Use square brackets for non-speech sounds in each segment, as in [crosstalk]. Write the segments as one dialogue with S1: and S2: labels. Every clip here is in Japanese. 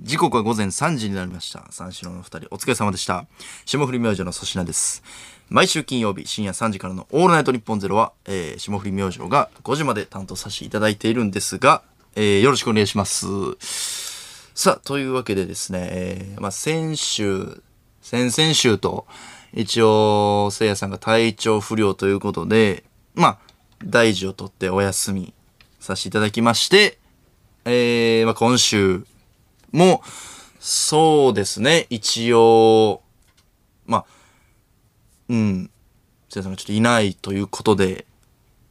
S1: 時刻は午前3時になりました。三四郎のお二人、お疲れ様でした。霜降り明星の粗品です。毎週金曜日深夜3時からのオールナイト日本ゼロは、えー、霜降り明星が5時まで担当させていただいているんですが、えーよろしくお願いします。さあ、というわけでですね、えーまあ、先週、先々週と、一応、せいやさんが体調不良ということで、まあ、大事を取ってお休みさせていただきまして、えーまあ、今週も、そうですね、一応、まあ、うん、せいやさんがちょっといないということで、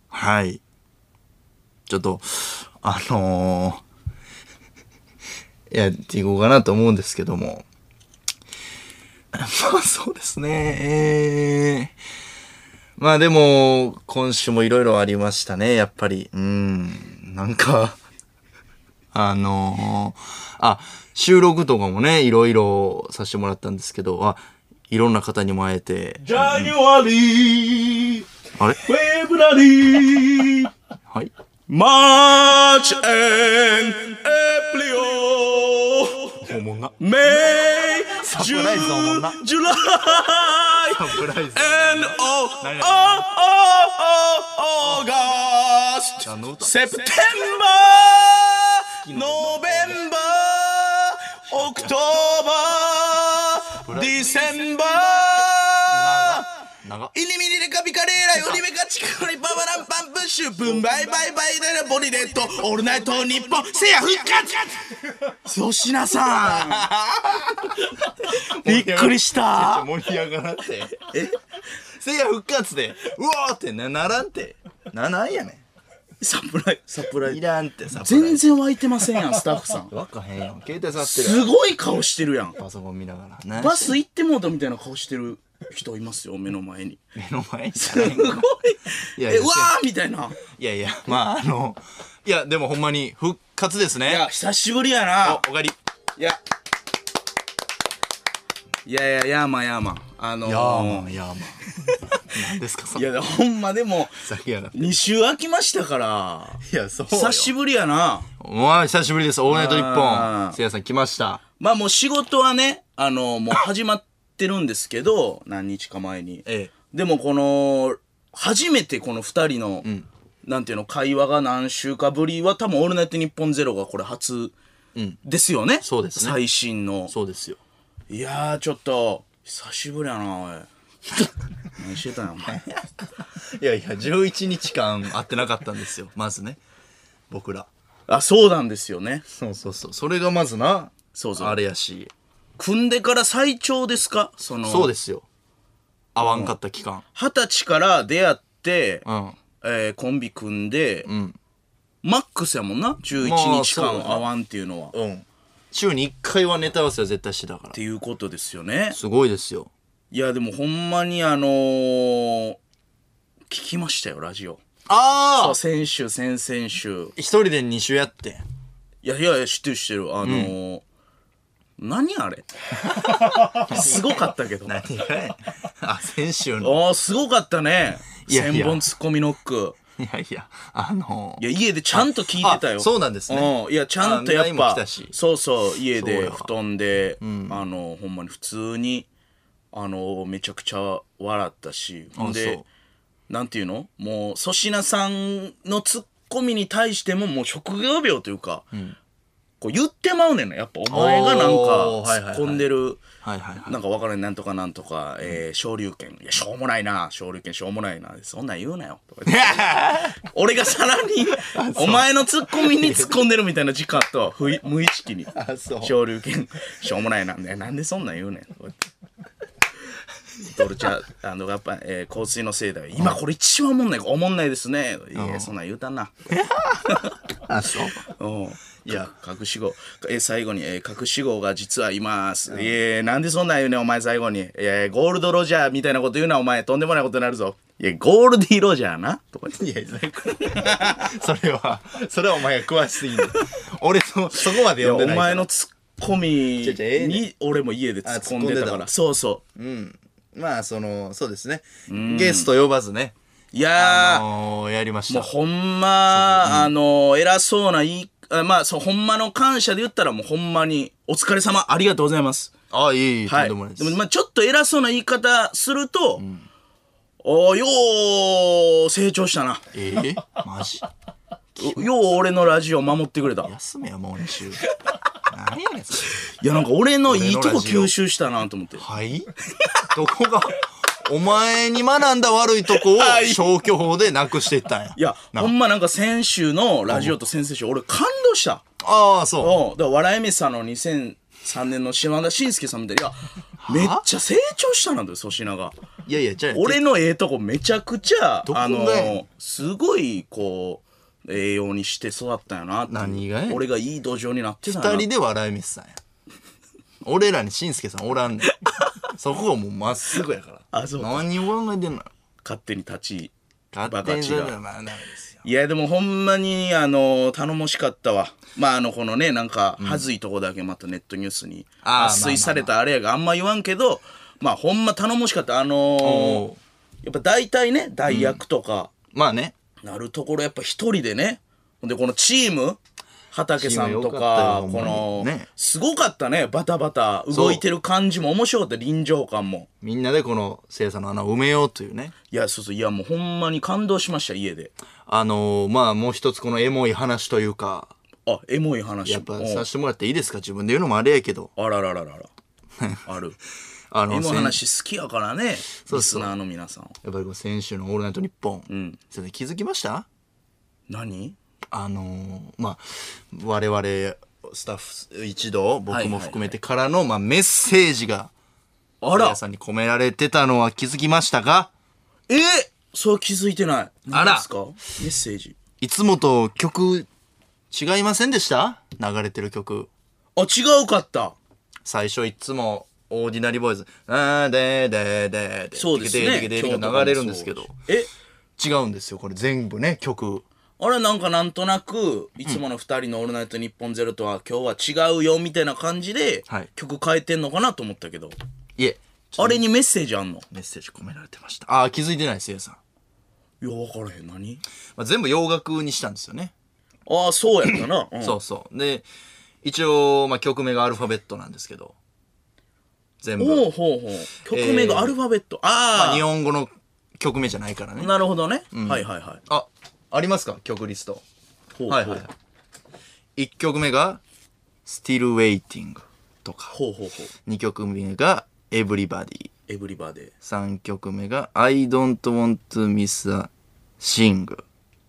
S1: はい。ちょっと、あのー、 [laughs] やっていこうかなと思うんですけども。 [laughs] まあそうですね。えーまあでも、今週もいろいろありましたね、やっぱり。うん。なんか、 [laughs] あのーあ、収録とかもね、いろいろさせてもらったんですけど、あ、いろんな方にも会えて、
S2: January,
S1: あれ
S2: February,
S1: はい。
S2: March and April,
S1: おもんな。
S2: May,
S1: サプライズ
S2: June,
S1: おもんな。
S2: July,
S1: サプライズ。
S2: and oh, oh, oh, oh, August,
S1: 何の歌
S2: September, November, October, December.
S1: 長っ
S2: イニミニレカピカレーラヨリメカチカリパワランパンプッシュブンバイバイバイダラボリデットオールナイトニッポンせや復活粗品さんびっくりした
S1: 盛り上がらんって。えせいや復活で、うおーってなならんて。な、なんやね
S2: サプライサプラ
S1: ん。い
S2: イ
S1: らんってさ。
S2: 全然湧いてませんやんスタッフさん
S1: わかへんやん。携帯触ってるやん。
S2: すごい顔してるやん
S1: パソコン見ながら。
S2: バス行ってもうたみたいな顔してる人いますよ目の前に
S1: 目の前に。
S2: すごい
S1: いや
S2: えうわーみたいない
S1: やいや、まああの、いや、でもほんまに復活です
S2: いや
S1: ね。
S2: 久しぶりや
S1: お、
S2: な
S1: おかえり。
S2: いや。いやいや、ヤーマンヤーマン。あのー、
S1: いやーまあ、いやーまあ。何ですか、そ
S2: い
S1: れ。
S2: や、ほんまでも、
S1: さっきやがって。
S2: 2週空きましたから、
S1: いや、そうよ。
S2: 久しぶりやな。
S1: おい久しぶりです。オールナイトニッ
S2: あ
S1: ポン。
S2: ー
S1: せいやさん来ました。
S2: まあもう仕事はね、あのー、もう始まってるんですけど、何日か前に。
S1: ええ。
S2: でもこの、初めてこの2人の、なんていうの、会話が何週かぶりは、多分、オールナイトニッポンゼロがこれ初、ですよね。
S1: そうですね
S2: 最新の。
S1: そうですよ。
S2: いやー、ちょっと、久しぶりやな、おい。何してたんや、お前。
S1: いやいや、11日間会ってなかったん [laughs] ですよ。まずね。僕ら。
S2: あ、そうなんですよね。
S1: そうそうそう。それがまずな、
S2: そうそう
S1: あれやし。
S2: 組んでから最長ですかその、
S1: そうですよ。会わんかった期間。
S2: 二十歳から出会って、
S1: うん。
S2: えーコンビ組んで、マックスやもんな、11
S1: まあ
S2: 日
S1: そうだ
S2: 間
S1: な
S2: 会わんっていうのは。っ
S1: うん。週に1回はネタ合わせは絶対してたから
S2: て。いうことですよね。
S1: すごいですよ。
S2: いや、でもほんまにあのー聞きましたよ、ラジオ。
S1: あ
S2: あ先週、先々週。
S1: 一人で2週やって。
S2: いやいやいや、知ってる知ってる。あのー何あ [laughs] れすごかったけど。
S1: 何がや [laughs] あ、先週の。
S2: ああ、すごかったね。
S1: いやいや
S2: 千本ツッコミノック。
S1: いやいや、あの
S2: いや、家でちゃんと聞いてたよ。
S1: あそうなんですね
S2: うん。いや、ちゃんとや
S1: あ
S2: っ
S1: 狙いも来
S2: ぱ
S1: たし、
S2: そうそう、家
S1: そう
S2: で
S1: やわ
S2: 布団で、あの、ほんまに普通に、あの、めちゃくちゃ笑ったし、ほん
S1: そ
S2: で、なんていうのもう、粗品さんのツッコミに対しても、もう職業病というか、こう言ってまうねんな。やっぱお前がなんか
S1: おーはいはいは
S2: 突
S1: い
S2: っ込んでる、
S1: はいはいはい。
S2: なんか分からんなんとかなんとか、えー、昇竜拳。いや、しょうもないな、昇竜拳しょうもないな、そんなん言うなよ。とか言って
S1: [laughs]
S2: 俺がさらに、お前のツッコミに突っ込んでるみたいな時間と、ふい無意識に。
S1: あそう
S2: 昇竜拳、しょうもないな、ね、なんでそんなん言うねん。とか言ってドルチャあのやっぱ、えー、香水のせいだよ今これ一番おもんないおもんないですねいやそんなん言うたんな
S1: あ、そう。
S2: うん
S1: いや、
S2: 隠し子、えー最後に、えー隠し子が実はいます。いえ、なんでそんなん言うねんお前最後に。えーゴールドロジャーみたいなこと言うな、お前、とんでもないことになるぞ。いや、ゴールディロジャーな。とか言って
S1: いや、それそれは、それはお前が詳しすぎる。俺そ、そこまで
S2: い
S1: 読
S2: や、
S1: ん
S2: お
S1: でないから。
S2: 前のツッコミ
S1: ちょちょええね
S2: に、俺も家で突っ込んでた
S1: あ突っ込
S2: か
S1: んで
S2: ら。そうそう。
S1: まあ、その、そうですね。ゲスト呼ばずね、
S2: いやー、
S1: あのーやりまし
S2: も
S1: た
S2: う。ほんま、あの、偉そうな言いあまあ、そう、ほんまの感謝で言ったら、もうほんまに、お疲れ様、ありがとうございます。
S1: ああ、いえいえ、と
S2: は
S1: ん
S2: い。
S1: で
S2: で
S1: もな
S2: も
S1: いです。、
S2: まあ、ちょっと偉そうな言い方すると、おーよう、成長したな。
S1: えー、マジ
S2: よう、俺のラジオ守ってくれた。
S1: 休めや、もう2週。何やねん、それ。
S2: いや、なんか俺のいいとこ
S1: 俺のラジオ
S2: 吸収したなと思って。
S1: はいどこが、お前に学んだ悪いとこを消去法でなくしていったんや。
S2: いや、ほんまなんか先週のラジオと先々週、俺感動した。
S1: ああ、そう。
S2: うん。だから、笑い飯さんの2003年の島田紳介さんみたいに、いや、めっちゃ成長したなんだよ、粗品が。
S1: いやいや、じゃあ、
S2: 俺のええとこめちゃくちゃ、
S1: こがや
S2: あ
S1: ねん
S2: の、すごい、こう、栄養にして育ったよなっていう
S1: 何がやねん
S2: 俺がいい土壌になってたよな
S1: 二人で笑い飯さんや。俺らにしんすけさんおらんねん。
S2: [laughs]
S1: そこはもうまっすぐやから。
S2: あそうか
S1: 何を考えてんの
S2: 勝手に立ち。
S1: 勝手にそ
S2: バ
S1: れ
S2: カ違う
S1: はまあなんですよ。
S2: いや、でもほんまに、あの、頼もしかったわ。まあ、あの、このね、なんか、はずいとこだけまたネットニュースに、
S1: あー
S2: 圧水されたあれやがあんま言わんけど、まあ、ほんま頼もしかった。あのー
S1: おう
S2: やっぱ大体ね、代役とか、
S1: まあね。
S2: なるところやっぱ一人でね。ほんで、このチーム、畑さんと
S1: チームよかったよ
S2: か、
S1: ほんまに
S2: この、
S1: ね
S2: すごかったね、バタバタ、動いてる感じも面白かった、臨場感も。
S1: みんなでこの聖さんの穴を埋めようというね。
S2: いや、そうそう、いや、もうほんまに感動しました、家で。
S1: あのー、まあもう一つこのエモい話というか、
S2: あ、エモい話。
S1: やっぱ
S2: うん
S1: させてもらっていいですか自分で言うのもあれやけど。
S2: あらら
S1: [laughs]
S2: ららら。ある。
S1: あ
S2: エ
S1: の、
S2: モ
S1: 先
S2: 話好きやからね、リス
S1: うそう
S2: ナーの皆さんは。
S1: やっぱりこう先週のオールナイトニッポン。
S2: ん
S1: 先生気づきました
S2: 何
S1: あのーまあ我々スタッフ一同僕も含めてからの、まあ、メッセージが
S2: あら
S1: 皆さんに込められてたのは気づきましたが
S2: えそう気づいてない。
S1: あら
S2: 何ですかメッセージ。
S1: いつもと曲違いませんでした流れてる曲
S2: あ、違うかった。
S1: 最初いつもオーディナリーボーイズ「あーでーでーでーで」
S2: そうですね。
S1: ででで
S2: 今日とかも
S1: 流れるんですけど
S2: そうえ
S1: 違うんですよこれ全部ね曲
S2: あれなんかなんとなくいつもの2人の「オールナイトニッポンゼロとは今日は違うよみたいな感じで
S1: はい
S2: 曲変えてんのかなと思ったけど、
S1: いえ
S2: あれにメッセージあんの
S1: メッセージ込められてましたああ気づいてないせいやさん、
S2: いや分からへん何
S1: まあ、全部洋楽にしたんですよね
S2: ああそうやっ
S1: [laughs]
S2: たな、うん
S1: そうそう。で、一応、まあ、曲名がアルファベットなんですけど、全部。
S2: ほうほうほう曲名がアルファベット、
S1: まあ
S2: あ
S1: 日本語の曲名じゃないから
S2: あ
S1: ね。
S2: なるほどね、はいはいはい
S1: あ、ありますか曲リスト。
S2: ほうほう、
S1: はいはいはい。1曲目が、Still Waiting とか。
S2: ほうほうほう
S1: 2曲目が、Everybody。
S2: エブリバデー
S1: 3曲目が、I Don't Want to Miss a Sing。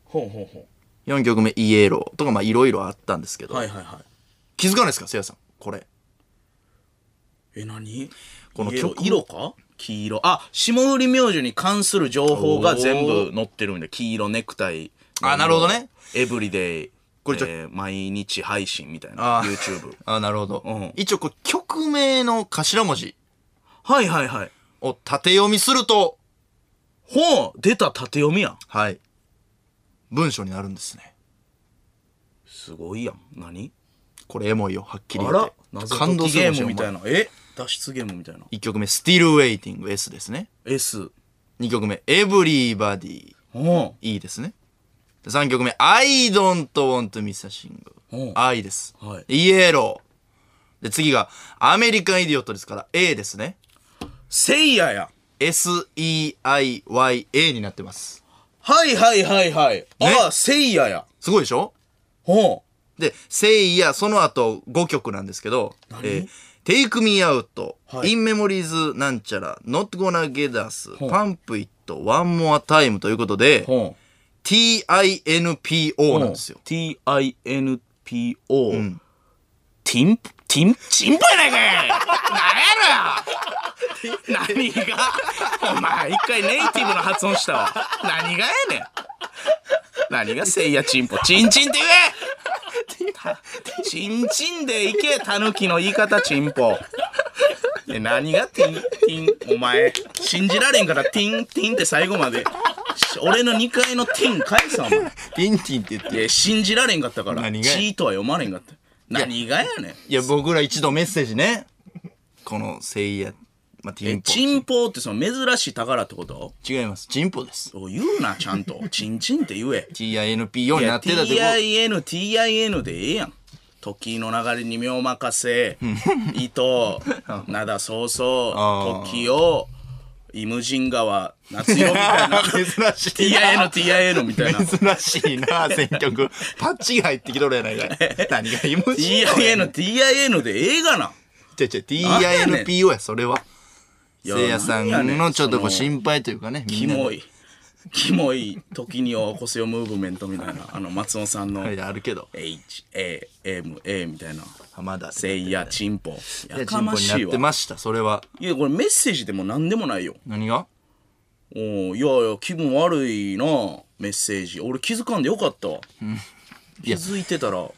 S2: ほうほうほ
S1: 4曲目、Yellow とか、まあ、いろいろあったんですけ
S2: う
S1: ど、
S2: はいはいはい
S1: 気づかないですかせいやさん。これ。
S2: え何
S1: この
S2: 色
S1: 曲
S2: 色か黄色あ霜降り明星に関する情報が全部載ってるんで黄色ネクタイ
S1: あなるほどね
S2: エブリデイ
S1: これちょ
S2: えー毎日配信みたいな
S1: あー
S2: YouTube
S1: あ、なるほど。
S2: うん
S1: 一応、これ曲名の頭文字。
S2: はいはいはい
S1: を縦読みすると、
S2: ほう出た縦読みやん
S1: はい。文章になるんですね。
S2: すごいやん何
S1: これエモいよ、はっきり
S2: あ
S1: 言っ
S2: ら
S1: て。
S2: 謎
S1: 感
S2: 解
S1: 動
S2: き
S1: す
S2: ゲ
S1: るかもし
S2: ーム
S1: れ
S2: みたい
S1: ん。
S2: なえ脱出ゲームみたいな
S1: 1曲目、Still Waiting S ですね。
S2: S
S1: 2曲目、Everybody
S2: ほ
S1: E ですね。3曲目、I don't want to miss a sing.
S2: うん
S1: I です。
S2: はい
S1: Yellow。で、次が、アメリカンイディオットですから A ですね。
S2: うせいややん
S1: S-E-I-Y-A になってます。
S2: はいはいはいはいああせいやや
S1: すごいでしょ
S2: ほう
S1: で、せいや、その後5曲なんですけど、えー、Take Me Out、
S2: はい
S1: In Memories なんちゃら、Not Gonna Get Us、Pump It、One More Time ということで、
S2: ほう
S1: TINPO なんですよ。
S2: T-I-N-P-O、ティンプティンチンポやないかいなんやろや何がお前一回ネイティブの発音したわ何がやねん何がせいやチンポチンチンって言えたチンチンでいけタヌキの言い方チンポで何がティンティンお前信じられんからティンティンって最後まで俺の2階のティン返さお前
S1: ティンティンって言っ
S2: い
S1: て。
S2: や、信じられんかったから。
S1: 何がや
S2: チートは読まれんかった。何がやねん。
S1: いや、僕ら一度メッセージね。このせいや、まあ、ティ
S2: え
S1: ンポ。
S2: チンポってその珍しい宝ってこと
S1: 違います。チンポです。
S2: おい言うなちゃんと [laughs] チンチンって言え
S1: TINP よう
S2: い
S1: にな
S2: や
S1: ってたってこ
S2: TIN TIN でええやん時の流れに身を任せ
S1: [laughs]
S2: 伊藤灘そうそ
S1: あ
S2: う時をイムジン川夏よみたい
S1: [laughs]
S2: な
S1: 珍しいな
S2: TIN TIN
S1: [laughs]
S2: みたいな
S1: と。珍しいな、選曲。パッチが入ってきとるやないかい。何がイモジンや
S2: TIN TIN でええがな
S1: 違う違う TINPO や、それは。
S2: いや
S1: せいやさん
S2: なんやね
S1: のちょっとこう
S2: その
S1: 心配というかね、み
S2: キ
S1: んなの
S2: モいキモい時に起こせよムーブメントみたいなあの松尾さんの
S1: はいあるけど、
S2: HAMA みたいな
S1: 浜田
S2: せいやチンポや
S1: チ
S2: か
S1: ンポ
S2: ま
S1: に
S2: しい
S1: なって
S2: わ
S1: ました、それは。
S2: いやこれメッセージでも何でもないよ
S1: 何が
S2: おーいやいや気分悪いなメッセージ俺気づかんでよかったわ気づいてたらも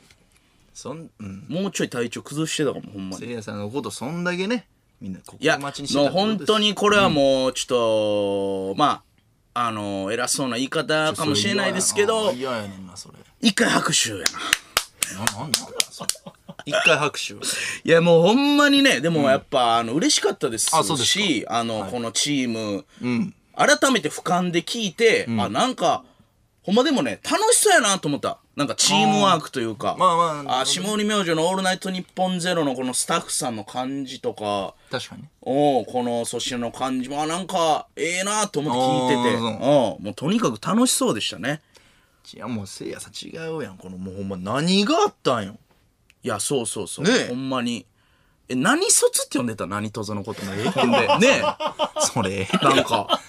S1: そん、うん。
S2: うちょい体調崩してたかもほんまに
S1: せいやさんのこと、そんだけね、みんなこ
S2: いや、
S1: こ待ちにしてたってことです
S2: 本当にこれはもう、ちょっと、まあ、あの、偉そうな言い方かもしれないですけど、
S1: 嫌やねんな、それ。
S2: 一回拍手や
S1: な、
S2: な。
S1: なんなんだ、それ。一回拍手。
S2: いや、もうほんまにね、でもやっぱ、あの、嬉しかったです
S1: あそうですか
S2: し、あの、このチーム、
S1: うん。
S2: 改めて俯瞰で聞いて、あ、なんか、ほんまでもね、楽しそうやなと思った。なんかチームワークというか、
S1: まあまあ
S2: あ下降り明星の「オールナイトニッポンゼロのこのスタッフさんの感じとか、
S1: 確かにね。
S2: おこの粗品の感じもあなんかええなと思って聞いてて
S1: あー
S2: おもうとにかく楽しそうでしたね
S1: いや、もうせいやさん違うやん。この、もうほんま、何があったんよ。
S2: いやそうそうそう、
S1: ねえ
S2: ほんまにえ何卒って呼んでた何卒のことの
S1: [laughs]
S2: 英語でね
S1: それ。
S2: えなん [laughs] か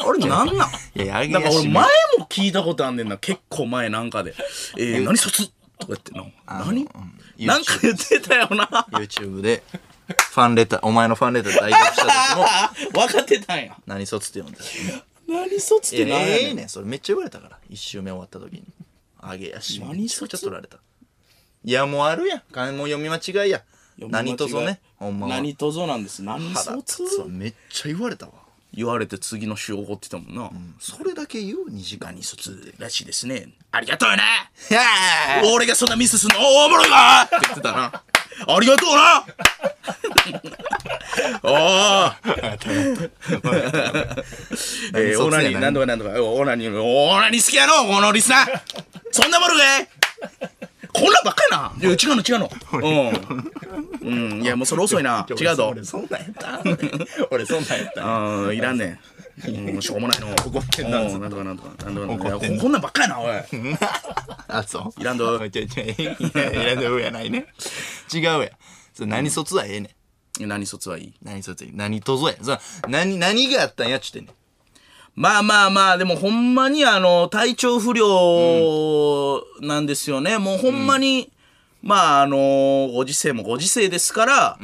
S2: あれなんなん
S1: いやいや、あげ
S2: なんか
S1: や
S2: 俺
S1: し
S2: 前も聞いたことあんねんな結構前なんかで「えー、何卒?」とかってな何、なんか言ってたよ [laughs] な
S1: YouTube で、ファンレター、お前のファンレター代読した時も、
S2: 分かってたんや
S1: 何卒って呼んでた。
S2: 何卒って
S1: いや
S2: 何や
S1: え
S2: ね
S1: え
S2: ん
S1: ねんそれめっちゃ言われたから1周目終わった時にあげやし
S2: 何
S1: めちゃくちゃ
S2: 卒
S1: 取られたいやもうあるやん漢もう読み間違いや
S2: 読み間違い
S1: 何とぞねほんまは
S2: 何卒なんです何
S1: 腹
S2: 卒
S1: 立つわめっちゃ言われたわ
S2: 言われて次の週怒ってたもんな、
S1: それだけ言う2時間に卒
S2: 卒らしいですねありがとうね
S1: いやー
S2: 俺がそんなミスすんのおもろいわって言ってたなありがとうな [laughs] おー
S1: [laughs]
S2: え
S1: 何
S2: ー、オ
S1: 卒
S2: ナ
S1: や
S2: ニー
S1: な
S2: なんとかなんとかオナニーオナニー好きやのこのリスナーそんなものかいこんなんばっかりないや違うの違うのうん、うん、いやもうそれ遅い
S1: [laughs]
S2: な違うぞ
S1: 俺そんなんやった俺そんなんや
S2: [laughs]
S1: った
S2: ああいらんねん、うん、しょうもないの
S1: [laughs] 怒ってんな
S2: うんなんとかなんとかなんとかな
S1: 怒っ
S2: んとかい
S1: て
S2: や
S1: んな
S2: ここんなんばっかりやなおい
S1: あそう
S2: い
S1: い
S2: らんど
S1: いやいやいらんどやないね違うやそれ何卒はええねん [laughs]
S2: 何卒はいい
S1: 何卒や何とぞやそれ何何があったんやっちゅってんねん
S2: まあまあまあでもほんまにあの体調不良なんですよね、もうほんまに、まああのご時世もご時世ですから、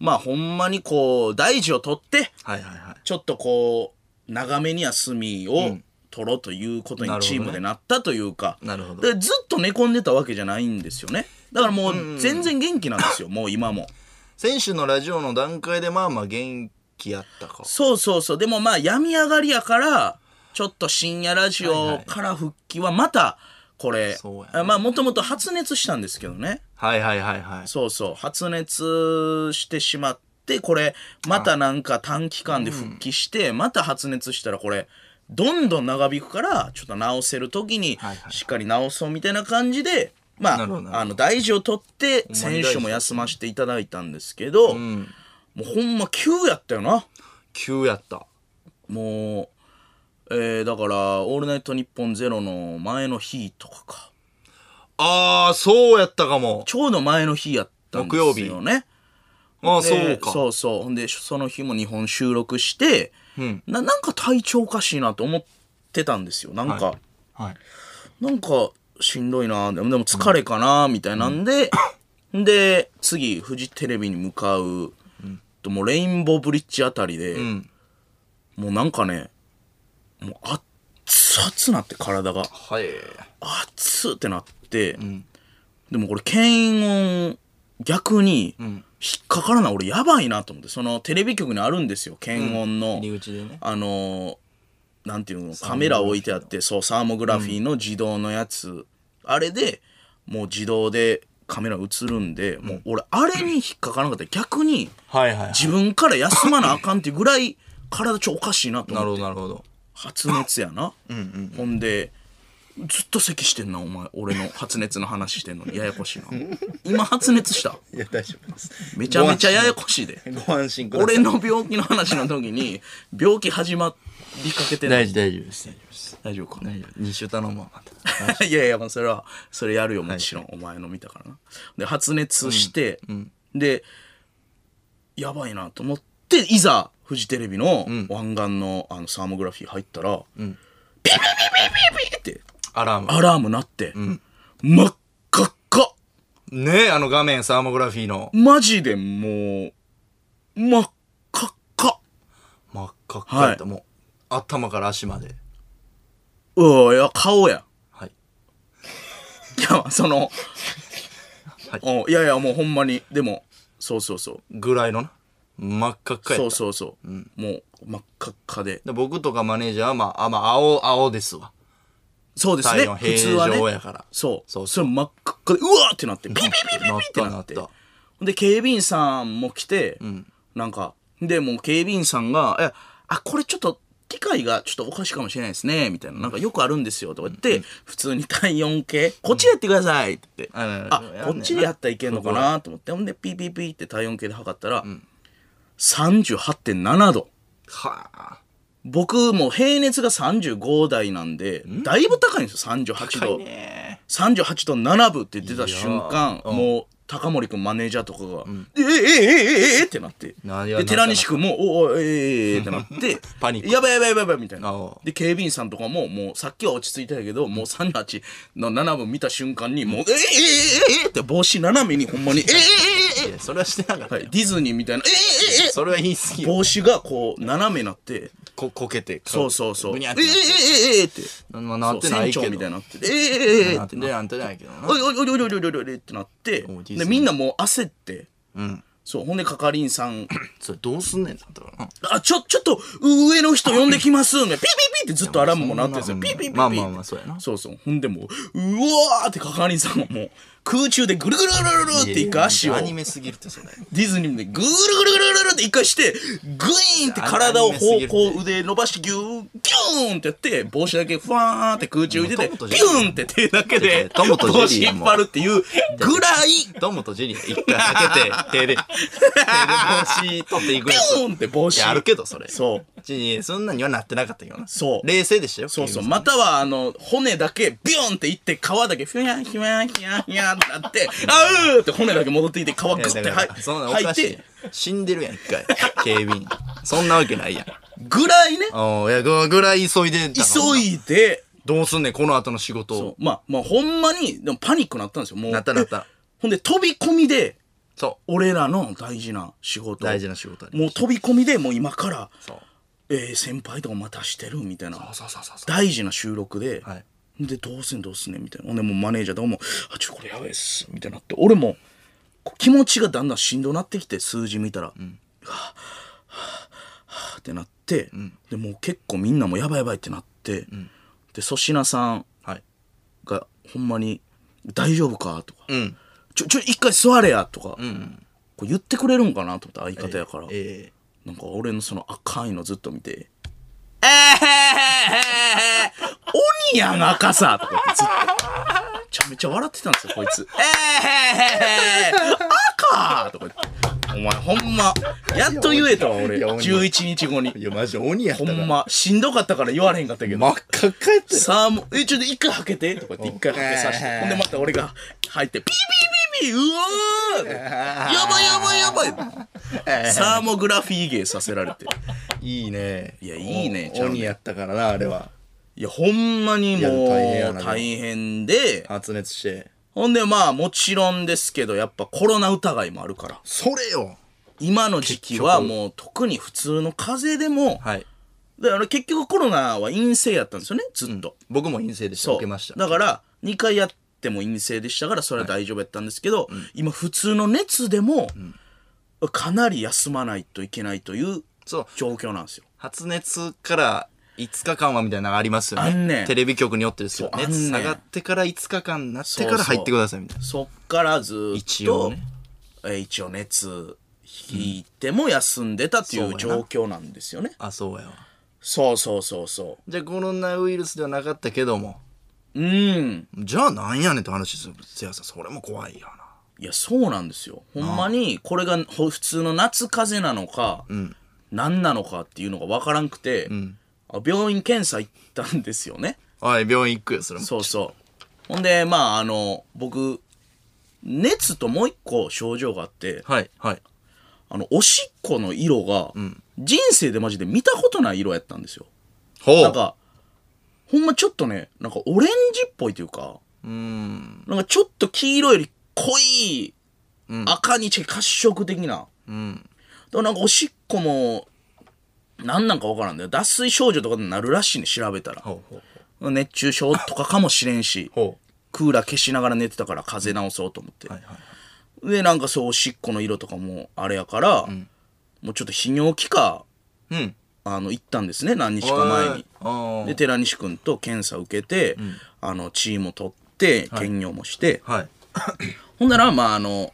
S2: まあほんまにこう大事をとって
S1: はいはいはい
S2: ちょっとこう長めに休みを取ろうということ
S1: なるほ
S2: に
S1: ど
S2: チ
S1: ね
S2: ームでなったというか、
S1: なるほど
S2: でずっと寝込んでたわけじゃないんですよねだからもう全然元気なんですよ、もう今も。
S1: 選手のラジオの段階でまあまあ元気やったか
S2: そうそうそう。でもまあ、病み上がりやから、ちょっと深夜ラジオから復帰はまた、これ、
S1: そうやね
S2: あまあ、もともと発熱したんですけどね。
S1: はいはいはいはい
S2: そうそう。発熱してしまって、これ、またなんか短期間で復帰して、また発熱したら、これ、どんどん長引くから、ちょっと治せる時に
S1: はいは、い
S2: しっかり治そうみたいな感じで、ま
S1: なるほどなるほ
S2: あ、
S1: ど
S2: あの、大事を取って、
S1: まに大
S2: 選
S1: 事
S2: 手も休ませていただいたんですけど、
S1: うん
S2: もうほんま急やったよな。
S1: 急やった
S2: もう、えー、だから「オールナイトニッポンゼロの前の日とかか
S1: ああそうやったかも
S2: ちょうど前の日やったんですよね
S1: ああ
S2: で
S1: そうか
S2: そうそうほんでその日も日本収録して、
S1: うん
S2: ななんか体調おかしいなと思ってたんですよなんか、
S1: ははい
S2: なんかしんどいなでもでも疲れかなみたいなんで、で次フジテレビに向かう、ともうレインボーブリッジあたりで、
S1: ん
S2: もうなんかねもう熱々なって体が
S1: はい
S2: 熱ってなって、でもこれ検温逆に引っかからない俺やばいなと思ってそのテレビ局にあるんですよ検温の、
S1: 入り口でね
S2: あのーなんていうのカメラ置いてあってそうサーモグラフィーの自動のやつ、あれでもう自動でカメラ映るんで、もう俺、あれに引っかからなかったら逆に、
S1: はいはいはい。
S2: 自分から休まなあかんっていうぐらい、体ちょおかしいなと
S1: なる
S2: 思
S1: ほどな
S2: って。
S1: るほど。
S2: 発熱やな。ほんで、ずっと咳してんな、お前。俺の発熱の話してんの [laughs] に、ややこしいな。今発熱した。
S1: いや大丈夫です。
S2: めちゃめちゃややこしい [laughs] で。
S1: ご安心ください。
S2: 俺の病気の話の時に、病気始まりかけてない。
S1: 大丈夫大丈夫です大丈夫です。
S2: 大丈夫か
S1: 大丈夫。二週頼むわまた。
S2: [laughs] いやいや、もうそれは、それやるよ、もちろん。お前の見たからな。で、発熱して、で、やばいなと思って、いざ、フジテレビの湾岸のあのサーモグラフィー入ったら、ピピピピピピって
S1: [laughs] アラーム。
S2: アラーム鳴って、真っ赤っか
S1: ねえあの画面サーモグラフィーの
S2: マジでもう、真っ赤っか
S1: 真っ赤っかやった、もう頭から足まで。
S2: うわ、いや、顔や。
S1: はい。
S2: いや、その、
S1: はい
S2: おいやいや、もうほんまに、でも、そうそうそう。
S1: ぐらいのな。真っ赤っかや
S2: そう
S1: った。
S2: そうそう。もう、真っ赤っかで。
S1: で僕とかマネージャーはまあ、あまあ、青、青ですわ。
S2: そうですね。
S1: 体温
S2: 普通は
S1: 平常
S2: ね
S1: や。から。
S2: そう。
S1: そ
S2: そうう。
S1: そ
S2: それ真っ赤っかで、うわーってなって、ビビビビビ
S1: なっ
S2: って
S1: た
S2: な
S1: な
S2: っ。
S1: ってた。
S2: で、警備員さんも来て、なんか、で、もう警備員さんが、いや、あ、これちょっと、機械がちょっとおかしいかもしれないですね、みたいな。なんかよくあるんですよ、とか言って、普通に体温計、こっちでやってくださいって言って、
S1: うんうん
S2: あ、こっちでやったらいけんのかなと思って、ほんで、ピーピーピーって体温計で測ったら、38.7度。
S1: はあ。
S2: 僕もう平熱が35台なんで、だいぶ高いんですよ、38度。38度7分って出た瞬間、もう高森君マネージャーとかが、ええええええええってなって、
S1: 何が
S2: で寺西君も、おおええええええってなって、
S1: [laughs] パニック
S2: やばいやばいやばいやばいみたいな
S1: ああ。
S2: で、警備員さんとかも、もうさっきは落ち着いてたけど、もう38の7分見た瞬間に、もう、ええええええええって帽子斜めにほん
S1: [laughs]
S2: まに、ええええええ
S1: いや、それはしてなかった
S2: はい、
S1: よ。
S2: ディズニーみたいな、えええええ
S1: それは言い過ぎ
S2: え
S1: よ。
S2: 帽子がこう斜めになって、
S1: こ、こけて。
S2: そうそうそう。
S1: ぐ
S2: え
S1: に
S2: え
S1: ゃ
S2: え
S1: ってなって。
S2: ええええって。
S1: まあなって
S2: そう
S1: ない
S2: 船
S1: けど
S2: 長みたいになってて。ええええええ
S1: な
S2: っ
S1: ってて
S2: なって。
S1: なんてないけどな。
S2: おいおいおいおいおいおいおいおいってなって。
S1: おいディズニー
S2: で、みんなもう焦って。
S1: うん。
S2: そう、ほんで係員さん、
S1: それどうすんねんだったからな。
S2: あ、ちょ、ちょっと、上の人呼んできます。みたいなピーピーピーってずっとアラームも鳴ってるんですよ。
S1: いや
S2: ピーピーピーピー。
S1: まあまあまあそうやな
S2: そうそう。ほんでもう、うわーって係員さんがもう、空中でぐるぐるぐるぐるぐるって一回足を、
S1: ア
S2: デ
S1: ニメすぎるってそれ。
S2: ィズニーでぐるぐるぐるぐるぐるって一回して、グイーンって体を方向腕伸ばしてギュー、ギューンってやって、帽子だけふわーって空中浮いてて、
S1: も
S2: ビ
S1: うト
S2: ュ
S1: ムとジェリー
S2: ーンって手だけで、
S1: トムとジェ
S2: 帽
S1: リ
S2: 子
S1: ーや
S2: 引
S1: ん
S2: っ張るっていうぐらい、
S1: トムとジェリー一回かけて、手で、手で帽子取っていく
S2: ビ
S1: やつ。
S2: ューンって帽
S1: い
S2: 子。
S1: や、あるけど、それ。
S2: そう。
S1: ジェリー、そんなにはなってなかったけどな。
S2: そう
S1: 冷静でしたよ。
S2: そうそう。または、あの、骨だけ、ビューンっていって、皮だけ、ふにゃん、ひゃん、ひゃん、ひゃんってなって、あうーって骨だけ戻ってきて、皮グ
S1: いや
S2: ッて
S1: だ
S2: は
S1: か
S2: い
S1: らそんなおか
S2: 吐
S1: し
S2: い
S1: い
S2: て
S1: やん、。死んでるやん、一回。警備員。そんなわけないやん。
S2: ぐらいね、
S1: おーいや、ぐぐらい急いでたの
S2: 急いで、
S1: どうすんねん、この後の仕事
S2: そう
S1: を。
S2: まあ、まあ、ほんまに、でもパニックなったんですよ、もう。
S1: なったなった
S2: え。ほんで、飛び込みで、
S1: そ
S2: 俺らの大事な仕事。
S1: う。大事な仕事に。
S2: もう飛び込みで、もう今から、
S1: そう。
S2: えー先輩とかまたしてるみたいな。
S1: そうそうそうそう。
S2: 大事な収録で、
S1: はい
S2: でどうすんどうすんねんみたいなほんでもうマネージャーとかも「あちょこれやばいっす」みたいになって俺もこう気持ちがだんだんしんどなってきて数字見たら、はぁはぁはぁってなって、でもう結構みんなもやばいやばいってなって、で粗品さん
S1: はい。
S2: がほんまに「大丈夫か?」とか、
S1: うん。
S2: ちょちょ一回座れや」とか、こう言ってくれるんかなと思って相方やから、
S1: え
S2: なんか俺のその赤いのずっと見 [laughs] て、えー、鬼やん赤さとか言ってずっとめちゃめちゃ笑ってたんですよ、こい [laughs] つ。えー、赤とか言って。お前ほんま、やっと言えたわ、俺。
S1: いや鬼
S2: 11日後
S1: え
S2: に。
S1: いや、マジ鬼やった
S2: ほ
S1: から。
S2: んま、しんどかったから言われへんかったけど。
S1: 真っ赤っかやったよ。
S2: サーモン、え、ちょっと一回はけてとか言って一回はけさ
S1: う
S2: せ
S1: ん
S2: て。ほんでまた俺が入って、ピーピーピーピー、うわーやばいやばいやばいサーモグラフィー芸させられて。
S1: いいね。い
S2: やいいねちゃうね
S1: 鬼やったからな、あれは。
S2: いや、ほんまにも
S1: いや大変や
S2: う
S1: な
S2: 大変で、
S1: 発熱して。
S2: ほんでまあもちろんですけど、やっぱコロナ疑いもあるから。
S1: それよ
S2: 今の時期はもう特に普通の風邪でも、
S1: はい。
S2: だから結局コロナは陰性やったんですよね、ずっと。
S1: 僕も陰性でした。
S2: そう
S1: 受けました。
S2: だから2回やっても陰性でしたからそれは大丈夫やったんですけど、今普通の熱でも、かなり休まないといけないという
S1: そう。
S2: 状況なんですよ
S1: 発熱から5日間はみたいなのがありますよね。
S2: あんねん
S1: テレビ局によってですよ。
S2: そうあん
S1: 熱
S2: ねん
S1: 下がってから5日間なってから入ってくださいみたいな。
S2: そっからずーっと
S1: 一応ね
S2: えー一応熱引いても休んでたってい
S1: そう
S2: う
S1: やな
S2: 状況なんですよね、
S1: あ、そうやわ。
S2: そうそうそうそ
S1: じゃあコロナウイルスではなかったけども。
S2: ううん
S1: じゃあなんやねんって話ですよ。せやさん、それも怖いよな。
S2: いやそうなんですよほんまにこれがほ普通の夏風邪なのか、何なのかっていうのが分からんくて、あ病院検査行ったんですよね
S1: おい、病院行くよ、それも。
S2: そうそうほんでまああの僕熱ともう一個症状があって
S1: はい、はい。
S2: あのおしっこの色が、人生でマジで見たことない色やったんですよ
S1: ほ
S2: なん
S1: う。
S2: かほんまちょっとねなんかオレンジっぽいというか
S1: うん。
S2: なんかちょっと黄色より濃い赤に近い褐色的な、
S1: うん。
S2: だからなんかおしっこも何なんか分からんだよ脱水症状とかになるらしいね調べたら
S1: ほうほう。
S2: 熱中症とかかもしれんし
S1: ほ
S2: クーラー消しながら寝てたから風邪治そうと思って、
S1: う。はい、はい。
S2: でなんかそうおしっこの色とかもあれやから、もうちょっと泌尿器科
S1: うん。
S2: あの行ったんですね何日か前に
S1: おい。あ
S2: で寺西君と検査受けて、あの血も取って検尿もして、
S1: あ。はい。
S2: ほんなら、まあ、あの、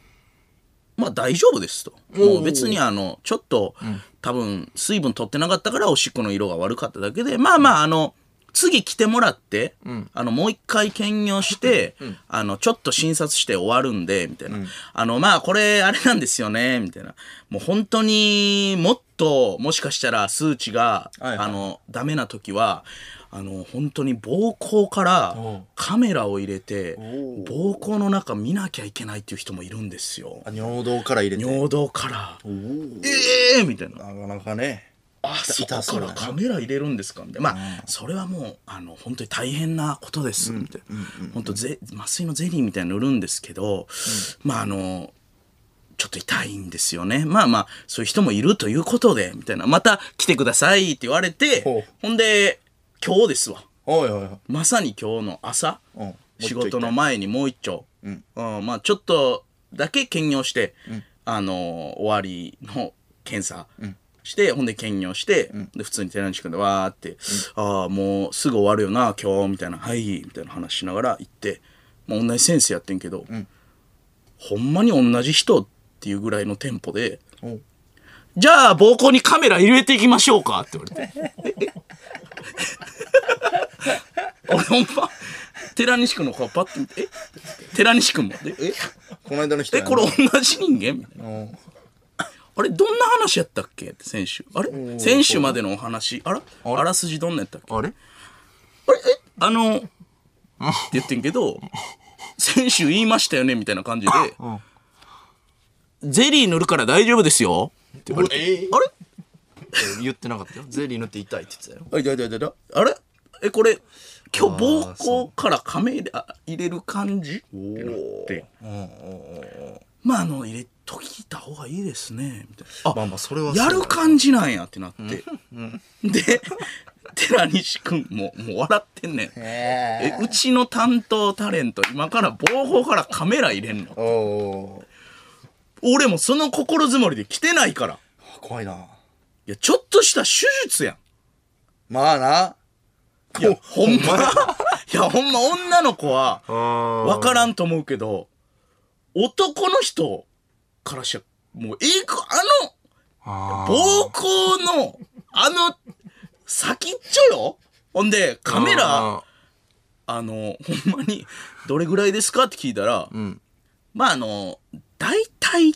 S2: まあ大丈夫ですと。もう別にあの、ちょっと、多分、水分取ってなかったから、おしっこの色が悪かっただけで、まあまあ、あの、次来てもらって、あの、もう一回検尿して、あの、ちょっと診察して終わるんで、みたいな。あの、まあ、これ、あれなんですよね、みたいな。もう本当にもっと、もしかしたら数値が、
S1: はいはい
S2: あの、ダメな時は、あの、本当に膀胱から
S1: うん
S2: カメラを入れて、
S1: おう
S2: 膀胱の中見なきゃいけないっていう人もいるんですよ
S1: あ尿道から入れて。
S2: 尿道から
S1: おー
S2: ええー、みたいな
S1: なかなかね。
S2: あそこ
S1: 痛そ
S2: か
S1: うだ
S2: ら
S1: な
S2: カメラ入れるんですかみたいなまあそれはもうあの本当に大変なことですみたいな本当ぜ麻酔のゼリーみたいなの塗るんですけど、まああのちょっと痛いんですよねまあまあそういう人もいるということでみたいなまた来てくださいって言われて
S1: ほう
S2: ほんで今日ですわ
S1: おいおいおい。
S2: まさに今日の朝、
S1: うんもう一
S2: 仕
S1: 丁行った
S2: 事の前にもう一丁、うんまあ、ちょっとだけ兼業して、あのー終わりの検査して、ほんで兼業して、で普通に寺西君でわーって「ああもうすぐ終わるよな今日」みたいな「はい」みたいな話しながら行って、まあ、同じ先生やってんけど、ほんまに同じ人っていうぐらいのテンポで
S1: おう
S2: 「じゃあ膀胱にカメラ入れていきましょうか」って言われて。 [laughs] 俺ほんま寺西君の顔パッて見て「え寺西君も」で「え
S1: この間の人
S2: え
S1: やな
S2: これ同じ人間?」みたいな
S1: うん
S2: 「あれどんな話やったっけ?」って先週「あれ先週までのお話あらあらすじどんなやったっけ?」
S1: あれ
S2: あれえあの」って言ってんけど「先週言いましたよね」みたいな感じで「ゼリー塗るから大丈夫ですよ」って言われて
S1: え
S2: 「あれ
S1: 言ってなかったよゼリー塗って痛いって言ってたよ
S2: あいだいだいだいだあれえこれ今日
S1: あー
S2: 膀
S1: そ
S2: 胱から亀入れあ入れる感じってなってまああの入れときた方がいいですねみたいなあ
S1: まあまあそれはそう
S2: や
S1: だ
S2: る感じなんやってなって、で寺西君ももう笑ってんねんえうちの担当タレント今から膀胱からカメラ入れんの
S1: おお
S2: 俺もその心づもりで来てないから
S1: 怖いない
S2: やちょっとした手術やん
S1: まあない
S2: や、ほんま、 [laughs] いや、ほんま女の子は、わ
S1: わ
S2: からんと思うけど、男の人からしたら、もう、ええく、あの、膀胱の、あの、先っちょよほんで、カメラ、あの、ほんまに、どれぐらいですかって聞いたら、
S1: ん
S2: まあ、あの、大体、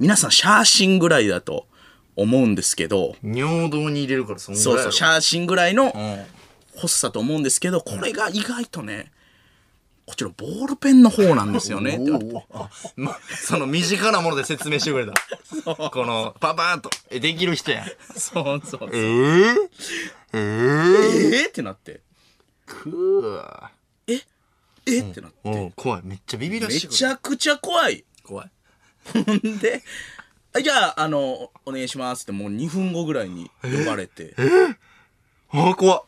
S2: 皆さん、写真ぐらいだと思うんですけど、
S1: 尿道に入れるからそんぐ
S2: そう
S1: らい
S2: そう、
S1: やろ
S2: 写真ぐらいの、
S1: うん
S2: 欲しさと思うんですけどこれが意外とねこちらボールペンの方なんですよねって言われて
S1: あ [laughs] ま、その身近なもので説明してくれた [laughs] このパパーンとえできる人やん
S2: そうそう
S1: え
S2: え
S1: ええ
S2: ー、ってなって
S1: くー
S2: えー、ってなって
S1: おう怖いめっちゃビビら
S2: め
S1: して
S2: ちゃくちゃ怖い
S1: 怖い
S2: ほんであじゃああのお願いしますってもう2分後ぐらいに呼ばれて
S1: あ怖っ
S2: 怖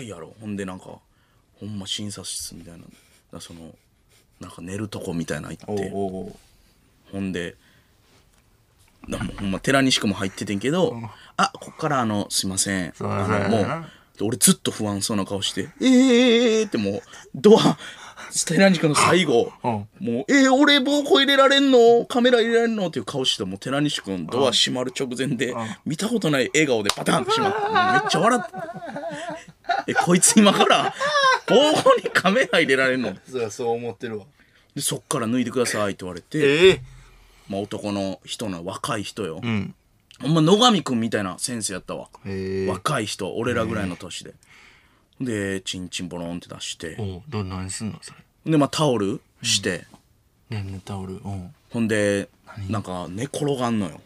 S2: いやろほんでなんかほんま診察室みたいなだからそのなんか寝るとこみたいなの行って
S1: おう
S2: ほんで、だもうほんま寺西区も入っててんけど、あ、こっからあの、すいません。
S1: いません
S2: あの、もう、で俺ずっと不安そうな顔して、えーえーってもう、ドア、ステラニカの最後、もう、えー、俺、暴行入れられんのカメラ入れられんのっていう顔して、もう、寺西君、ドア閉まる直前で、見たことない笑顔でパタンってしまって、もうめっちゃ笑って、え、こいつ今から、暴行にカメラ入れられんの
S1: そりゃそう思ってるわ。
S2: で、そっから脱いでくださいって言われて、
S1: ええ
S2: まあ、男の人の若い人よ、ほんま野上君みたいな先生やったわ
S1: へえ
S2: 若い人俺らぐらいの年で、でチンチンボロンって出して
S1: おうど、何すんのそれ。
S2: でまあタオルして、
S1: ねんねタオル。うん。
S2: ほんでなんか寝転がんのよ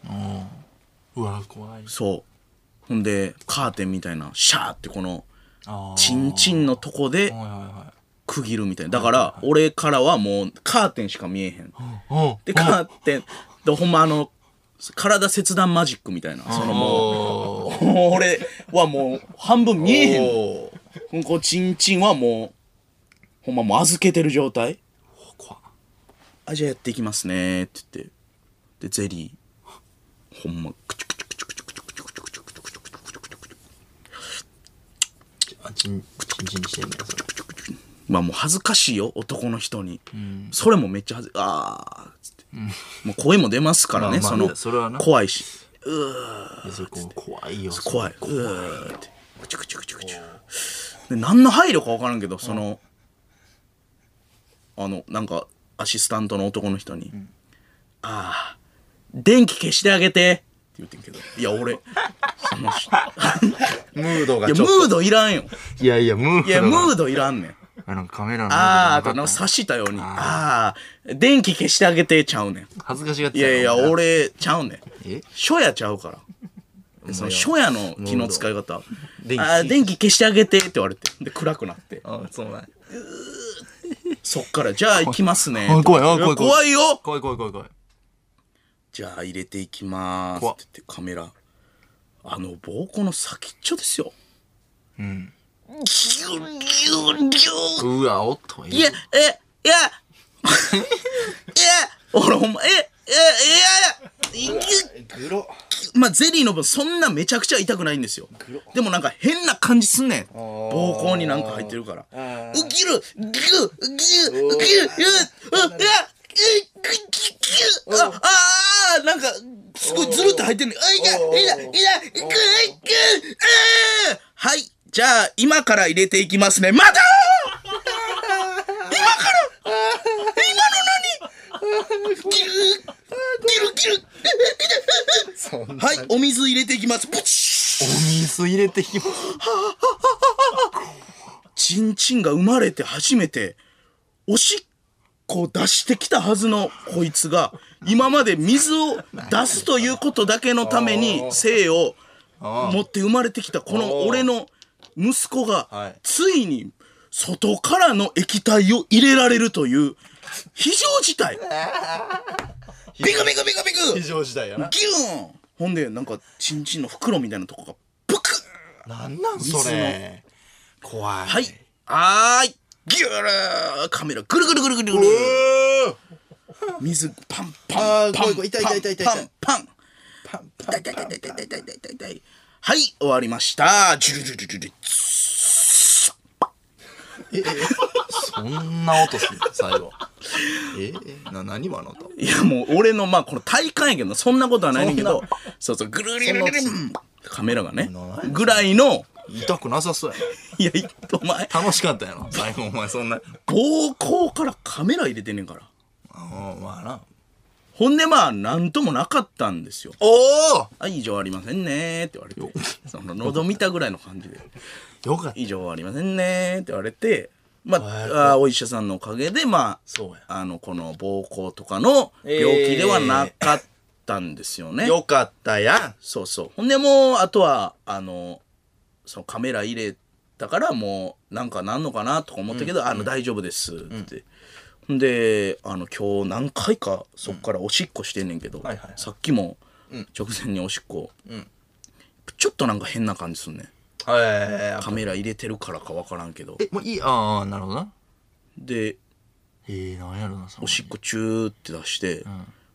S1: うわ、怖い。
S2: そうほんでカーテンみたいなシャーってこの
S1: ああ。
S2: チンチンのとこで
S1: はいは
S2: 区切るみたいなだから俺からはもうカーテンしか見えへん
S1: いはい。おう
S2: でカーテンでほんまあの体切断マジックみたいなそのもう
S1: おう
S2: もう俺はもう半分見えへんの
S1: おう
S2: ほんこうチンチンはもうほんまもう預けてる状態
S1: 怖っ
S2: あじゃあやっていきますねって言ってでゼリーほんまクチュクチュクチュクチュクチュクチュクチュクチュクチュクチュクチュクチュクチュクチュ
S1: あ、チン、チンチンしてんねそれ。
S2: まあもう恥ずかしいよ男の人に、それもめっちゃ恥ずあーっつって、もう声も出ますからね、
S1: まあまあね
S2: そ
S1: それは
S2: の
S1: な
S2: 怖いし
S1: いやそれこう怖いよ。
S2: 怖い。うーって。クチュクチュクチュクチュ。で、何の配慮か分からんけど、その、あの、なんか、アシスタントの男の人に、ああ、電気消してあげてって言ってんけど、いや、俺、その [laughs] 人、いや、
S1: ムードが
S2: ム
S1: ちょっと。
S2: ードいらんよ。
S1: いやいや、ムードが。
S2: いや、ムードいらんねん。
S1: あなんかカメラの。
S2: ああ、あと、なんか刺したように、ああ、電気消してあげてちゃうねん。
S1: 恥ずかしがって
S2: い
S1: た
S2: や
S1: よ
S2: いや、
S1: みんな
S2: 俺、ちゃうねん。
S1: え
S2: 初夜ちゃう
S1: [laughs]
S2: から。その初夜の気の使い方。あ
S1: 電気
S2: ー電気消してあげてって言われて。で、暗くなって。
S1: あそうなん
S2: そっから、じゃあ行きます
S1: [laughs]
S2: ね。
S1: あ怖いあ怖い怖い
S2: 怖いよ
S1: 怖い怖い怖い怖い
S2: じゃあ入れていきまーす
S1: 怖っ
S2: って言ってカメラ。あの、膀胱の先っちょですよ。うん。ギュンギュンギュン
S1: うわおっとい
S2: いや、え、いや、い [laughs] や、俺ほんま、え、え、いや、いや、ギュン
S1: グロ
S2: まあ、ゼリーの分そんなめちゃくちゃ痛くないんですよでもなんか変な感じすんねん膀胱になんか入ってるから「うきるぎゅうぎゅうぎゅううっうっうっうっああーなんかすごいずるって入ってんねんあいやいやいやいやいくいくあーはいじゃあ今から入れていきますねまた [laughs] 今から今の何ギュギュギュ
S1: そんな
S2: はい、お水入れていきます。ブチッ
S1: お水入れてきます
S2: チンチンが生まれて初めて、おしっこを出してきたはずのこいつが、今まで水を出すということだけのために性を持って生まれてきたこの俺の息子
S1: は
S2: が
S1: い、
S2: ついに外からの液体を入れられるという非常
S1: [laughs]
S2: 事態。ビクビクビクビク
S1: 非常事態やな
S2: ギューンほんで、なんか、チンチンの袋みたいなとこが、ブクッ
S1: なんなんそれ怖い
S2: はい。はーい。ギューカメラぐるぐるぐるぐるぐる。水パンパ
S1: あ
S2: ン
S1: ー
S2: パ
S1: 怖
S2: ン
S1: い怖い痛い痛い痛い痛い
S2: パンパン
S1: パン
S2: パン痛い痛い痛い痛い痛い痛い痛い痛いはい終わりましたジュルジュルジュル
S1: そんな音する最後えな何今の音
S2: いやもう俺のまあこの体感やけどそんなことはないねんけど
S1: そん
S2: そうそうぐるぐるぐるぐる
S1: そんな
S2: カメラがね
S1: ない
S2: ぐらいの
S1: 痛くなさそうや
S2: いやいお前
S1: な楽しかったやろ最後お前そんな
S2: 膀胱からカメラ入れてんねんから
S1: あまあな
S2: ほんでまあなんともなかったんですよ
S1: お
S2: あ異常ありませんねーって言われてその喉見たぐらいの感じで
S1: およかった
S2: 異常はありませんねって言われて、ま
S1: はい
S2: あ、あーお医者さんのおかげで、まあ、
S1: そう
S2: あの、この膀胱とかの病気ではなかったんですよね。
S1: よかったや
S2: そうそう。ほんでもう、あとは、あの、そのカメラ入れたから、もう、なんかなんのかなとか思ったけど、あの、大丈夫ですって。ほんで、あの、今日何回かそっからおしっこしてんねんけど、
S1: はいはいはい
S2: さっきも直前におしっこ、ちょっとなんか変な感じすんねん。
S1: んえ
S2: カメラ入れてるからかわからんけど。
S1: もういいああなるほどな
S2: で
S1: ええなんやろなそ
S2: おしっこチューって出して、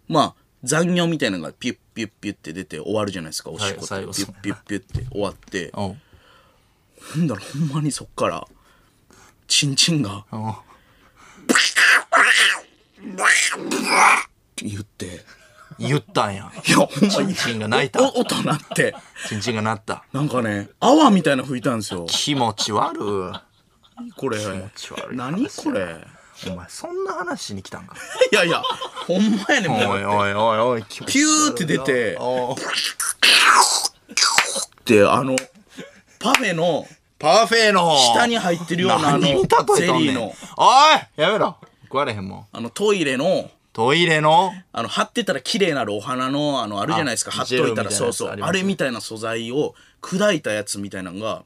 S2: まあ残尿みたいなのがピュッピュッピュッって出て終わるじゃないですかおしっこって、
S1: はい最後
S2: ピュッピュッピュッって終わって
S1: お
S2: なんだろうほんまにそっからチンチンが
S1: お
S2: って言ってい
S1: 言ったんや。
S2: やほんま
S1: チン
S2: に
S1: チンが泣いた。
S2: お音鳴って
S1: チンチンが鳴った。
S2: なんかね泡みたいなの吹いたんですよ
S1: 気持ち悪い。
S2: これ
S1: ち悪い
S2: 何これ
S1: お前、そんな話しに来たんか。
S2: [laughs] いやいやほんまやねん
S1: おい
S2: も
S1: お
S2: う
S1: いおいおい、気持ち悪いな
S2: ピューって出て
S1: おう
S2: ってあのパフェの
S1: パフェの
S2: 下に入ってるようなあの
S1: 何
S2: ゼ
S1: に例えとん
S2: リ
S1: ね
S2: ー
S1: ん。お
S2: の
S1: いやめろ食われへんもん。
S2: あのトイレの
S1: トイレの
S2: あの貼ってたら綺麗なるお花のあのあるじゃないですか
S1: あ
S2: 貼っといたら
S1: ジェル
S2: そ
S1: みたい
S2: うそ
S1: なやつありますね
S2: うあれみたいな素材を砕いたやつみたいなのが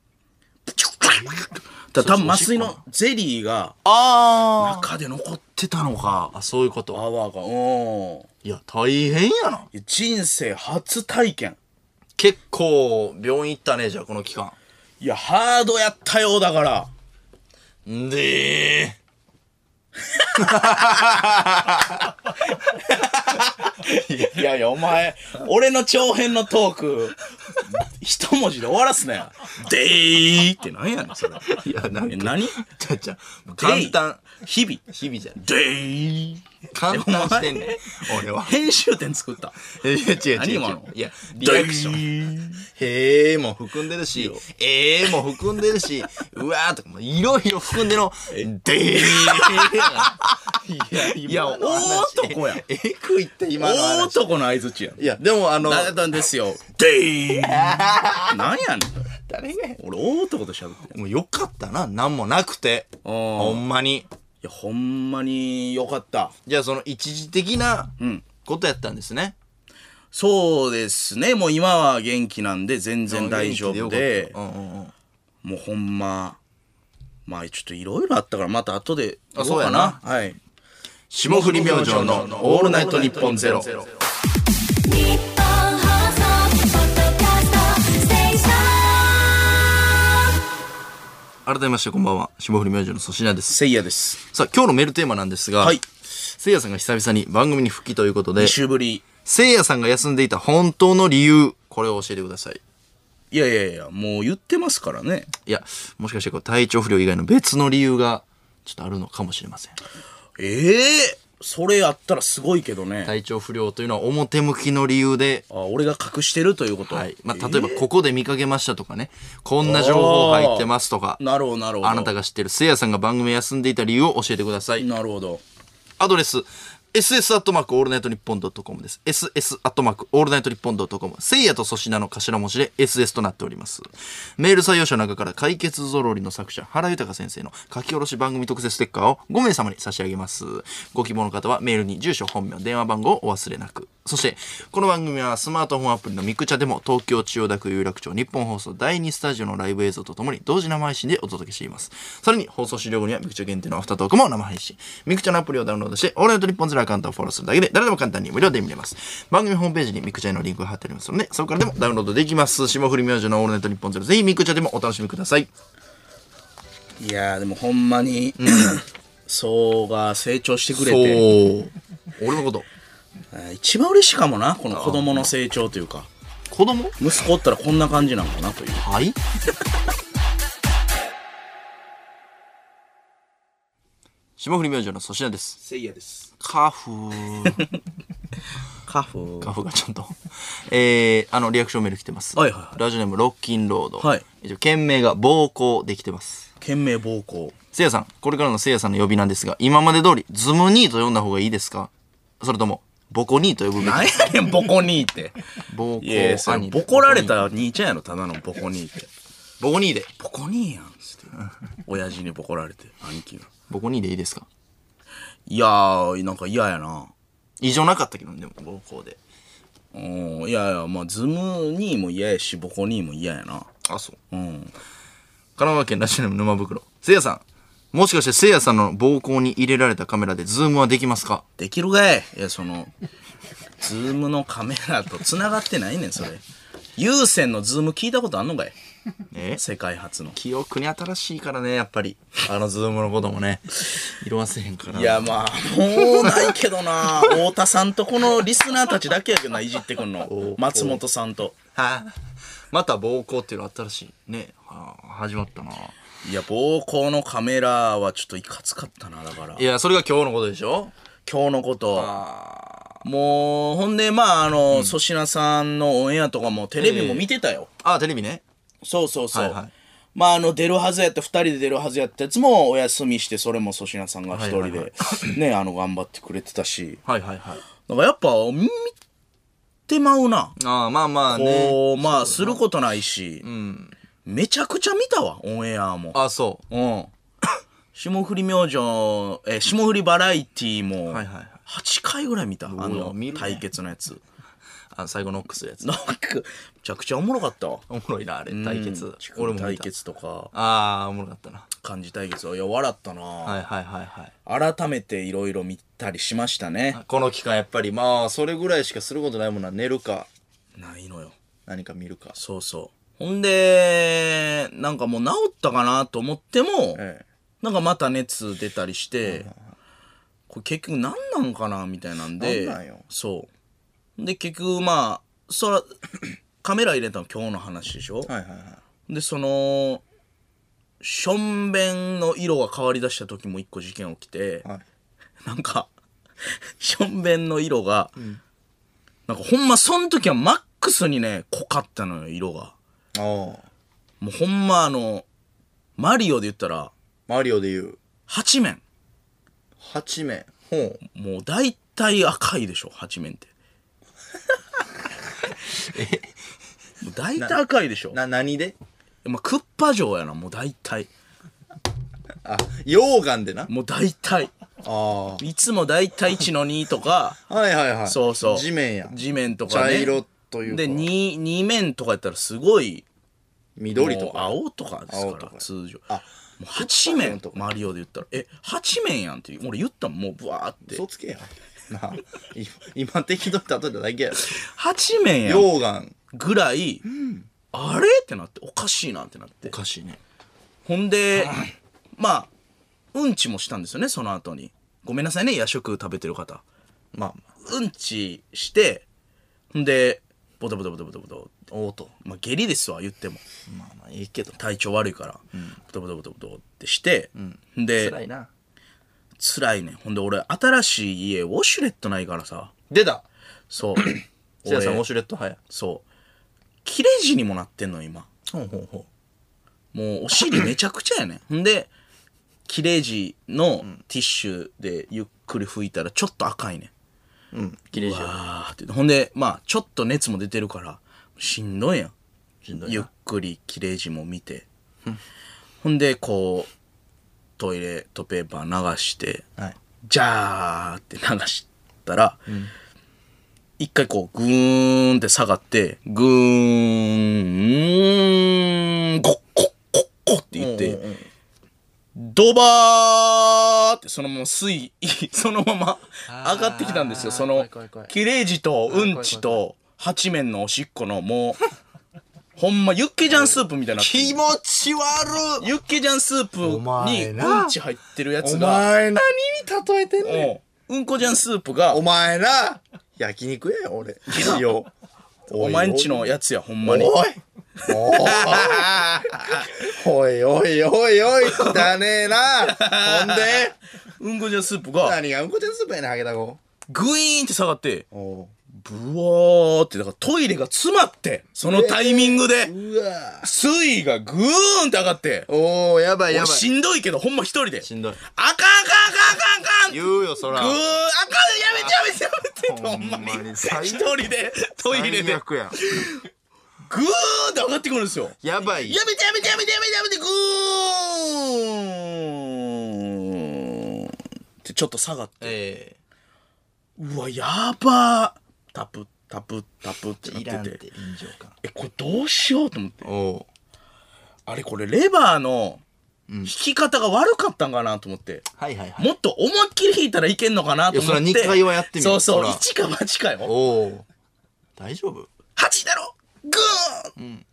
S2: だから多分麻酔のゼリーが
S1: あ
S2: 中で残ってたのか
S1: ーあ、そういうこと。
S2: 泡がうん
S1: いや、大変やな。
S2: 人生初体験
S1: 結構、病院行ったね、じゃあ、この期間。
S2: いやハードやったよだから
S1: んでー。
S2: [laughs] いやいやお前俺の長編のトーク一文字で終わらすなよ「でー」ってなんやねんそれ
S1: いや、なん
S2: え
S1: か、
S2: 何
S1: ちゃちゃ、簡単、
S2: 日々
S1: 日々じゃん。
S2: でー
S1: 簡単してんねん、俺は。
S2: 編集点作った
S1: いや、違う違う
S2: 何
S1: 違
S2: 今
S1: う
S2: の。
S1: いや、リアクション。
S2: ン
S1: へえも含んでるし
S2: よ、
S1: ええも含んでるし、うわーとかもいろいろ含んでの、でーい
S2: いや大男や
S1: えくいって今の
S2: 大
S1: 話。
S2: 男の相づちやん
S1: いや、でもあの、
S2: だったんですよでー [laughs] 何やねん
S1: 誰が
S2: 俺大男と喋ってる
S1: もうよかったな、なんもなくて。
S2: あ
S1: ほ
S2: ーい
S1: んまに。
S2: やほんまによかった
S1: じゃあその一時的な
S2: うん
S1: ことやったんですね。
S2: そうですねもう今は元気なんで全然大丈夫で
S1: うんうんうん。
S2: もうほんままあちょっといろいろあったからまた後で
S1: あ
S2: 言お
S1: そうや
S2: はい
S1: 霜降り明星のオールナイトニッポンゼロ。
S3: 日本放送ポッドキャストステーション
S1: 改めましてこんばんは。霜降り明星の粗品です。
S2: せいやです
S1: さあ、今日のメールテーマなんですが、
S2: はい
S1: せいやさんが久々に番組に復帰ということで
S2: 2、週ぶり
S1: せいやさんが休んでいた本当の理由、これを教えてください。
S2: いやいやいやもう言ってますからね
S1: いや、もしかしてこう体調不良以外の別の理由が、ちょっとあるのかもしれません。
S2: ええそれやったらすごいけどね、
S1: 体調不良というのは表向きの理由で、
S2: あ俺が隠してるということ、
S1: はい。まあ、例えば、ここで見かけましたとかね、こんな情報入ってますとか、
S2: なるほどなるほど
S1: あなたが知ってるせいやさんが番組を休んでいた理由を教えてください。
S2: なるほど
S1: アドレス、ss アットマークオールナイトニッポンドットコムです。ss アットマークオールナイトニッポンドットコム。聖夜と粗品の頭文字で ss となっております。メール採用者の中から解決ぞろりの作者、原豊先生の書き下ろし番組特設ステッカーを5名様に差し上げます。ご希望の方はメールに住所、本名、電話番号をお忘れなく。そして、この番組はスマートフォンアプリのミクチャでも東京千代田区有楽町日本放送第2スタジオのライブ映像とともに同時生配信でお届けしています。さらに放送終了後にはミクチャ限定のアフタートークも生配信。ミクチャのアプリをダウンロードして、オールナイト日本ゼロアカウントをフォローするだけで誰でも簡単に無料で見れます。番組ホームページにミクチャへのリンクが貼ってありますので、そこからでもダウンロードできます。霜降り明星のオールナイト日本ゼロ、ぜひミクチャでもお楽しみください。
S2: いやーでもほんまに、 [clears throat] そうが成長してくれて
S1: そう。俺のこと。
S2: あー一番嬉しいかもなこの子供の成長というか
S1: 子供
S2: 息子おったらこんな感じなのかなという
S1: はい。霜降り明星の粗品です。
S2: せいやです
S1: カフ [laughs] ー。
S2: カフ
S1: カフがちゃんと。えー、あの、リアクションメール来てます。
S2: はいはいはい
S1: ラジオネーム、ロッキンロード。
S2: はい。
S1: 一応、件名が暴行できてます。
S2: 懸命暴行
S1: せいやさん、これからのせいやさんの呼びなんですが、今まで通り、ズムニーと呼んだ方がいいですかそれとも、ボコニーと呼ぶべき
S2: なんやねんボコニーって
S1: 暴
S2: いやいやそ
S1: 行
S2: れ
S1: 兄
S2: ボコられ。た兄ちゃんやろただのボコニーって
S1: ボコニーで。
S2: ボコニーやんっつって親父にボコられて兄貴が
S1: ボコニーでいいですか
S2: いやーなんか嫌やな
S1: 異常なかったけどね、でも、暴行で。
S2: うんいやいやまあズムにも嫌やしボコにも嫌やな
S1: あ、そう。
S2: うん
S1: 神奈川県ラジオネーム沼袋。せいやさん、もしかしてせいやさんの暴行に入れられたカメラでズームはできますか
S2: できるかいいやそのズームのカメラと繋がってないねんそれ有線のズーム聞いたことあんのかい
S1: え
S2: 世界初の
S1: 記憶に新しいからね、やっぱり。あのズームのこともね。色あせへんから。
S2: いや、まあ、もうないけど [laughs] な。太田さんとこのリスナーたちだけやけどな、いじってくんの。松本さんと。
S1: はあまた暴行っていうの新しい。ね。はあ始まったな。
S2: いや、暴行のカメラはちょっといかつかったな、だから
S1: い。や、それが今日のことでしょ
S2: 今日のこと。もう、ほんで、まあ、あの、粗品さんのオンエアとかも、テレビも見てたよ。
S1: あ、テレビね。
S2: そうそうそう。
S1: はいはい
S2: まあ、あの、出るはずやった、二人で出るはずやったやつもお休みして、それも粗品さんが一人で、
S1: はいはい
S2: ね、あの、頑張ってくれてたし。
S1: はいはいはい。
S2: なんかやっぱ、見てまうな。
S1: ああ、まあまあね。
S2: こう、まあ、することないし、めちゃくちゃ見たわ、オンエアも。
S1: あそう。
S2: うん。霜降り明星、えー、霜降りバラエティも、
S1: はいはいはい
S2: 8回ぐらい見た、あの
S1: 見る、ね
S2: 対決のやつ。
S1: あ最後ノックするやつ。
S2: なんか、めちゃくちゃおもろかったわ。
S1: おもろいな、あれ。対
S2: うん
S1: 決。
S2: 乳
S1: 俺
S2: 首
S1: も見た
S2: 対。決とか、
S1: ああ、おもろかったな。
S2: 漢字対決を、いや、笑ったな、
S1: はいはいはいはい。
S2: 改めていろいろ見たりしましたね。
S1: この期間やっぱりまあそれぐらいしかすることないもんな寝るか
S2: ないのよ。
S1: 何か見るか
S2: そうそう。ほんで、なんかもう治ったかなと思っても、
S1: え
S2: なんかまた熱出たりして、これ結局何なんかなみたいなんで、
S1: なんなんよ
S2: そう。で、結局まあ、そら、 [clears throat] カメラ入れたの今日の話でしょ、
S1: えはいはいはい
S2: で、その、しょんべんの色が変わり出した時も一個事件起きて、
S1: はい
S2: なんか、 [laughs] しょんべんの色が、なんかほんまその時はマックスにね、濃かったのよ、色が。
S1: ああ
S2: もうほんまあの、マリオで言ったら、
S1: マリオでいう
S2: 八面。
S1: 8面ほう
S2: もう大体赤いでしょ、八面って。もう大体赤いでしょ。
S1: な何で
S2: まあ、クッパ城やな、もう大体。
S1: あ溶岩でな
S2: もう大体。
S1: あ
S2: いつも大体1の2とか、
S1: あはいはいはい
S2: そうそう。
S1: 地面や
S2: 地面とか、
S1: 茶
S2: ね。
S1: 色というか
S2: で、2、二面とかやったらすごい、
S1: 緑と
S2: もう
S1: か
S2: 青とかです
S1: 青
S2: か
S1: と
S2: ら
S1: か、
S2: 通常。
S1: あ
S2: もう8面
S1: とか
S2: マリオで言ったら、え、8面やんって、俺言ったもん、もうブワーって
S1: 嘘。つけや [laughs] なあい今適当に例えただけや
S2: 8面やん。
S1: 溶岩
S2: ぐらい、あれってなっておかしいなってなって
S1: おかしいね
S2: ほんでまあうんちもしたんですよねその後にごめんなさいね夜食食べてる方
S1: まあまあ
S2: うんちしてほんでボトボトボトボトボト
S1: おうと
S2: まあ下痢ですわ言っても
S1: まあまあいいけど
S2: 体調悪いから、ボトボトボトボトってして、ん、で
S1: 辛いな
S2: 辛いねほんで俺新しい家ウォシュレットないからさ
S1: 出た [clears throat]
S2: そう
S1: せやさんウォ
S2: 俺
S1: シュレット早い
S2: そう切れ字にもなってんの今
S1: ほうほうほ
S2: もうお尻めちゃくちゃやねん。ほんで、切れ字のティッシュでゆっくり拭いたらちょっと赤いねん。
S1: ううん綺麗じゃん
S2: あーって。ほんで、まあ、ちょっと熱も出てるから、しんどいやん。
S1: しんどいな
S2: ゆっくり切れ字も見て。ほんで、こう、トイレットペーパー流して、
S1: はい
S2: じゃーって流したら、一回こう、ぐーんって下がって、ぐーん、ごっこっこっこって言って、
S1: うんうんうん
S2: ドバーってそのまま水位、 [laughs] そのまま上がってきたんですよ。
S1: あー
S2: そ
S1: 怖
S2: の
S1: い怖い怖い、
S2: 切れ字とうんちと八面のおしっこのもう、 [laughs] ほんまユッケジャンスープみたいになってる。
S1: 気持ち [laughs] 悪
S2: ユッケジャンスープ
S1: お
S2: に
S1: 前な
S2: うんち入ってるやつが、
S1: 何に例えてん
S2: うんうんこジャンスープが
S1: お、前な焼肉やよ俺一 [laughs] 応
S2: お前んちのやつや、ほんま
S1: おい
S2: に。
S1: おいおいおいおいおい汚ねえなほんで
S2: うんこジャンスープが、
S1: 何がうんこちゃんスープやねんハゲタコ
S2: グイーンって下がって、
S1: おう
S2: ブワーって、だからトイレが詰まって、そのタイミングで、
S1: うわ
S2: 水位がぐーんって上がって、
S1: おおやばいやば
S2: 俺
S1: い
S2: しんどいけど、ほんま一人で。
S1: んどい
S2: あかんあかんあかんあかんあかん
S1: 言うよそ
S2: ぐ
S1: ら
S2: ーあかんやめてやめてやめてほんま
S1: ほんま
S2: に
S1: に
S2: 一
S1: 最悪
S2: 人でトイレでぐ
S1: 最
S2: ー
S1: 悪やん
S2: って上がってくるんですよや
S1: やばい
S2: めてやめてやめてやめてやめてぐーってちょっと下がって
S1: え
S2: うわやばータプタプタプって
S1: い
S2: な
S1: ら
S2: っ
S1: んってて
S2: て
S1: 臨場感
S2: えこれどうしようと思って
S1: お
S2: あれこれレバーの
S1: うん
S2: 引き方が悪かったんかなと思って
S1: はいはいはい
S2: もっと思いっきり引いたらいけんのかなと思って。
S1: いやそれは二回はやってみよ
S2: そううそう、
S1: ほら
S2: 1か8かよ。
S1: おお大丈夫
S2: 8だろグーン、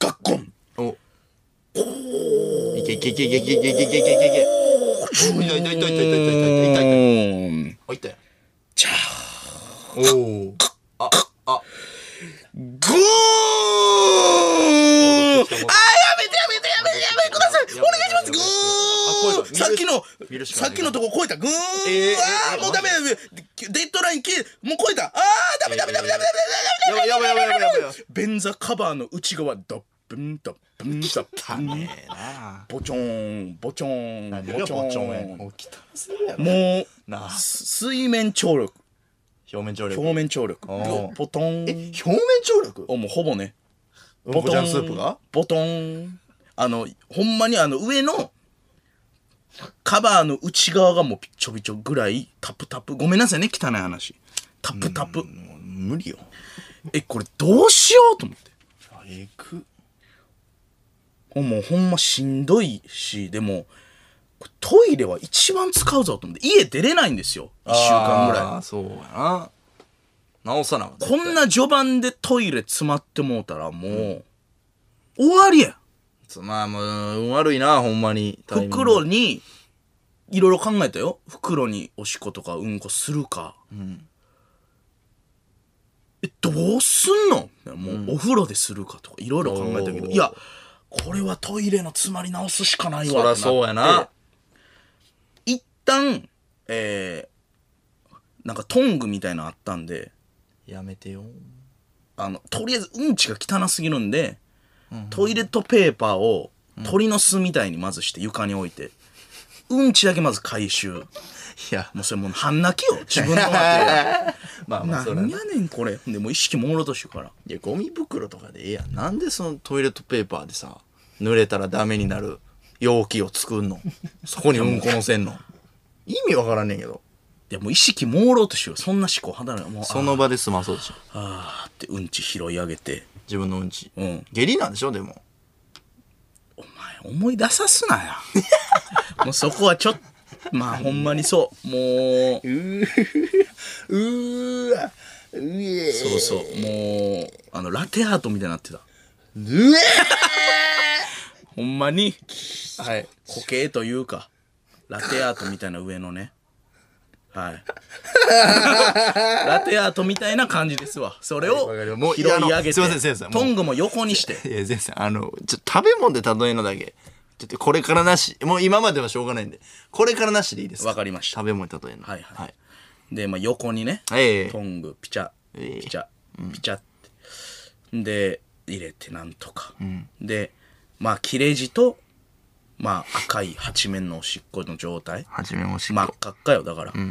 S2: ガッコン
S1: おいけいけいけいけいけいけいけいけいけいけいけお痛い痛い痛い痛い痛い痛い痛い痛いお痛い
S2: じゃ
S1: おー
S2: ゴーンあーやめてやめてやめてやめてくださいお願いしますグーン
S1: あ
S2: さ
S1: 超えた
S2: っきの
S1: 見るしかない
S2: さっきのとこ超えたグーン
S1: えー
S2: あ
S1: えー
S2: ーもうダメダメデッドライン消えもう超えたあーダメダメダメダメダメダメダメダメ
S1: やばいやばいやばいやばいやばい
S2: 便座カバーの内側ドッブンドッブンドッブン
S1: ええな
S2: ボチョーンボチョーン
S1: 何が
S2: ボチョ
S1: ボチョンや
S2: ー
S1: ねん
S2: ン
S1: もう汚すぎるやろ
S2: もう
S1: なあ
S2: す水面張力
S1: 表面張力
S2: 表面張力
S1: あー
S2: ボトン
S1: え表面張力
S2: おもうほぼね
S1: ボトンスープが
S2: ボトンあのほんまにあの上のカバーの内側がもうピッチョピチョぐらいタプタプごめんなさいね汚い話タプタプ
S1: 無理よ
S2: えこれどうしようと思って
S1: えく
S2: もうほんましんどいしでもこれトイレは一番使うぞと思って家出れないんですよ1週間ぐらい
S1: いそうやな直さなあか
S2: こんな序盤でトイレ詰まってもうたらもう、終わりや
S1: 絶対まあもう運悪いなほんまにタイミング
S2: 袋にいろいろ考えたよ袋におしっことかうんこするか、えどうすんのもう、お風呂でするかとかいろいろ考えたけど
S1: おー
S2: いやこれはトイレの詰まり直すしかないわ
S1: そらそうやな
S2: って一旦えー、なんかトングみたいなのあったんで
S1: やめてよ
S2: あのとりあえずうんちが汚すぎるんで、トイレットペーパーを鳥の巣みたいにまずして床に置いて、うん、ちだけまず回収
S1: いや
S2: もうそれもう半泣きよ自分の中で
S1: まあ [laughs] まあそれ
S2: 何
S1: い
S2: やねんこれでもう意識もろとしてから
S1: やゴミ袋とかでええやんなんでそのトイレットペーパーでさ濡れたらダメになる容器を作んのそこにうんこのせんの意味わからんねんけど
S2: いやもう意識もろとしようそんな思考働かないもう
S1: その場で済まそうでしょ
S2: あーってうんち拾い上げて
S1: 自分のうんち、
S2: うん
S1: 下痢なんでしょでも
S2: お前思い出さすなや
S1: [laughs]
S2: もうそこはちょっとまあほんまにそうも
S1: う
S2: う
S1: ーわうえ
S2: そうそうもうあのラテアートみたいになってた
S1: うえ
S2: [laughs] ほんまに
S1: はい
S2: 固形というかラテアートみたいな上のねはい
S1: [laughs]
S2: ラテアートみたいな感じですわそれを
S1: はいわかりましたもう
S2: 拾い上
S1: いや
S2: げて
S1: あのすいませんすいませんもう
S2: トングも横にして
S1: いや、全然、あの、ちょっと食べ物で例えのだけ。ちょっとこれからなし。もう今まではしょうがないんで。これからなしでいいです。
S2: わかりました
S1: 食べ物で例えるの。
S2: はいはい
S1: はい。
S2: で、まあ、横にね、
S1: ええ
S2: トングピチャ
S1: ええ
S2: ピチャ、ピチャってで入れてなんとか、でまあ切れ字とまあ赤い八面のおしっこの状態
S1: はじめまして。
S2: 真っ赤っかよだから、ま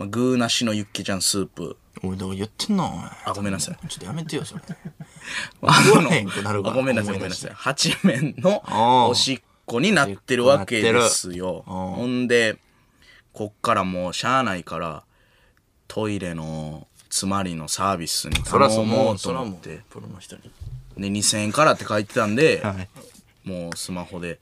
S2: あ、グーなしのユッケちゃんスー
S1: [laughs]
S2: プ
S1: おい、だから言ってんな、お前。
S2: あごめんなさい
S1: ちょっとやめてよ、それ。
S2: あ
S1: わからへんくなるから
S2: ごめんなさい、ごめんなさい。八面の
S1: あー
S2: おしっこになってるわけですよ。
S1: おしっこなってる
S2: ほんで、こっからもうしゃあないから、トイレのつまりのサービスに
S1: そらそ
S2: 頼
S1: う、
S2: も
S1: も
S2: う
S1: う、
S2: と
S1: そら
S2: 思っ
S1: もう
S2: て。、
S1: プロの人に。
S2: で、2000円からって書いてたんで、
S1: はい。
S2: もうスマホで、
S1: ん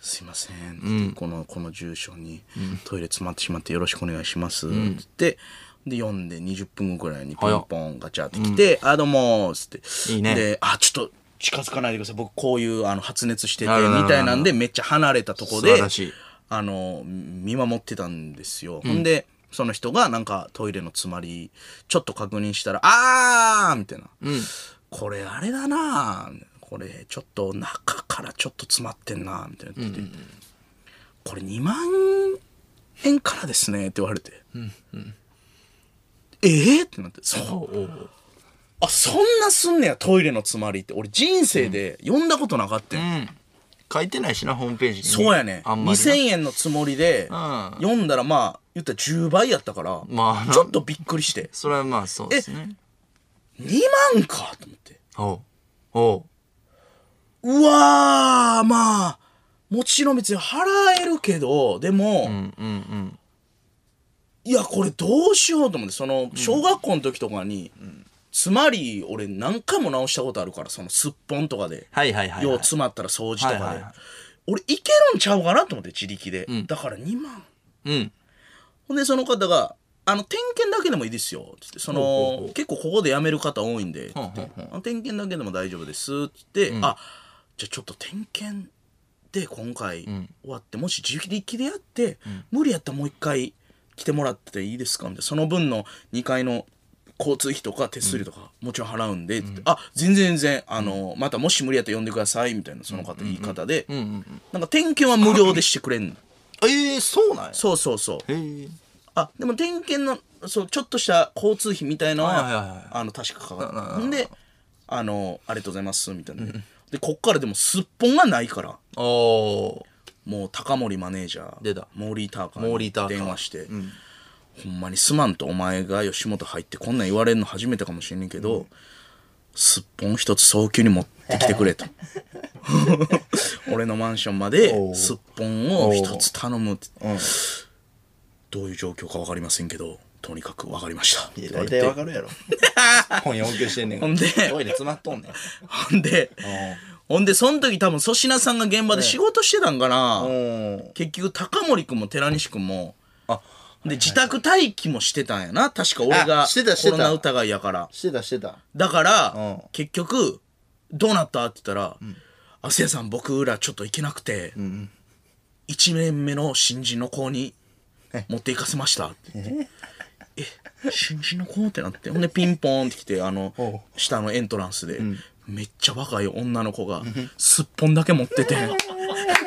S2: すいません、この、この住所に、トイレ詰まってしまってよろしくお願いします、って言って、で、読んで20分後くらいにポンポンガチャって来て、あ、どうもーっつって。
S1: いいね
S2: で、あ、ちょっと近づかないでください。僕こういうあの発熱してて、
S1: なるほど
S2: みたいなんで、めっちゃ離れたとこ
S1: 素
S2: で
S1: 晴らしい、
S2: あの、見守ってたんですよ。ほんで、その人がなんかトイレの詰まり、ちょっと確認したら、あーみたいな。これあれだなーこれちょっと中からちょっと詰まってんなーみたいな言ってて。これ2万円からですねって言われて、ええってなってそうあそんなすんねやトイレの詰まりって俺人生で読んだことなかったよ、
S1: うん。書いてないしな、ホームページに。
S2: そうやね
S1: あんまりな。
S2: 2000円のつもりで、
S1: ん
S2: 読んだらまあ言ったら10倍やったから、
S1: まあな
S2: ちょっとびっくりして
S1: それはまあ、そうですね。
S2: 2万かと思って
S1: おう。お
S2: うわーまあもちろん別に払えるけどでも、
S1: う。うん、うん、うん。
S2: いや、これどうしようと思って、その、小学校の時とかに、つまり、俺何回も直したことあるから、その、すっぽんとかで、
S1: はいはいはいはい
S2: よう詰まったら掃除とかで、
S1: はいはいはい
S2: 俺いけるんちゃうかなと思って、自力で。だから2万。
S1: うん。
S2: ほんで、その方が、あの点検だけでもいいですよ」つってその
S1: ほうほうほう
S2: 結構ここでやめる方多いんで」つって
S1: ほうほうほう
S2: あの点検だけでも大丈夫です」っつって「あじゃあちょっと点検で今回終わって、もし自力でやって、無理やったらもう一回来てもらっていいですか?」みたいなその分の2階の交通費とか手数料とかもちろん払うんで、つってあ全然全然あのまたもし無理やったら呼んでくださいみたいなその方言い方で、なんか点検は無料でしてくれんの
S1: ええそうなんや。
S2: そうそうそう
S1: へえ。
S2: あでも点検のそうちょっとした交通費みたいなの
S1: はいはいはいはい
S2: はあの確かかかったんであの「ありがとうございます」みたいな、でこっからでもすっぽんがないから
S1: おお
S2: もう高森マネージャー
S1: 出た
S2: モーリー・ターカ
S1: モーリーター
S2: ー
S1: カー
S2: に電話して、ほんまにすまんとお前が吉本入ってこんなん言われるの初めてかもしれんけど、すっぽん一つ早急に持ってきて
S1: [laughs]
S2: くれと [laughs] 俺のマンションま
S1: お
S2: で
S1: う
S2: すっぽんを一つ頼むってどういう状況か分かりませんけどとにかく分かりましたって
S1: ー。
S2: 言わ
S1: 大
S2: れ
S1: 体
S2: て
S1: わかる
S2: [laughs]
S1: やろ。本要求してんねん。
S2: ほんで
S1: トイレ詰まっとんねん。
S2: ほんでほんでその時多分粗品さんが現場で仕事してたんかな、
S1: うん。
S2: 結局高森君も寺西君もで自宅待機もしてたんやな確か俺
S1: あ
S2: が
S1: してたして
S2: コ
S1: た
S2: ロナ疑いやから
S1: してたしてた。
S2: だから、
S1: うん
S2: 結局どうなったって言ったら「亜、生、さん僕らちょっと行けなくて、1年目の新人の子に持って行かせました」って言ってえ新人の子ってなってほんでピンポーンって来てあの
S1: おう
S2: 下のエントランスで、めっちゃ若い女の子がすっぽんだけ持って
S1: [laughs]
S2: て「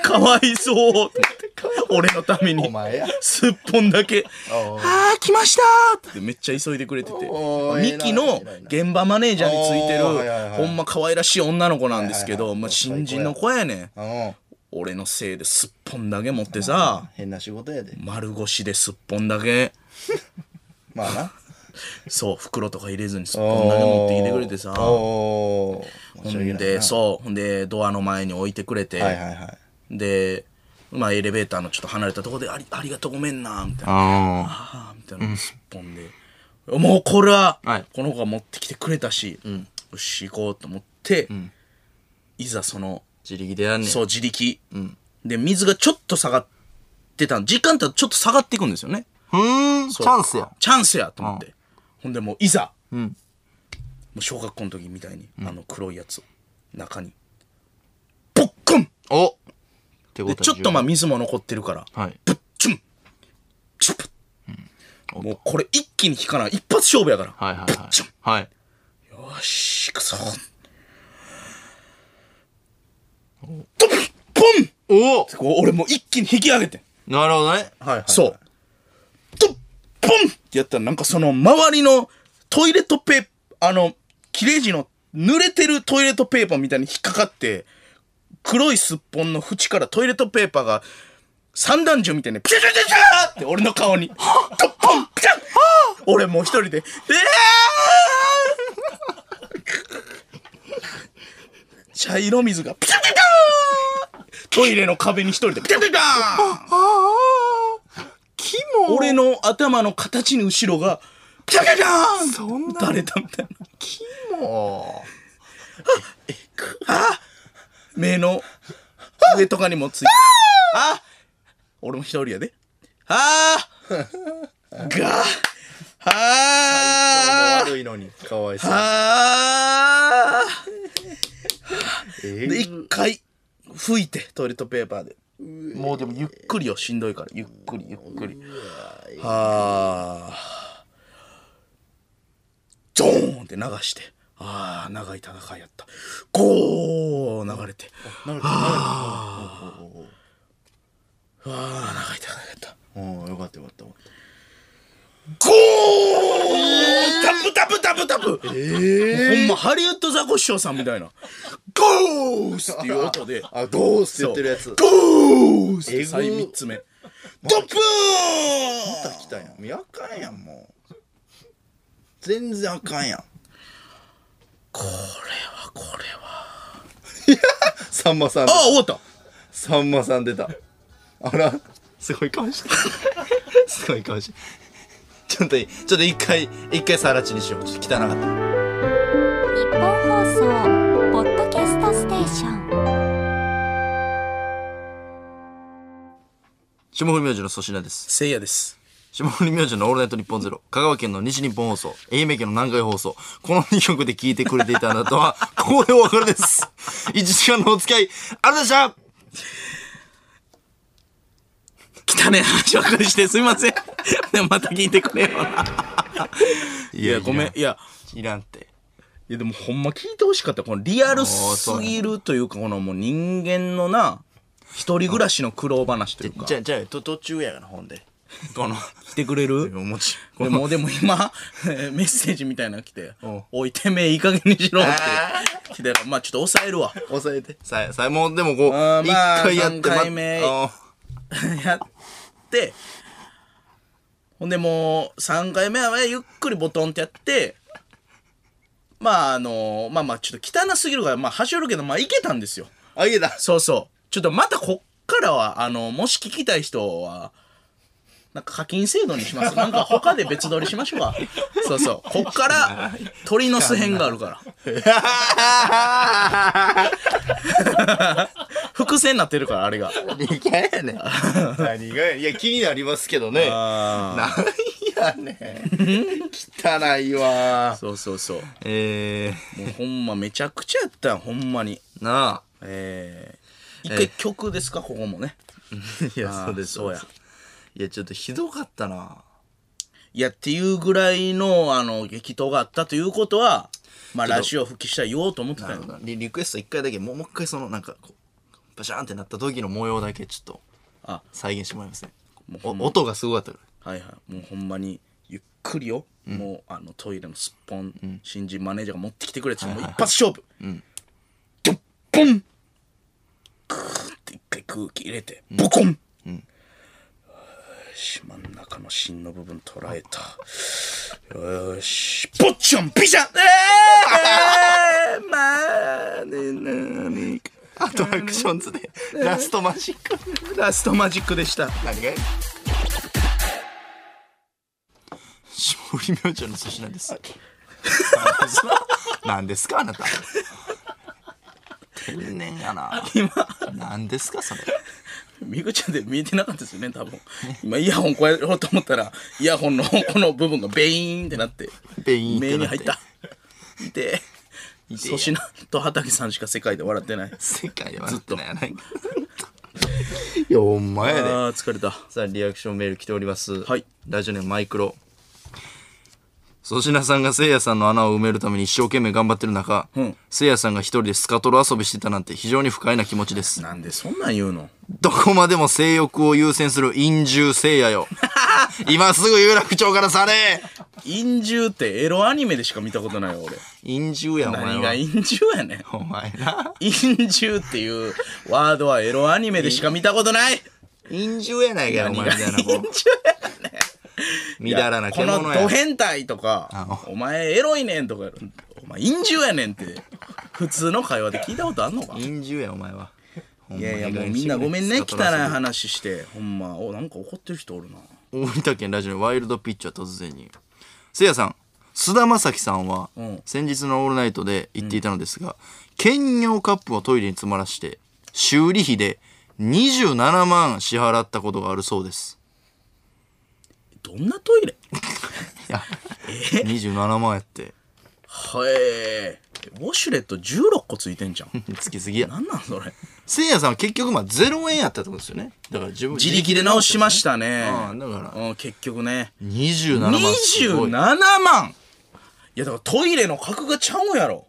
S2: かわいそう」って俺のために
S1: お前や
S2: すっぽんだけ
S1: おう
S2: あー来ましたーってめっちゃ急いでくれてて
S1: おー
S2: ミキの現場マネージャーについてる
S1: おーはいはいはい
S2: ほんま可愛らしい女の子なんですけ
S1: はい
S2: ど
S1: はいはい
S2: まあ新人の子やねん
S1: うん。
S2: 俺のせいですっぽんだけ持ってさ
S1: 変な仕事やで。
S2: 丸腰ですっぽんだけ
S1: まあな。
S2: そう袋とか入れずにすっぽんだけ持ってきてくれてさほ
S1: おお。申し訳ない
S2: ん
S1: な
S2: でそうほんでドアの前に置いてくれて
S1: はいはいはい。
S2: でまあエレベーターのちょっと離れたところであり「ありがとうごめんな」みたいな。
S1: あ
S2: あーみたいなのすっぽんで、もうこれは、
S1: はい
S2: この子が持ってきてくれたし、よし行こうと思って、いざその
S1: 自力でやんねん。
S2: そう自力、で水がちょっと下がってたん時間ってちょっと下がっていくんですよね
S1: うーん。チャンスや。
S2: チャンスやと思って、ほんでもういざ、
S1: ん
S2: もう小学校の時みたいに、あの黒いやつを中にポッコン
S1: おってこと
S2: で
S1: は
S2: ちょっとまあ水も残ってるから、
S1: はい。
S2: ぶっちゅんチュッもうこれ一気に引かない一発勝負やから、
S1: はいはい
S2: ぶ
S1: は
S2: っ
S1: い
S2: ちゅん。
S1: はい。
S2: よし、行くぞ。ドッポン
S1: お
S2: こう俺もう一気に引き上げて。
S1: なるほどね。はいはい。
S2: そう。ドッポンってやったらなんかその周りのトイレットペーパー、あの、切れ字の濡れてるトイレットペーパーみたいに引っかかって、黒いすっぽんの縁からトイレットペーパーが三段銃みたいにピシャピシャピシャって俺の顔に、ドッポンピシャッ俺もう一人で、えー [laughs] 茶色水がピタピターントイレの壁に一人でピタピターン
S1: ああキモ
S2: 俺の頭の形に後ろがピタピタピターン
S1: そんな
S2: 打たれたみたいな
S1: キモ
S2: 目の上とかにもついてあ俺も一人やであ
S1: [laughs]
S2: ーがあー
S1: 悪いのにかわいそう
S2: あー
S1: え
S2: で一回拭いてトイレットペーパーで
S1: もうでもゆっ
S2: ゆっくりよしんどいからゆっくりゆっくりはあジョーンって流してああ長い戦いやったゴー流れてああ長い戦いやった
S1: うんよかったよかったよかっ
S2: ゴータプタプタプタプ、ほんまハリウッドザコシショウさんみたいなゴースっていう音で
S1: た [laughs] あどうって言ってるやつ
S2: ゴースっ
S1: え
S2: て
S1: ぐ
S2: 最3つ目ドップーン
S1: 来たやんいやあかんやんもう全然あかんやん
S2: これはこれは
S1: さんまさん
S2: あ終わった
S1: さんまさん出たあらすごい顔 [laughs] してすごい顔してちょっといいちょっと一回一回さらちにしようちょっと汚かった
S3: 日本放送ポッドキャストステーション
S1: 下振り明星の粗品です
S2: せいやです
S1: 下降り明星のオールナイト日本ゼロ、香川県の西日本放送、愛媛県の南海放送、この2曲で聞いてくれていたあなた [laughs] は、ここでお別れです。1時間のお付き合い、ありがとうございました
S2: 汚ねえ話ばっかりしてすいま [laughs] せん。でもまた聞いてくれよな。
S1: い
S2: いや、ごめん。いや、
S1: いらんって。
S2: いやでもほんま聞いてほしかった。このリアルすぎるというか、このもう人間のな、一人暮らしの苦労話というか。
S1: じゃあ、じゃあ、と途中やがな、ほんで。こ [laughs] の、
S2: 来てくれる
S1: お餅。
S2: で [laughs] もでも今、えーメッセージみたいなの来て
S1: うん、
S2: おいてめえいい加減にしろって来てから、まあちょっと抑えるわ。
S1: 抑えて。さえ、さえ、もう、でもこう、一
S2: あーまあ
S1: 回やって、
S2: 三回目
S1: まあ
S2: [laughs] やって、ほんでもう3回目はゆっくりボトンってやって、まああの、まあまあちょっと汚すぎるから、まあ走るけど、まあいけたんですよ。
S1: あ、いえだ。
S2: そうそう。ちょっとまたこっからは、あの、もし聞きたい人は、なんか課金制度にします。なんか他で別撮りしましょうか。そうそう。こっから鳥の巣編があるから。伏線になってるから、あれが。
S1: 何がやねん。何がやいや、気になりますけどね。
S2: あ
S1: なんやねん。汚いわ
S2: あ。。そうそうそう。
S1: え
S2: もうほんまめちゃくちゃやったよ、ほんまに。
S1: ー、なあ。
S2: えー、一回曲ですか、ここもね。
S1: いや、
S2: あー
S1: そうです。
S2: そう
S1: で
S2: や
S1: す。いや、ちょっとひどかったな。
S2: いや、っていうぐらいの、あの、激闘があったということは、まあ、
S1: っと
S2: ラジオ復帰したら言おうと思ってたよ。
S1: リリクエスト一回だけ、もうもう一回その、なんかこう、バシャーンってなった時の模様だけちょっと
S2: あ、
S1: 再現してもらいますね。
S2: もう
S1: お
S2: ほんま
S1: 音がすごかったから。
S2: はいはいもうほんまにゆっくりよ、もうあのトイレのすっぽん、新人マネージャーが持ってきてくれて、もう一発勝負、ドッポンクーって一回空気入れてボコン、よし真ん中の芯の部分捉えたよしボッチョンビ [laughs] シャンえー、まあねなにか
S1: アトラクションズで、ラストマジック。
S2: ラストマジックでした
S1: 何がやねん。下降り明星の粗品です。何ですかあなた。天然やな。
S2: 今
S1: 何ですかそれ。
S2: ミグちゃんで見えてなかったですよね、多分。今、イヤホンこうやろうと思ったら、イヤ
S1: [laughs]
S2: ホンのこの部分がベイーンってなって、
S1: ペインって
S2: 目に
S1: なっ
S2: 入ってた。。で、粗品と畑さんしか世界で笑ってない。
S1: 世界ではずっとないやない。いや、お前
S2: あ
S1: やで。
S2: ー、疲れた。
S1: さあ、リアクションメール来ております。
S2: はい。
S1: ラジオネームマイクロ。粗品さんがせいやさんの穴を埋めるために一生懸命頑張ってる中
S2: うん、
S1: せいやさんが一人でスカトロ遊びしてたなんて非常に不快な気持ちです。
S2: なんでそんなん言うの
S1: どこまでも性欲を優先する陰獣せいや
S2: [laughs]
S1: よ。今すぐ有楽町から去れ
S2: 陰獣ってエロアニメでしか見たことないよ、俺。
S1: 陰獣や、お前
S2: 何が
S1: は。
S2: 陰獣やねん。
S1: お前な。
S2: 陰獣っていうワードはエロアニメでしか見たことない
S1: 陰獣やないかよ、お
S2: 何
S1: 前
S2: が
S1: みたいな。
S2: 陰
S1: こ
S2: 獣
S1: う
S2: やねん
S1: みだらな
S2: こ
S1: 獣
S2: の
S1: や。
S2: ド変態とか
S1: あ
S2: 「お前エロいねん」とか「お前陰獣やねん」って普通の会話で聞いたことあんのかい
S1: 陰獣や、お前は。ほんま
S2: やいや
S1: 意
S2: も
S1: 外
S2: う
S1: に
S2: み
S1: してくれ
S2: んなごめんね
S1: スカ
S2: 汚
S1: ト
S2: い
S1: ラ遊び
S2: 話してほんまおなんか怒ってる人おるな
S1: 大分県ラジオワイルドピッチは突然にせいやさん菅田将暉さんは
S2: うん
S1: 先日の「オールナイト」で言っていたのですが、兼用カップをトイレに詰まらして修理費で27万支払ったことがあるそうです
S2: どんなトイレ
S1: いや27万やって
S2: はえウォシュレット16個ついてんじゃん
S1: つきすぎや
S2: なんなんそれ
S1: せいやさんは結局まあ0円やったってことですよねだから自分
S2: 自力で直しま
S1: し
S2: したね
S1: うんだから
S2: うん結局ね
S1: た27万すご
S2: 27
S1: い
S2: 万いやだからトイレの格がちゃうんやろ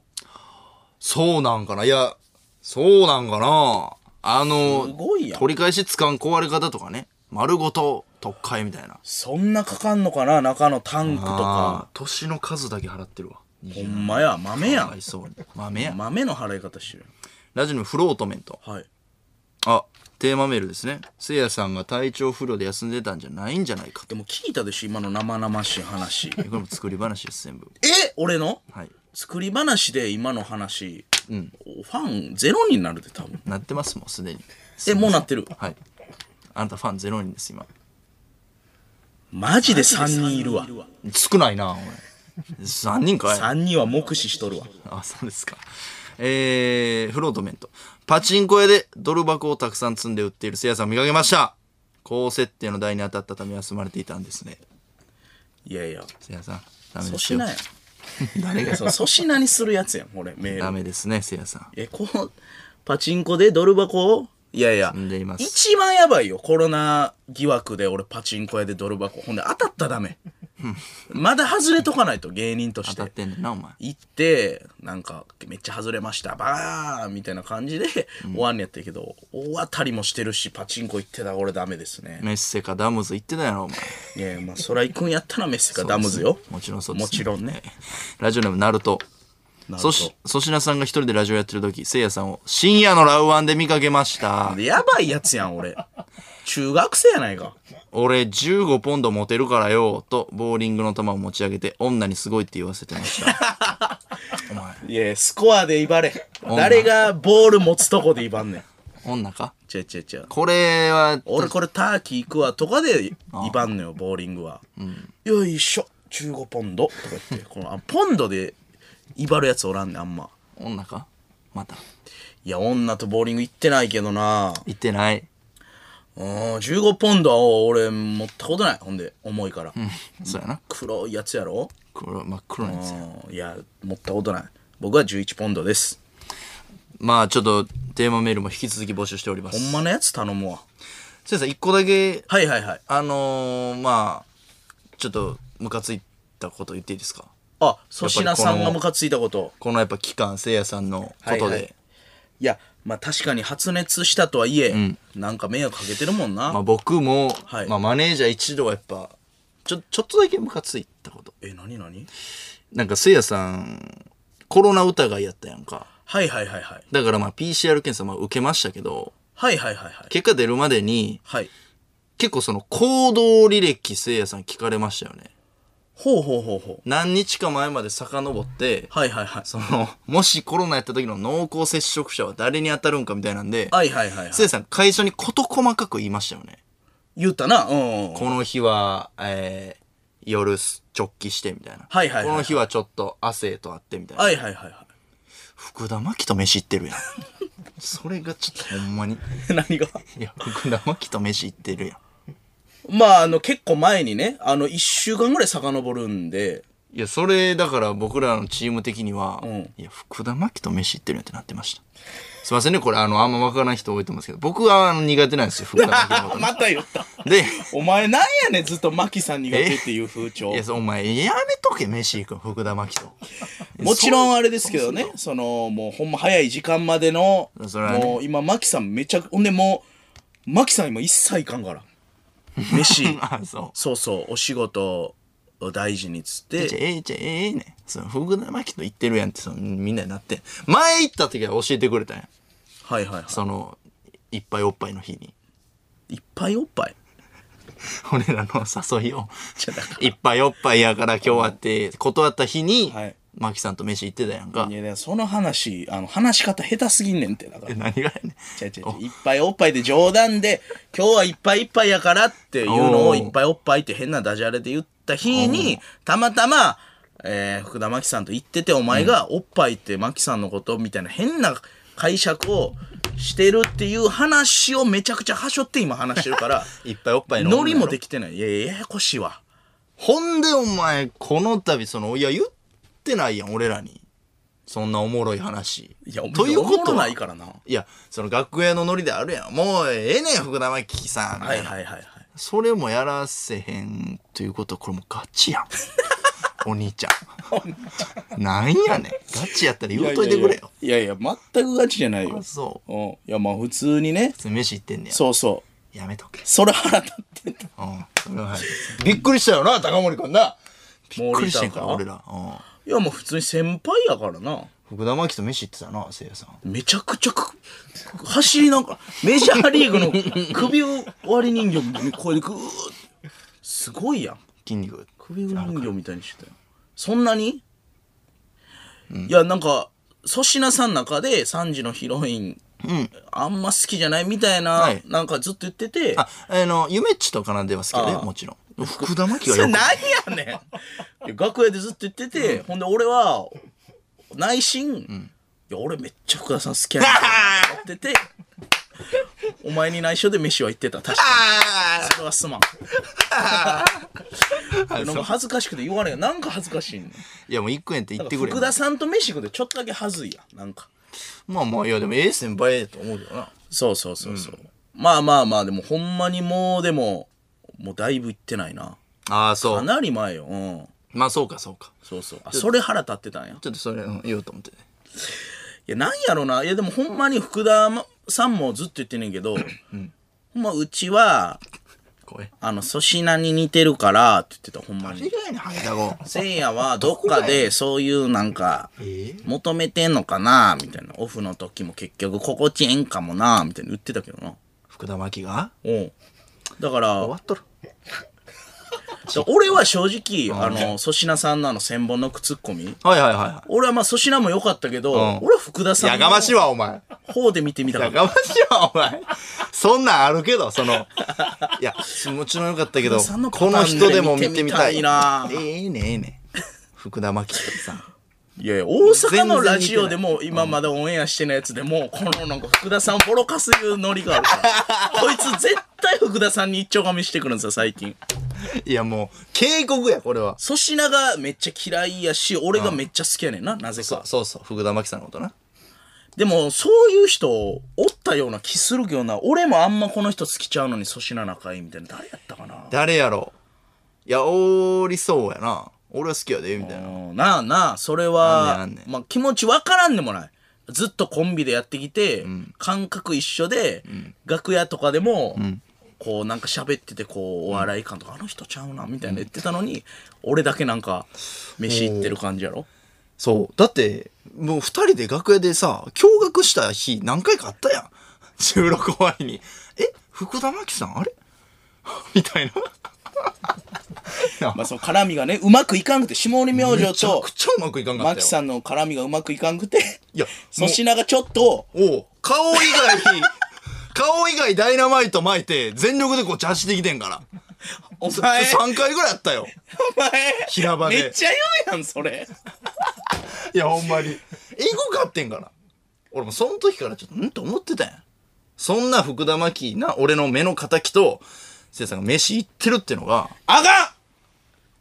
S1: そうなんかないやそうなんかなあの
S2: すごいやん
S1: 取り返しつかん壊れ方とかね丸ごと特会みたいな
S2: そんなかかんのかな中のタンクとか
S1: あー年の数だけ払ってるわ
S2: ほんまや豆や
S1: かわ
S2: ん
S1: いそうに豆や
S2: 豆の払い方してる
S1: ラジオのフロートメント
S2: はい
S1: あテーマメールですねせいやさんが体調不良で休んでたんじゃないんじゃないかと
S2: でも聞いたでしょ今の生々しい話
S1: これも作り話です全部
S2: え俺の
S1: はい
S2: 作り話で今の話、ファンゼロになるで多分
S1: なってますもんすでに
S2: えもうなってる
S1: はいあなたファンゼロ人です今
S2: マジで3人いるわ
S1: 少ないなおい3人かい
S2: 3人は目視しとるわ
S1: あ、そうですか。えー、フロートメント。パチンコ屋でドル箱をたくさん積んで売っているせいやさんを見かけました。高設定の台に当たったため休まれていたんですね。
S2: いやいや
S1: せいやさん、ダメ
S2: 粗
S1: ですよ
S2: 品。やん
S1: 誰
S2: いや
S1: が
S2: そう粗品にするやつやん俺メール
S1: ダメですね、せいやさん。
S2: え、こう、パチンコでドル箱をいやいや、
S1: んでいます
S2: 一番やばいよ。コロナ疑惑で俺パチンコ屋でドル箱。ほんで当たったらダメ。まだ外れとかないと、芸人とし。
S1: 当たっててんねんな、お前。
S2: 行って、なんか、めっちゃ外れました。バーンみたいな感じで終わんやったけど、大当たりもしてるし、パチンコ行ってたら俺ダメですね。
S1: メッセかダムズ言ってたやろ、お前。
S2: いやいや、まあ、そら行くんやったらメッセかダムズよ。
S1: もちろんそうです、
S2: もちろんね。
S1: ラジオネーム、ナルト。
S2: なるほ
S1: そ
S2: ど
S1: し、粗品さんが一人でラジオやってる時、せいやさんを深夜のラウアンで見かけました。
S2: やばいやつやん、俺。中学生やないか。
S1: 俺15ポンド持てるからよ、とボーリングの球を持ち上げて、女にすごいって言わせてました。
S2: [laughs]
S1: お前、
S2: いや、スコアで威張れ。
S1: 女
S2: 誰がボール持つとこで威張んねん。
S1: 女か
S2: ちゃちゃちゃ。
S1: これは、
S2: 俺これターキー行くわとかで威張んのよ、ボーリングは。よいしょ、15ポンドとか言って。このあポンドで威張るやつおらんねん、あんま。
S1: 女かまた。
S2: いや、女とボーリング行ってないけどな。
S1: 言ってない。
S2: うん、15ポンドは俺持ったことない。ほんで、重いから。
S1: そうやな。
S2: 黒いやつやろ
S1: 黒、真っ黒なんですよ。
S2: うん、いや、持ったことない。僕は11ポンドです。
S1: まあちょっと、テーマメールも引き続き募集しております。
S2: ほんまのやつ頼むわ。
S1: せいやさん、一個だけ、
S2: はいはいはい。
S1: あのー、まあちょっとムカついたこと言っていいですか
S2: あ、粗品さ
S1: やっぱり
S2: ん
S1: この
S2: がムカついたこと。
S1: このやっぱ期間せいやさんのことで、
S2: はいはいいや、まあ確かに発熱したとはいえ、なんか迷惑かけてるもんな。
S1: まあ、僕も、
S2: はい
S1: まあ、マネージャー一度はやっぱちょちょっとだけムカついたこと
S2: え、なになに
S1: なんかせいやさんコロナ疑いやったやんか
S2: はいはいはいはい。
S1: だからまあ PCR 検査まあ受けましたけど
S2: はいはいはいはい。
S1: 結果出るまでに
S2: はい。
S1: 結構その行動履歴せいやさん聞かれましたよね
S2: ほうほうほうほう。
S1: 何日か前まで遡って [laughs]
S2: はいはいはい。
S1: そのもしコロナやった時の濃厚接触者は誰に当たるんかみたいなんで
S2: はいはいはい、はい
S1: せい。さん、会社に事細かく言いましたよね。
S2: 言ったな。うんうん。
S1: この日は、えー、夜直帰してみたいな。
S2: はいはいはいはい
S1: この日はちょっと汗とあってみたいな。
S2: はいはいはい [laughs] は
S1: 福田真紀と飯行ってるやん。それがちょっとほんまに。
S2: い。何が
S1: いや、福田真紀と飯行ってるや
S2: まああの結構前にね、あの1週間ぐらい遡る
S1: [laughs]
S2: んで、
S1: ん。いや、それ、だから僕らのチーム的には、
S2: ん
S1: いや、福田真紀と飯行ってるやんってなってました。すいませんね、これ、あの、あんまわからない人多いと思うんですけど、僕はあの苦手なんですよ、福田真紀の [laughs] こ
S2: また言った。
S1: と。で、
S2: お前なんやねんずっとマキさん苦手っていう風潮
S1: いや、。そうお前、やめとけ、飯行くの福田真紀 [laughs] と。
S2: も
S1: [laughs]
S2: ちろんあれですけどね、その、もうほんま早い時間までの、
S1: それはね
S2: もう今、マキさんめちゃく、ほんでもう、マキさん今一切いかん [laughs] から。飯、
S1: あ、そう。
S2: そうそう、お仕事を大事につっ
S1: じゃ
S2: て、
S1: ええじゃええねその福田真紀と言ってるやんってそのみんなになって前行った時は教えてくれたんや
S2: はいはいは
S1: そのいっぱいおっぱいの日に
S2: い。いっぱいおっぱい。
S1: 俺らの誘いを
S2: じゃだか
S1: いっぱいおっぱいやから今日はって断った日に
S2: はい
S1: 真紀さんと飯行ってたやんから
S2: いや、だからその話、あの、話し方下手すぎんねんって、だから
S1: え。何がやねん
S2: 違う違う違ういっぱいおっぱいで冗談で、今日はいっぱいいっぱいやからっていうの
S1: お
S2: を、
S1: ー
S2: いっぱいおっぱいって変なダジャレで言った日に、たまたま、えー福田真紀さんと言ってて、お前がおっぱいって真紀さんのことみたいな変な解釈をしてるっていう話をめちゃくちゃはしょって今話してる [laughs] から、
S1: いっぱいおっぱいの
S2: ノリも
S1: で
S2: できてない。いやいや、ややこしいわ。
S1: ほんでお前この度そのいや言ってないやん俺らにそんなおもろい話
S2: いや、お前
S1: ということ
S2: おもろ
S1: は
S2: ないからな。はい
S1: やその学園のノリであるやんもうええねん福田真紀さんみたいない
S2: はいはいはい。
S1: それもやらせへんということはこれもうガチや
S2: [laughs]
S1: んお兄ちゃんなんやねんガチやったら言うといてくれよ
S2: いやいや、いやいや全くガチじゃないよ。
S1: そ
S2: うん。いや、まあ普通にね
S1: う、普通に飯行ってんねや
S2: そうそう。
S1: やめとけ
S2: それ腹立ってんだ
S1: うんそれははいびっくりしたよな高森くんなびっくりしてんから
S2: 森
S1: 俺
S2: 田
S1: らうん
S2: いやもう普通に先輩やからな
S1: 福田真紀と飯行ってたなせいやさん
S2: めちゃくちゃく走りなんかメジャーリーグの首割り人形みたいにこれでグーってすごいやん
S1: 筋肉
S2: 首割り人形みたいにしてたよそんなに、いやなんか粗品さんの中で3時のヒロイン、あんま好きじゃないみたいな、
S1: はい
S2: なんかずっと言ってて
S1: ああのゆめっちとかなでは好きだ
S2: あ
S1: よ
S2: あ
S1: もちろん福田真紀は
S2: それ
S1: よく
S2: 何やねんいや [laughs] 楽屋でずっと言ってて、ほんで俺は [laughs] 内心、いや俺めっちゃ福田さん好きやねんって思っててお前に内緒で飯は行ってた。確かに。それはす [laughs] まん。なんか恥ずかしくて言われん。なんか恥ずかしいねん。
S1: いやもう一個やんって言ってくれ
S2: 福田さんと飯食うてちょっとだけ恥ずいやん。なんか。
S1: まあまあいやでもええ先輩やと思うけどな
S2: そうそうそうそう。まあまあまあ、でもほんまにもう、でも、もうだいぶ行ってないな。
S1: ああそ
S2: か
S1: う
S2: なり前よ。うん。
S1: まあそうかそうか
S2: そうそう。あ、それ腹立ってたんや。
S1: ちょっとそれ、うん言おうと思ってね
S2: いや、なんやろな。いや、でもほんまに福田さんもずっと言ってんねんけど、ほんまうちは、
S1: 怖い
S2: あの、粗品に似てるから、って言ってた、ほんま
S1: 意
S2: に。
S1: 外にハゲタゴ
S2: せいやはどっかでそういうなんか
S1: ええ
S2: 求めてんのかなみたいなオフの時も結局心地ええんかもなみたいな言ってたけどな
S1: 福田真紀が
S2: おうだから
S1: 終わっとる
S2: 俺は正直あの粗品さんのあの千本ノックツッコミ
S1: はいはいはいは
S2: 俺はまあ粗品も良かったけど、
S1: ん
S2: 俺は福田
S1: い
S2: さ
S1: や
S2: ん
S1: がましい
S2: の
S1: わお前
S2: 方で見てみたか
S1: や
S2: っ
S1: が
S2: た
S1: ましいわお前そんなんあるけどそのいやもちろんよかったけど
S2: 福田さんのパター
S1: こ
S2: ン
S1: の人でも見てみたい
S2: 見てみたいな
S1: ええねええね福田真紀さん
S2: いやいや大阪のラジオでも今までオンエアしてないやつでもこのなんか福田さんをボロカスいうノリがあるから [laughs] こいつ絶対福田さんに一丁髪してくるんですよ最近
S1: いやもう警告やこれは
S2: 粗品がめっちゃ嫌いやし俺がめっちゃ好きやねんななぜ
S1: そう
S2: か
S1: そうそう福田真紀さんのことな
S2: でもそういう人おったような気するけどな俺もあんまこの人好きちゃうのに粗品仲いいみたいな誰やったかな
S1: 誰やろういやおりそうやな俺は好きやでみたいな
S2: うんなあなあそれは
S1: あんねんあんねん
S2: まあ、気持ちわからんでもないずっとコンビでやってきて、感覚一緒で、楽屋とかでも、こうなんか喋っててこうお笑い感とか、あの人ちゃうなみたいな言ってたのに、俺だけなんか飯行ってる感じやろ
S1: そうだってもう2人で楽屋でさ驚愕した日何回かあったやん収録終わりに「え福田真紀さんあれ? 」 [laughs] みたいな
S2: まあその絡みがねうまくいかんくて下り明
S1: め
S2: 星
S1: ちゃ
S2: と
S1: くちゃうまくいかんか
S2: マ
S1: った
S2: キ
S1: よ
S2: さんの絡みがうまくいかんくて
S1: いや
S2: [laughs] 粗品がちょっと
S1: おう顔以 [laughs] 外顔以外ダイナマイト巻いて全力でこうチャーしてきてんから
S2: 「お前
S1: 3回ぐらいあったよ
S2: お前
S1: 平場で
S2: めっちゃ言うやんそれ
S1: いやほんまにエゴかってんから俺もその時からちょっとんと思ってたやんそんな福田真紀な俺の目の敵とせいさんが飯行ってるってのが
S2: あかん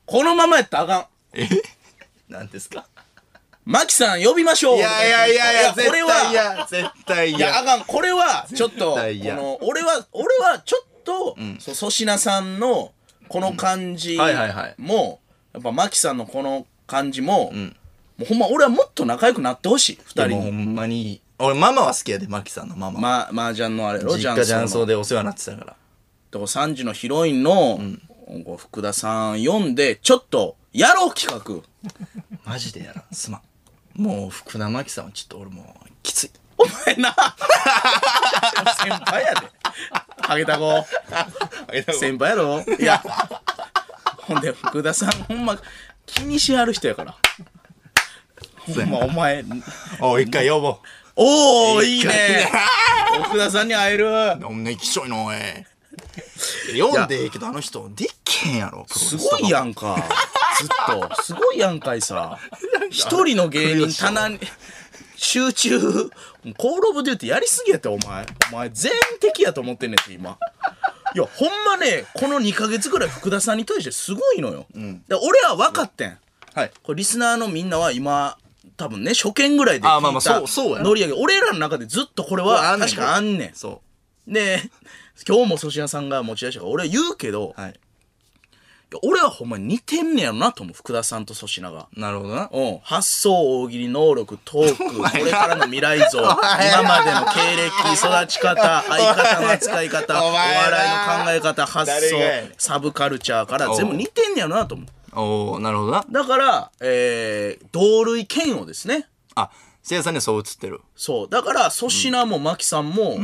S2: このままやったらあかん
S1: えなんですか
S2: マキさん呼びましょう
S1: いやいやいやいや、
S2: これ
S1: 絶対
S2: は
S1: 嫌。絶対
S2: いやあ
S1: 嫌。
S2: かんこれはちょっとこ
S1: 対嫌
S2: の俺は俺はちょっとそう粗品さんのこの感じ
S1: はいはいはい
S2: もやっぱマキさんのこの感じももうほんま俺はもっと仲良くなってほしい
S1: で
S2: 二人
S1: もほ
S2: に
S1: んまに、俺ママは好きやで、マキさんのママ。
S2: ま麻雀のあれやろ
S1: 実家ジャンソ
S2: の
S1: ーでお世話になってたから。
S2: とこ3時のヒロインの、こう福田さん読んでちょっとやろう企画
S1: マジでやらん。すまん。もう福田マキさんはちょっと俺もうきつい。
S2: お
S1: [laughs]
S2: 前な先輩やでハゲタコ [laughs] 先輩やろいやほんで福田さんほんま気にしはる人やからほんまお前
S1: おい、一回呼ぼ
S2: おおいい
S1: いい
S2: ね福田さんに会える
S1: う。おんね、きしょいの、おい。読んでええけど、あの人、でっけへんやろ、プロレス
S2: すごいやんかずっとすごいやんかいさ一人の芸人棚に集中コール・オブ・デューティーやりすぎやってお前お前全員敵やと思ってんねんって今いやほんまねこの2ヶ月ぐらい福田さんに対してすごいのよ、で俺は分かってん、
S1: はい。
S2: これリスナーのみんなは今多分ね初見ぐらいで
S1: あまあまあそうそうやな
S2: ノリやけど俺らの中でずっとこれは確かあんねん
S1: そ
S2: で [laughs] 今日も粗品さんが持ち出したから俺は言うけど、
S1: う。はい。
S2: いや俺はほんまに似てんねやろなと思う福田さんと粗品が。
S1: なるほどな。
S2: うん、発想大喜利能力トークこれからの未来像今までの経歴育ち
S1: [laughs]
S2: 方相方の扱い方お
S1: お前な
S2: 笑いの考え方発想
S1: 誰がやねん
S2: サブカルチャーから全部似てんねやろなと思う
S1: おおなるほどな。
S2: だから、えー、同類嫌悪ですね
S1: あ、せいやさんにはそう映ってる。
S2: そうだから粗品も真木さんも、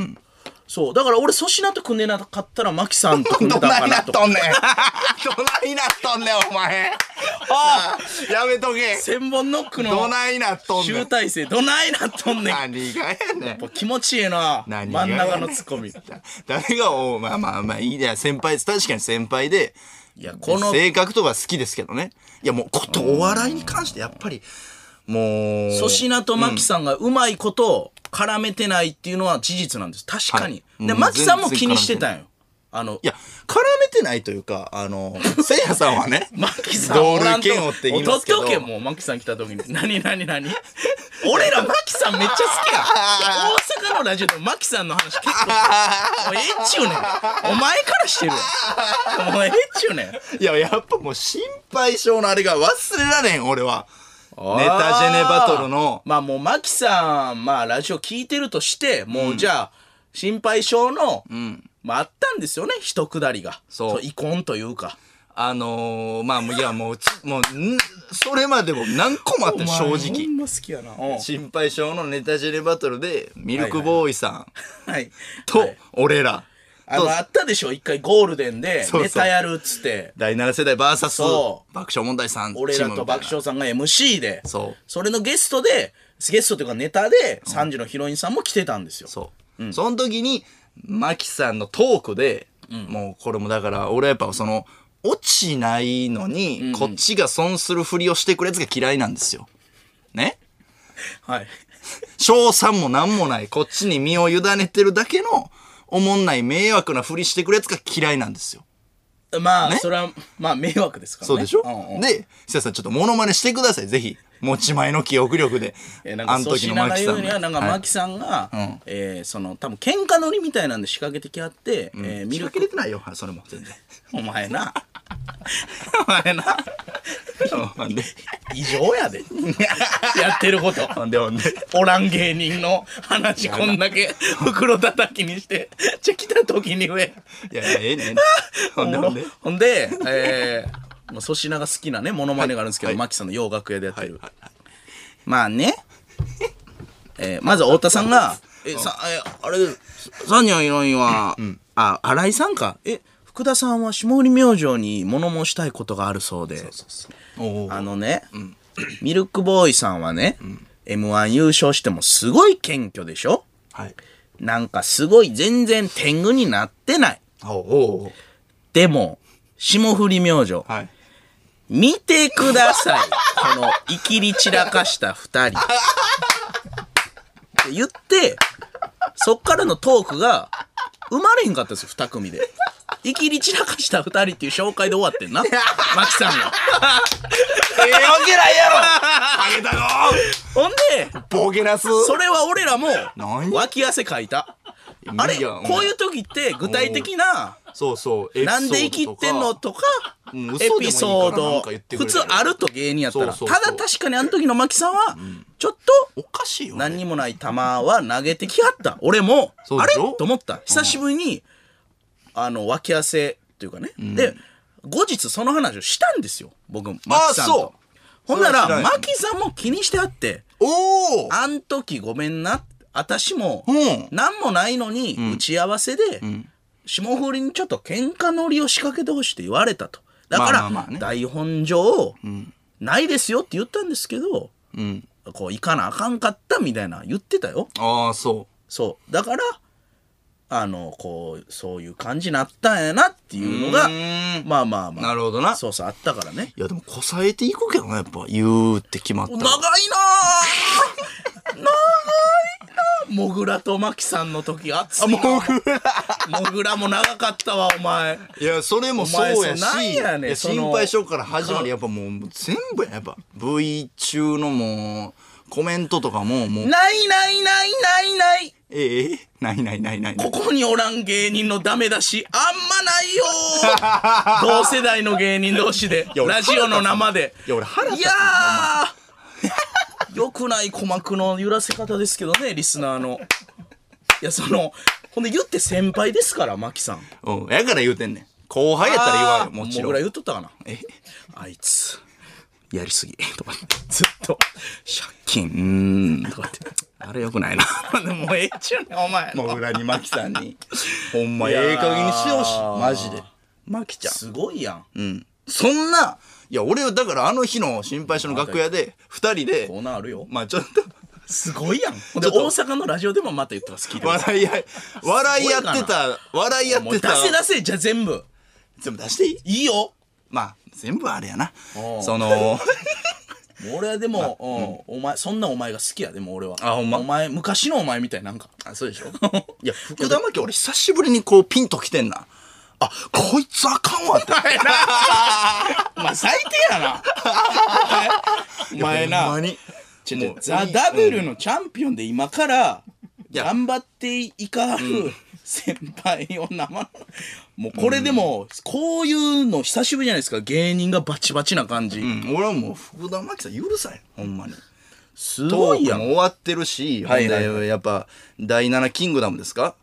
S2: そうだから俺粗品と組んでなかったら真木さんと組んでたかな
S1: [laughs]
S2: と
S1: んねん。どないなっとんねん、お前。ああ、やめとけ。
S2: 千本ノック
S1: ど
S2: の
S1: ないなっとんね
S2: 集
S1: ん。
S2: 大成どないなっとんねん
S1: 何がやねん
S2: も。う気持ちいいな真
S1: 何が
S2: ん中のツッコミ
S1: 誰が、おまあまあまあ、いいや、先輩です。確かに先輩で、
S2: いやこの
S1: 性格とか好きですけどね。いや、もう、ことお笑いに関して、やっぱり、もう、
S2: 粗品と真木さんがうまいこと絡めてないっていうのは事実なんです。確かに。
S1: はい
S2: で、
S1: うん
S2: マキさんも気にしてたんよ。あの、
S1: いや、絡めてないというか、あ [laughs] の、せいやさんはね、
S2: マキさん
S1: 同類嫌悪って言いますけど
S2: お取っておけもうマキさん来た時に何何
S1: [laughs]
S2: 何俺らマキさんめっちゃ好きやいや大阪のラジオでもマキさんの話結構もうええっちゅうねんお前からしてるやんもうええっちゅうねんネ
S1: いや、やっぱもう心配性のあれが忘れられん、俺は。ネタジェネバトルの。
S2: まあもうマキさんまあラジオ聞いてるとしてもうじゃあ心配性の、まああったんですよね一くだりが
S1: そう
S2: 遺恨というか
S1: あのー、まあ、もういや、もう、ちもう、んそれまでも何個もあった、正
S2: お前ほ
S1: 直。
S2: んま好きやなうん
S1: 心配性のネタジェネバトルで、ミルクボーイさん
S2: はい
S1: と、俺ら。
S2: あ
S1: と
S2: の、あったでしょ一回ゴールデンで
S1: そうそう
S2: ネタやるっつって。
S1: 第7世代 VS
S2: そ
S1: 爆笑問題さんチームみ
S2: 俺
S1: たい
S2: ら
S1: な
S2: と爆笑さんが MC で。
S1: そう
S2: れのゲストで、ゲストというかネタで、3時のヒロインさんも来てたんですよ。
S1: そう、その時にマキさんのトークで、もうこれもだから俺はやっぱその落ちないのに、こっちが損するふりをしてくれやつが嫌いなんですよね
S2: はい。
S1: 賞賛も何もないこっちに身を委ねてるだけのおもんない迷惑なふりしてくれやつが嫌いなんですよ
S2: まあ、
S1: ね
S2: それは、まあ、迷惑ですからね。
S1: そうでしょ、
S2: んうん
S1: で久さんちょっとモノマネしてくださいぜひ持ち前の記憶力で
S2: えーなんか
S1: ん
S2: 粗品が言うにはなんか
S1: はい
S2: マキさんが、
S1: ん
S2: えーその多分喧嘩乗りみたいなんで仕掛けてきあって、えーミ
S1: 見
S2: ル
S1: か
S2: ク
S1: けれてないよそれも全
S2: [laughs]
S1: 然
S2: お前なお前な
S1: ほんで
S2: 異常やで [laughs] やってること
S1: ほんでほんで
S2: おらん芸人の話こんだけ袋叩きにして、じゃあ来た時に上。
S1: いやいやええねんほんでほんで
S2: ほんで、えー、もう粗品が好きなね、モノマネがあるんですけど、
S1: はい
S2: マキさんの洋楽屋でやってる。
S1: はい
S2: まあね、えー、まず太田さんが、え、さ、え、あれ、サニーのヒロインは、あ、新井さんか。え、福田さんは下降り明星に物申したいことがあるそうで、
S1: お
S2: あのね、ミルクボーイさんはね、M1 優勝してもすごい謙虚でしょ
S1: はい。
S2: なんかすごい全然天狗になってない。
S1: おお
S2: でも、霜降り明星。
S1: はい。
S2: 見てください。この、いきり散らかした二人。って言って、そっからのトークが、生まれへんかったんですよ、二組で。いきり散らかした二人っていう紹介で終わってんな。マキさんが。
S1: ええわけないやろハゲたの
S2: ほんで、
S1: ボケなす
S2: それは俺らも
S1: 何、
S2: 脇汗かいた。あれ、
S1: いや
S2: こういう時って具体的な、
S1: そうそう。
S2: なんで生きてんのとか、
S1: うん嘘で
S2: エ
S1: もいいから
S2: ピソー
S1: な
S2: ド
S1: んか言ってくれ
S2: 普
S1: たら
S2: 通あると芸人やったら
S1: そうそうそう
S2: ただ確かにあの時のマキさんは、ちょっ
S1: お
S2: と
S1: かしいよね。
S2: 何にもない球は投げてきはった俺も
S1: そう
S2: あ
S1: で
S2: れ
S1: しょ
S2: と思った久しぶりに、あの脇汗というかね、で後日その話をしたんですよ僕マキさん
S1: そう
S2: とほんなら
S1: それは知らんよ
S2: マキさんも気にしてはって
S1: おお
S2: あん時ごめんな私も
S1: うん
S2: 何もないのに打ち合わせで霜降りにちょっと喧嘩乗りを仕掛けてほしいって言われたとだか
S1: まあまあまあね
S2: ら台本上ないですよって言ったんですけど
S1: うん。
S2: こう行かなあかんかったみたいな言ってたよ
S1: ああ、そ
S2: そうだからあのこうそういう感じになったんやなっていうのが
S1: うー
S2: まあまあまあ
S1: なるほどな
S2: そうそうあったからね
S1: う。いや、でも、こさえていくけどな、やっぱ。言うって決まった
S2: 長い
S1: ら
S2: なぁ長いなぁもぐらとまきさんの時熱いなもぐらも長かったわお前
S1: いや、それもそうやし、
S2: お前そなんやねん
S1: いや
S2: その
S1: 心配性から始まり、やっぱもう、全部や、やっぱ。V 中のもう、コメントとかも、もう、
S2: ないないないないない
S1: ええないないないないない
S2: こ。こにおらん芸人のダメ出しあん
S1: [laughs]
S2: まないよー同世代の芸人同士で
S1: や俺
S2: ラジオの生で
S1: いや俺腹立つ
S2: いやーよくない鼓膜の揺らせ方ですけどねリスナーのいやそのほんで言って先輩ですからマキさん
S1: うん。やから言うてんねん。後輩やったら言わんよ、もち
S2: も
S1: ろん
S2: ぐら。言っとったかな
S1: え
S2: あいつ、やりす
S1: [laughs]
S2: ぎ。とかって、ずっと、借金、うーん、とかって、あれよくない [laughs] な。でももうええっちゅうねんお前。
S1: もぐらにマキさんに。 [laughs] ほんま、
S2: いやー
S1: ええ加減にしてほしい。マジで。マキちゃん。
S2: すごいやん。
S1: うん。そんな、いや、俺はだからあの日の心配性の楽屋で、二人で
S2: コ、ーナーあるよ。
S1: まあちょっと、
S2: すごいやん。ほんで、大
S1: ちょっ
S2: 阪のラジオでもまた言ってます。聞いてます。
S1: 笑い [laughs] 合い、笑い合ってた、笑い合
S2: も
S1: っ
S2: う出
S1: てた。
S2: せ出せ、じゃあ全部。
S1: 全部出していい
S2: いいよ。
S1: まあ、全部あれやな
S2: お。う
S1: その、
S2: もう俺はでも、うんお前、そんなお前が好きや、でも俺は。あほんまお前、昔のお前みたい、なんか。
S1: あそうで
S2: [laughs]
S1: しょいや福田真紀俺久しぶりにこうピンときてんなあこいつあかん [laughs] わって
S2: お前、最低や [laughs] な。お前
S1: ほ
S2: お前
S1: んま
S2: な、
S1: に
S2: ちょ
S1: もう
S2: ザ・ダブルのチャンピオンで今から、
S1: や
S2: 頑張っていかはる先輩を生の、もうこれでも、こういうの久しぶりじゃないですか、芸人がバチバチな感じ。
S1: うん俺はもう福田真紀さん許さんよほんまに
S2: す
S1: ト
S2: ごい
S1: ー
S2: や
S1: クも。
S2: ん
S1: 終わってるし、
S2: はいはいはい
S1: ほんでやっぱ第7キングダムですか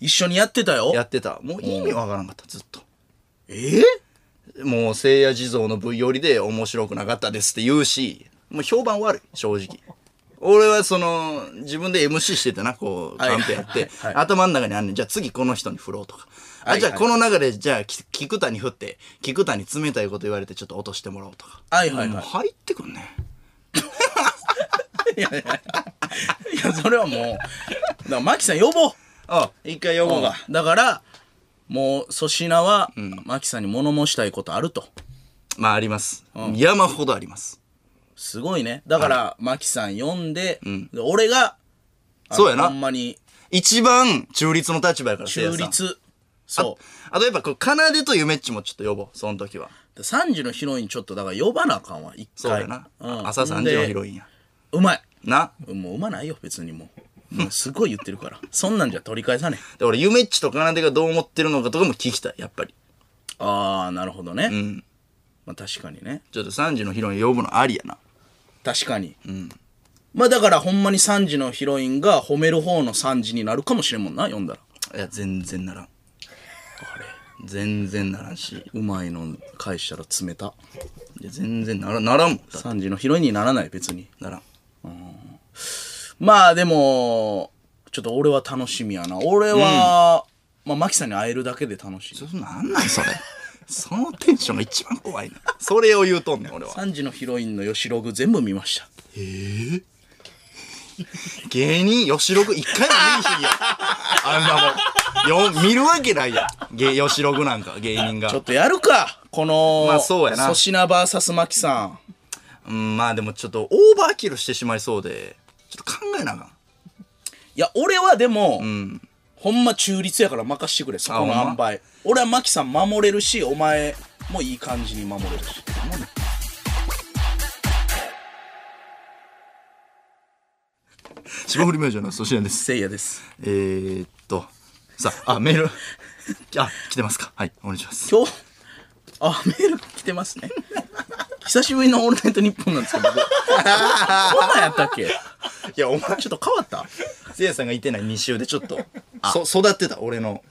S2: 一緒にやってたよ。
S1: やってたもう意味わからんかったずっと
S2: え
S1: もう聖夜地蔵の V よりで面白くなかったですって言うしもう評判悪い正直俺はその自分で MC しててなこう
S2: はい
S1: カンペやって
S2: はいはい
S1: 頭の中にあんねんじゃあ次この人に振ろうとか
S2: は
S1: あ
S2: い
S1: じゃあこの流れじゃあき菊田に振って菊田に冷たいこと言われてちょっと落としてもらおうとか
S2: はいはいはい
S1: もう入ってくんね
S2: いやいやいやいやそれはもうだからマキさん呼ぼう
S1: あ一回呼ぼうが
S2: だからもう粗品は、マキさんに物申したいことあると
S1: まああります山ほどあります
S2: すごいねだから、マキさん呼んで,で、俺があの
S1: そうやな
S2: ほんまに
S1: 一番中立の立場やからせいや
S2: 中
S1: さん
S2: 立そ
S1: あとやっぱこう奏でとゆめっちもちょっと呼ぼうその時は
S2: う3時のヒロインちょっとだから呼ばなあかんわ一回
S1: そうやな、
S2: うん
S1: 朝3時のヒロインや
S2: でうまい
S1: な
S2: もううまないよ別にもうもうすごい言ってるから [laughs] そんなんじゃ取り返さねえ
S1: で俺ゆめっちと奏でがどう思ってるのかとかも聞きたいやっぱり
S2: ああなるほどね、
S1: ん
S2: まあ確かにね
S1: ちょっと3時のヒロイン呼ぶのありやな
S2: 確かに、まあだからほんまに3時のヒロインが褒める方の3時になるかもしれんもんな読んだら
S1: いや全然ならんあれ全然ならんし
S2: うまいの返したら冷た
S1: いや全然ならならんもんだ
S2: 3時のヒロインにならない別に
S1: ならん
S2: まあでもちょっと俺は楽しみやな俺は、まあマキさんに会えるだけで楽しい
S1: そなんなんそれそのテンションが一番怖いなそれを言うとんねん俺は
S2: 3時のヒロインの吉ログ全部見ました
S1: 芸人吉六一回も見にひんやあんなもんよ見るわけないやん芸吉六なんか芸人が
S2: ちょっとやるかこの、
S1: まあそうやな
S2: 粗品 VS マキさん
S1: うん、まあでもちょっとオーバーキルしてしまいそうで、ちょっと考えなあかん。
S2: いや俺はでも、
S1: ん
S2: ほんま中立やから任してくれそこの
S1: あほ
S2: 塩
S1: んま
S2: 梅俺はマキさん守れるしお前もいい感じに守れるし
S1: 霜降り明星の粗品です。
S2: せいやです
S1: えー、っと、さあ、あ、メール。あ、来てますか。はい、お願いします。
S2: 今日 [laughs] あメール来てます
S1: [laughs]
S2: ね久しぶりの「オールナイトニッポン」なんですけど僕こんなんやったっけ
S1: [laughs] いや、お前、
S2: ちょっと変わった
S1: せいやさんがいてない2週でちょっと、そ育ってた、俺の。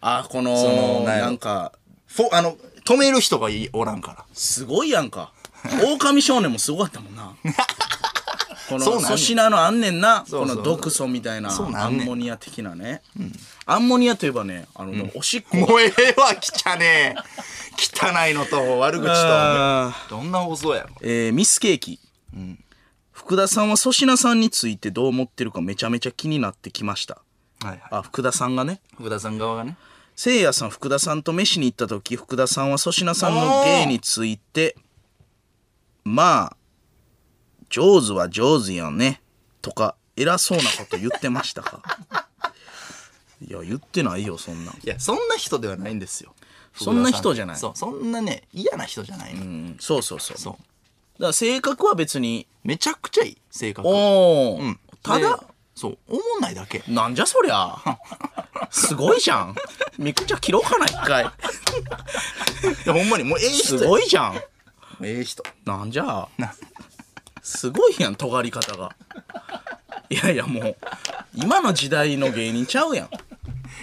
S2: あこの
S1: そのなんやろ
S2: なんか
S1: フォあの、止める人がいおらんから。
S2: すごいやんか狼少年もすごかったも
S1: [laughs]
S2: んなこの
S1: そうなんねん
S2: 粗品のあんねんな
S1: そうそう
S2: この毒素みたいな
S1: そう
S2: ア
S1: なんねん
S2: ンモニア的なね、アンモニアといえばねあの、おしっこ
S1: もうええわ、来ちゃねえ。汚いのと悪口
S2: あ
S1: と。どんな放送やろ。
S2: えーミスケーキ、福田さんは粗品さんについてどう思ってるかめちゃめちゃ気になってきました
S1: はいは
S2: あ福田さんがね
S1: い。福田さん側がね。
S2: せいやさん福田さんと飯に行った時福田さんは粗品さんの芸についてまあ上手は上手やねとか偉そうなこと言ってましたかいや言ってないよそんなん、
S1: いや、そんな人ではないんですよ。
S2: そんな人じゃない
S1: そう、そんなね、嫌な人じゃないの。
S2: うん、そうそうそう
S1: そう。
S2: だから性格は別に
S1: めちゃくちゃいい性格
S2: おお、
S1: うん、
S2: た
S1: た
S2: だ
S1: だそう思んないだけ
S2: なんじゃそりゃすごいじゃんめくちゃ切ろうかな一回
S1: ほんまにもうええ
S2: す
S1: 人
S2: ごいじゃん
S1: ええ人
S2: なんじゃ
S1: な
S2: すごいやん尖り方がいやいやもう今の時代の芸人ちゃうやん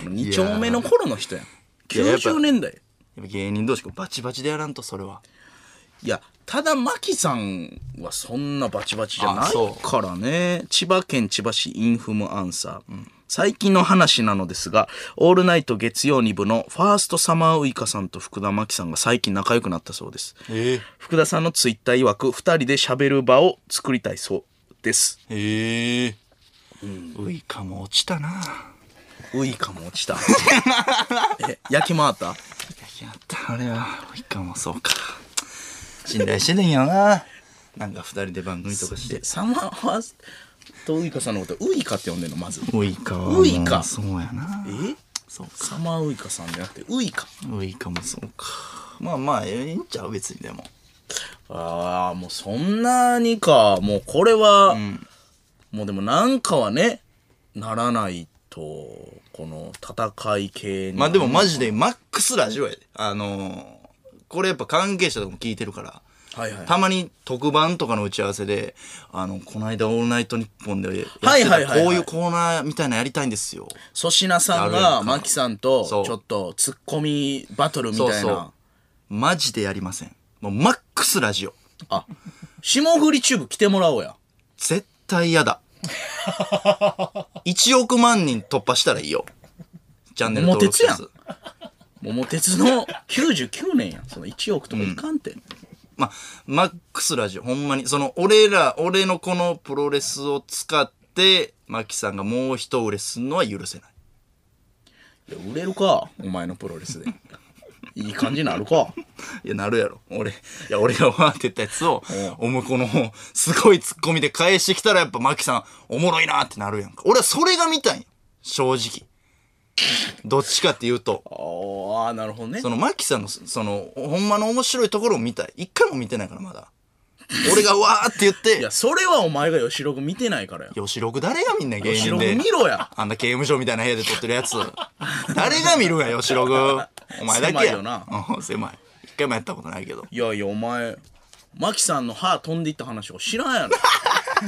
S2: 2丁目の頃の人やん
S1: いややっぱ
S2: 90年代
S1: やっぱ芸人同士こうバチバチでやらんとそれはい
S2: やただマキさんはそんなバチバチじゃな
S1: あ
S2: い
S1: そう
S2: からね千葉県千葉市インフムアンサー、最近の話なのですが「オールナイト月曜2部」のファーストサマーウイカさんと福田真紀さんが最近仲良くなったそうです
S1: ええ
S2: 福田さんのツイッター曰く2人で喋る場を作りたいそうです
S1: ええウイカも落ちたな
S2: ウイカも落
S1: [laughs]
S2: ちたえ焼き回った
S1: やったあれはウイカもそうか信頼してねんよななんか二人で番組とかして
S2: でサマーワーズとウイカさんのことウイカって呼んでんのまず
S1: ウイカは
S2: ウイカ
S1: もうそうやな
S2: え
S1: そうか
S2: サマーウイカさんじゃなくてウイカ
S1: ウイカもそうかまあまあええんちゃう別にでも
S2: ああもうそんなにかもうこれは、
S1: ん
S2: もうでもなんかはねならないとこの戦い系に
S1: まあでもマジでマックスラジオやであのーこれやっぱ関係者とかも聞いてるから
S2: はいはい
S1: たまに特番とかの打ち合わせで「あのこの間オールナイトニッポン」でやってた
S2: はいはいはいはい
S1: こういうコーナーみたいなのやりたいんですよ
S2: 粗品さん
S1: やるやん
S2: が
S1: か
S2: マキさんとち
S1: そう
S2: ょっとツッコミバトルみたいな
S1: そうそうマジでやりませんもうマックスラジオ
S2: あ霜降りチューブ来てもらおうや
S1: 絶対嫌
S2: [laughs]
S1: だ1億万人突破したらいいよチャンネル登録者数
S2: モ桃鉄の99年やんその1億とかいかんて、
S1: まあ、マックスラジオ、ほんまに、その、俺ら、俺のこのプロレスを使って、マキさんがもう一売れすんのは許せない。
S2: いや売れるかお前のプロ
S1: [laughs]
S2: レスでいい感じになるか
S1: いや、なるやろ。俺、いや、俺がわーって言ったやつを、おもこの、すごいツッコミで返してきたら、やっぱマキさん、おもろいなってなるやんか。俺はそれが見たいんよ正直。どっちかっていうと。
S2: ああなるほどね
S1: そのマキさんのそのほんまの面白いところを見たい一回も見てないからまだ俺がわーって言っ
S2: い
S1: て
S2: やそれはお前が吉六見てないからや
S1: 吉六誰がみんな芸
S2: 吉
S1: 人
S2: 六
S1: で
S2: 見ろや
S1: あんな刑務所みたいな部屋で撮ってるやつ。誰が見るがよ、白ロお前だけや。
S2: 狭いよな
S1: うん。狭い。一回もやったことないけど。
S2: いやいやお前マキさんの歯飛んでいった話を知らんやろ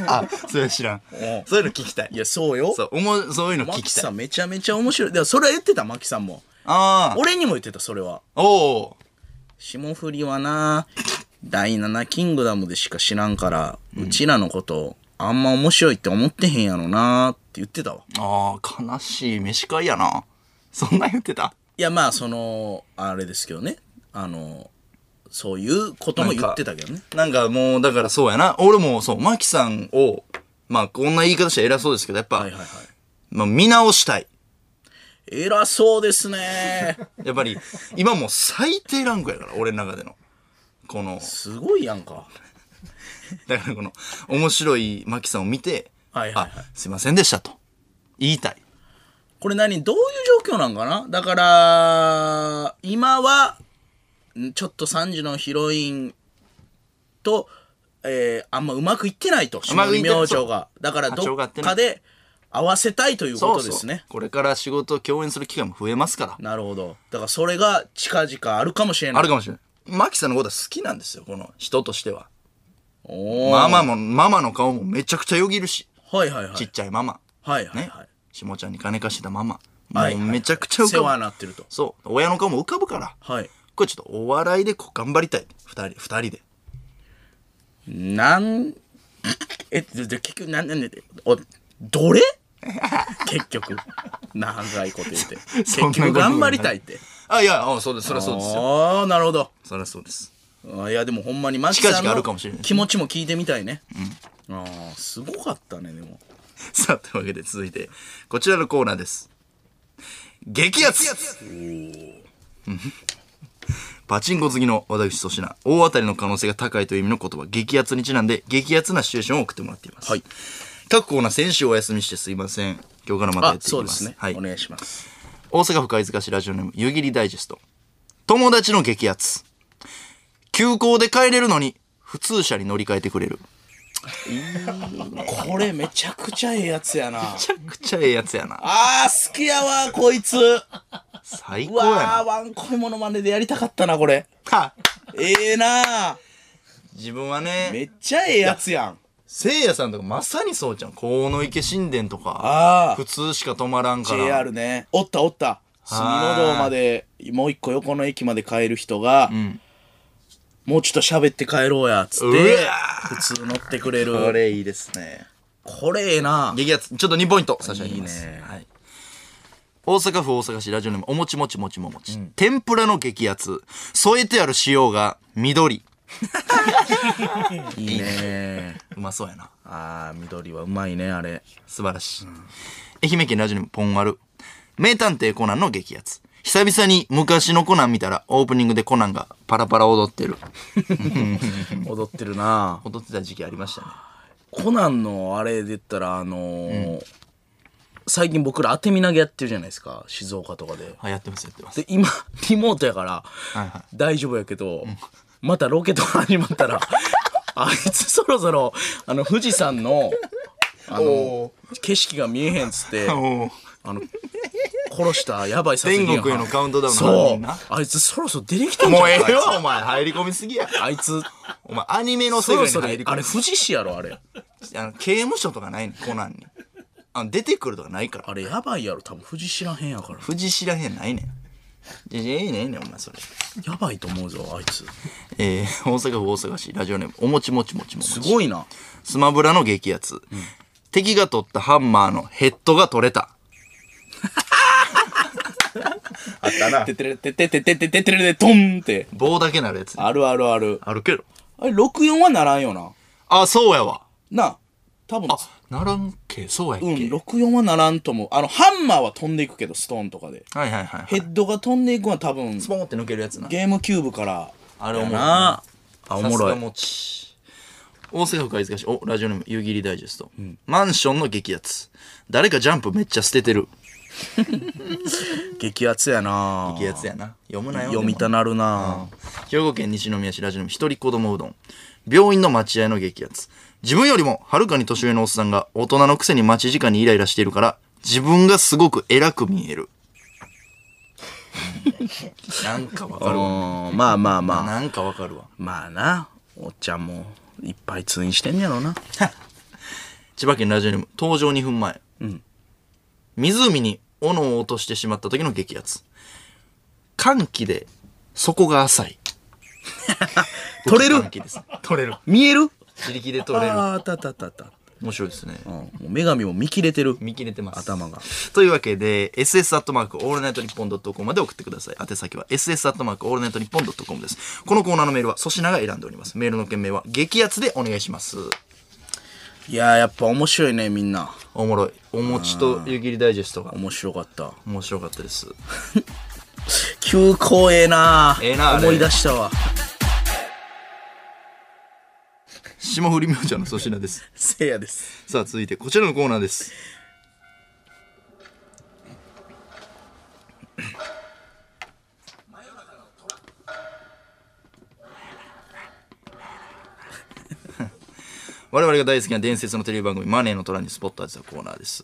S1: あ、それ知らん。
S2: ん
S1: そういうの聞きたい
S2: い。やそうよ
S1: そう、おも、そういうの
S2: マ
S1: 聞
S2: キ
S1: きた
S2: さ
S1: い。
S2: んめちゃめちゃ面白いでもそれは言ってたマキさんも
S1: ああ。
S2: 俺にも言ってたそれは
S1: おお。
S2: 霜降りはな第7キングダムでしか知らんから、うちらのことあんま面白いって思ってへんやろなって言ってたわ
S1: ああ、悲しい飯会やな。そんな言ってた
S2: いやまあそのあれですけどねあのそういうことも言ってたけどね
S1: なんかもう、だからそうやな。俺もそう、マキさんを、まあ、こんな言い方して偉そうですけど、やっぱ、
S2: はいはいはい
S1: まあ、見直したい。
S2: 偉そうですね
S1: やっぱり、今もう最低ランクやから、俺の中での。この、
S2: すごいやんか
S1: だからこの面白いマキさんを見て、
S2: はいはいはい
S1: あすいませんでしたと言いたい
S2: これ何どういう状況なんかなだから今はんちょっと3時のヒロインと、えーあんまうまくいってないと
S1: まくいって
S2: 霜降
S1: ない
S2: 明星がだからどっかで合わせたいということですね
S1: これから仕事を共演する機会も増えますから
S2: なるほどだからそれが近々あるかもしれない
S1: あるかもしれないマキさんのことは好きなんですよこの人としては
S2: おー
S1: ママもママの顔もめちゃくちゃよぎるし、
S2: はいはいはい
S1: ちっちゃいママ
S2: はいはい
S1: ね、
S2: はい
S1: 下ちゃんに金貸してたママ
S2: はい
S1: もうめちゃくちゃ浮
S2: 世話
S1: か
S2: に
S1: ぶ
S2: なってると
S1: そう親の顔も浮かぶから
S2: はい
S1: これちょっとお笑いでこう頑張りたい二人二人で
S2: なん、え、で、で結局、なん、なんで、お、どれ [laughs] 結局、長いこと言って。結
S1: [laughs] そんなこと
S2: 局、頑張りたいって。
S1: あいやあそうですそりゃそうですよ
S2: ああ、なるほど。
S1: そりゃそうです
S2: あいや、でもほんまにマキさん
S1: 近々あ
S2: の
S1: るかもしれない
S2: 気持ちも聞いてみたいね。ああ、すごかったね、でも。
S1: [laughs] さあ、というわけで続いて、こちらのコーナーです。激アツうんパチンコ好きの私粗品、大当たりの可能性が高いという意味の言葉、激アツにちなんで、激アツなシチュエーションを送ってもらっています。
S2: はい。
S1: 各コーナー選手お休みしてすいません。今日からまたや
S2: あ
S1: っ、ていき
S2: そう
S1: ま。
S2: ですすね。
S1: はい
S2: お。願いします。
S1: 大阪府貝塚市ラジオネーム、湯切りダイジェスト。友達の激アツ。急行で帰れるのに、普通車に乗り換えてくれる。
S2: これ、めちゃくちゃええやつやな。
S1: めちゃくちゃええやつやな。
S2: ああ、好きやわ、こいつ。
S1: 最
S2: う
S1: 高や
S2: わあ、
S1: な。
S2: ワンコイモの真似でやりたかったな、これ。
S1: は
S2: ええなあ
S1: 自分はね、
S2: めっちゃええやつやん。
S1: せいやさんとかまさにそうじゃん鴻池神殿とか
S2: ああ
S1: 普。通しか止まらんから
S2: JR ねおったおった隅の道までもう一個横の駅まで帰る人が、
S1: ん
S2: もうちょっと喋って帰ろうやっつっ
S1: う
S2: て
S1: わ
S2: 普通乗ってくれる
S1: こ
S2: これ
S1: れいいですね
S2: ええな
S1: 激アツちょっと2ポイント差し上げます
S2: いいね
S1: はい、大阪府大阪市ラジオネームおもちもちもちももち、天ぷらの激アツ添えてある塩が緑
S2: いいね
S1: うまそうやな
S2: あー緑はうまいねあれ
S1: 素晴らしい、愛媛県ラジオネームポンワル名探偵コナンの激アツ久々に昔のコナン見たら、オープニングでコナンがパラパラ踊ってる。
S2: 踊ってるな
S1: 踊ってた時期ありましたね。
S2: コナンのあれで言ったらあのー最近僕ら当て身投げやってるじゃないですか静岡とかで
S1: あ、やってます、やってます。
S2: で今リモートやから
S1: はいは
S2: 大丈夫やけど、またロケット始まったらあいつそろそろあの富士山のあの景色が見えへんっつって
S1: お
S2: あの殺したやばい殺人
S1: 天
S2: 犯
S1: 国へのカウントダウンの犯
S2: そ
S1: 人
S2: う
S1: な
S2: あいつそろそろ出てきてんじゃ
S1: [laughs]
S2: ん
S1: もうええよ
S2: あい、
S1: お前。入り込みすぎや。
S2: つあいつ
S1: お前、アニメの世
S2: そ
S1: 界
S2: ろ
S1: に
S2: そろあ
S1: 入
S2: れ
S1: り込み
S2: 富
S1: す
S2: 士市やろあれ
S1: ぎあの、刑務所とかないねんコナンに。あの、出てくるとかないから。
S2: あれやばいやろ多分富士知らへんやから
S1: 藤知らへんないねん。じゃ、じゃええねん、ええねん、お前、それ。
S2: やばいと思うぞあいつ
S1: えー、大阪府大阪市、ラジオネーム、おもちもちもちももち。
S2: すごいな
S1: スマブラの激アツ。敵が取ったハンマーのヘッドが取れた。
S2: あったなててれてててててててれでトンって
S1: 棒だけなるやつ。
S2: あるあるある
S1: あるけど。
S2: あれ64はならんよな
S1: あ、そうやわ。
S2: なあ多分
S1: あ、ならんけ、そうやっけ。
S2: うん64はならんと思うあのハンマーは飛んでいくけどストーンとかで
S1: はいはいはい、はい。
S2: ヘッドが飛んでいくのは多分
S1: スポンって抜けるやつな。
S2: ゲームキューブから
S1: あれお
S2: や
S1: もろい
S2: な
S1: な
S2: あお
S1: さ
S2: も
S1: す
S2: ろ
S1: が
S2: い
S1: もち。大阪府貝塚市、お、ラジオネーム、夕霧ダイジェスト。マンションの激アツ。誰かジャンプめっちゃ捨ててる。
S2: 激アツやな
S1: 激アツやな。読むなよ。
S2: 読みたなるな
S1: 兵庫県西宮市ラジオネーム一人子供うどん病院の待合の激アツ自分よりもはるかに年上のおっさんが大人のくせに待ち時間にイライラしているから自分がすごく偉く見え
S2: [laughs]
S1: るなんかわかるわ
S2: うんまあまあまあ
S1: なんかわかるわ
S2: まあなおっちゃんもいっぱい通院してんやろな
S1: 千葉県ラジオネーム登場2分前、湖に斧を落としてしまった時の激アツ寒気で底が浅い
S2: [laughs] 取れる
S1: 寒気です取れる
S2: 見える
S1: 自力で取れる
S2: ああーたたたた、
S1: 面白いですね
S2: うん、もう女神も見切れてる
S1: 見切れてます
S2: 頭が
S1: というわけで SS アットマークオールナイトニッポンドットコムまで送ってください宛先は SS アットマークオールナイトニッポンドットコムですこのコーナーのメールは粗品が選んでおりますメールの件名は激アツでお願いします
S2: いやーやっぱ面白いねみんな
S1: おもろいお餅と湯切りダイジェストが
S2: 面白かった
S1: 面白かったです
S2: 急行ええな
S1: ええなあれ
S2: 思い出したわ
S1: 霜降り明星の粗品です
S2: せいやです
S1: さあ続いてこちらのコーナーです [laughs] 我々が大好きな伝説のテレビ番組「マネーの虎」にスポット当てたコーナーです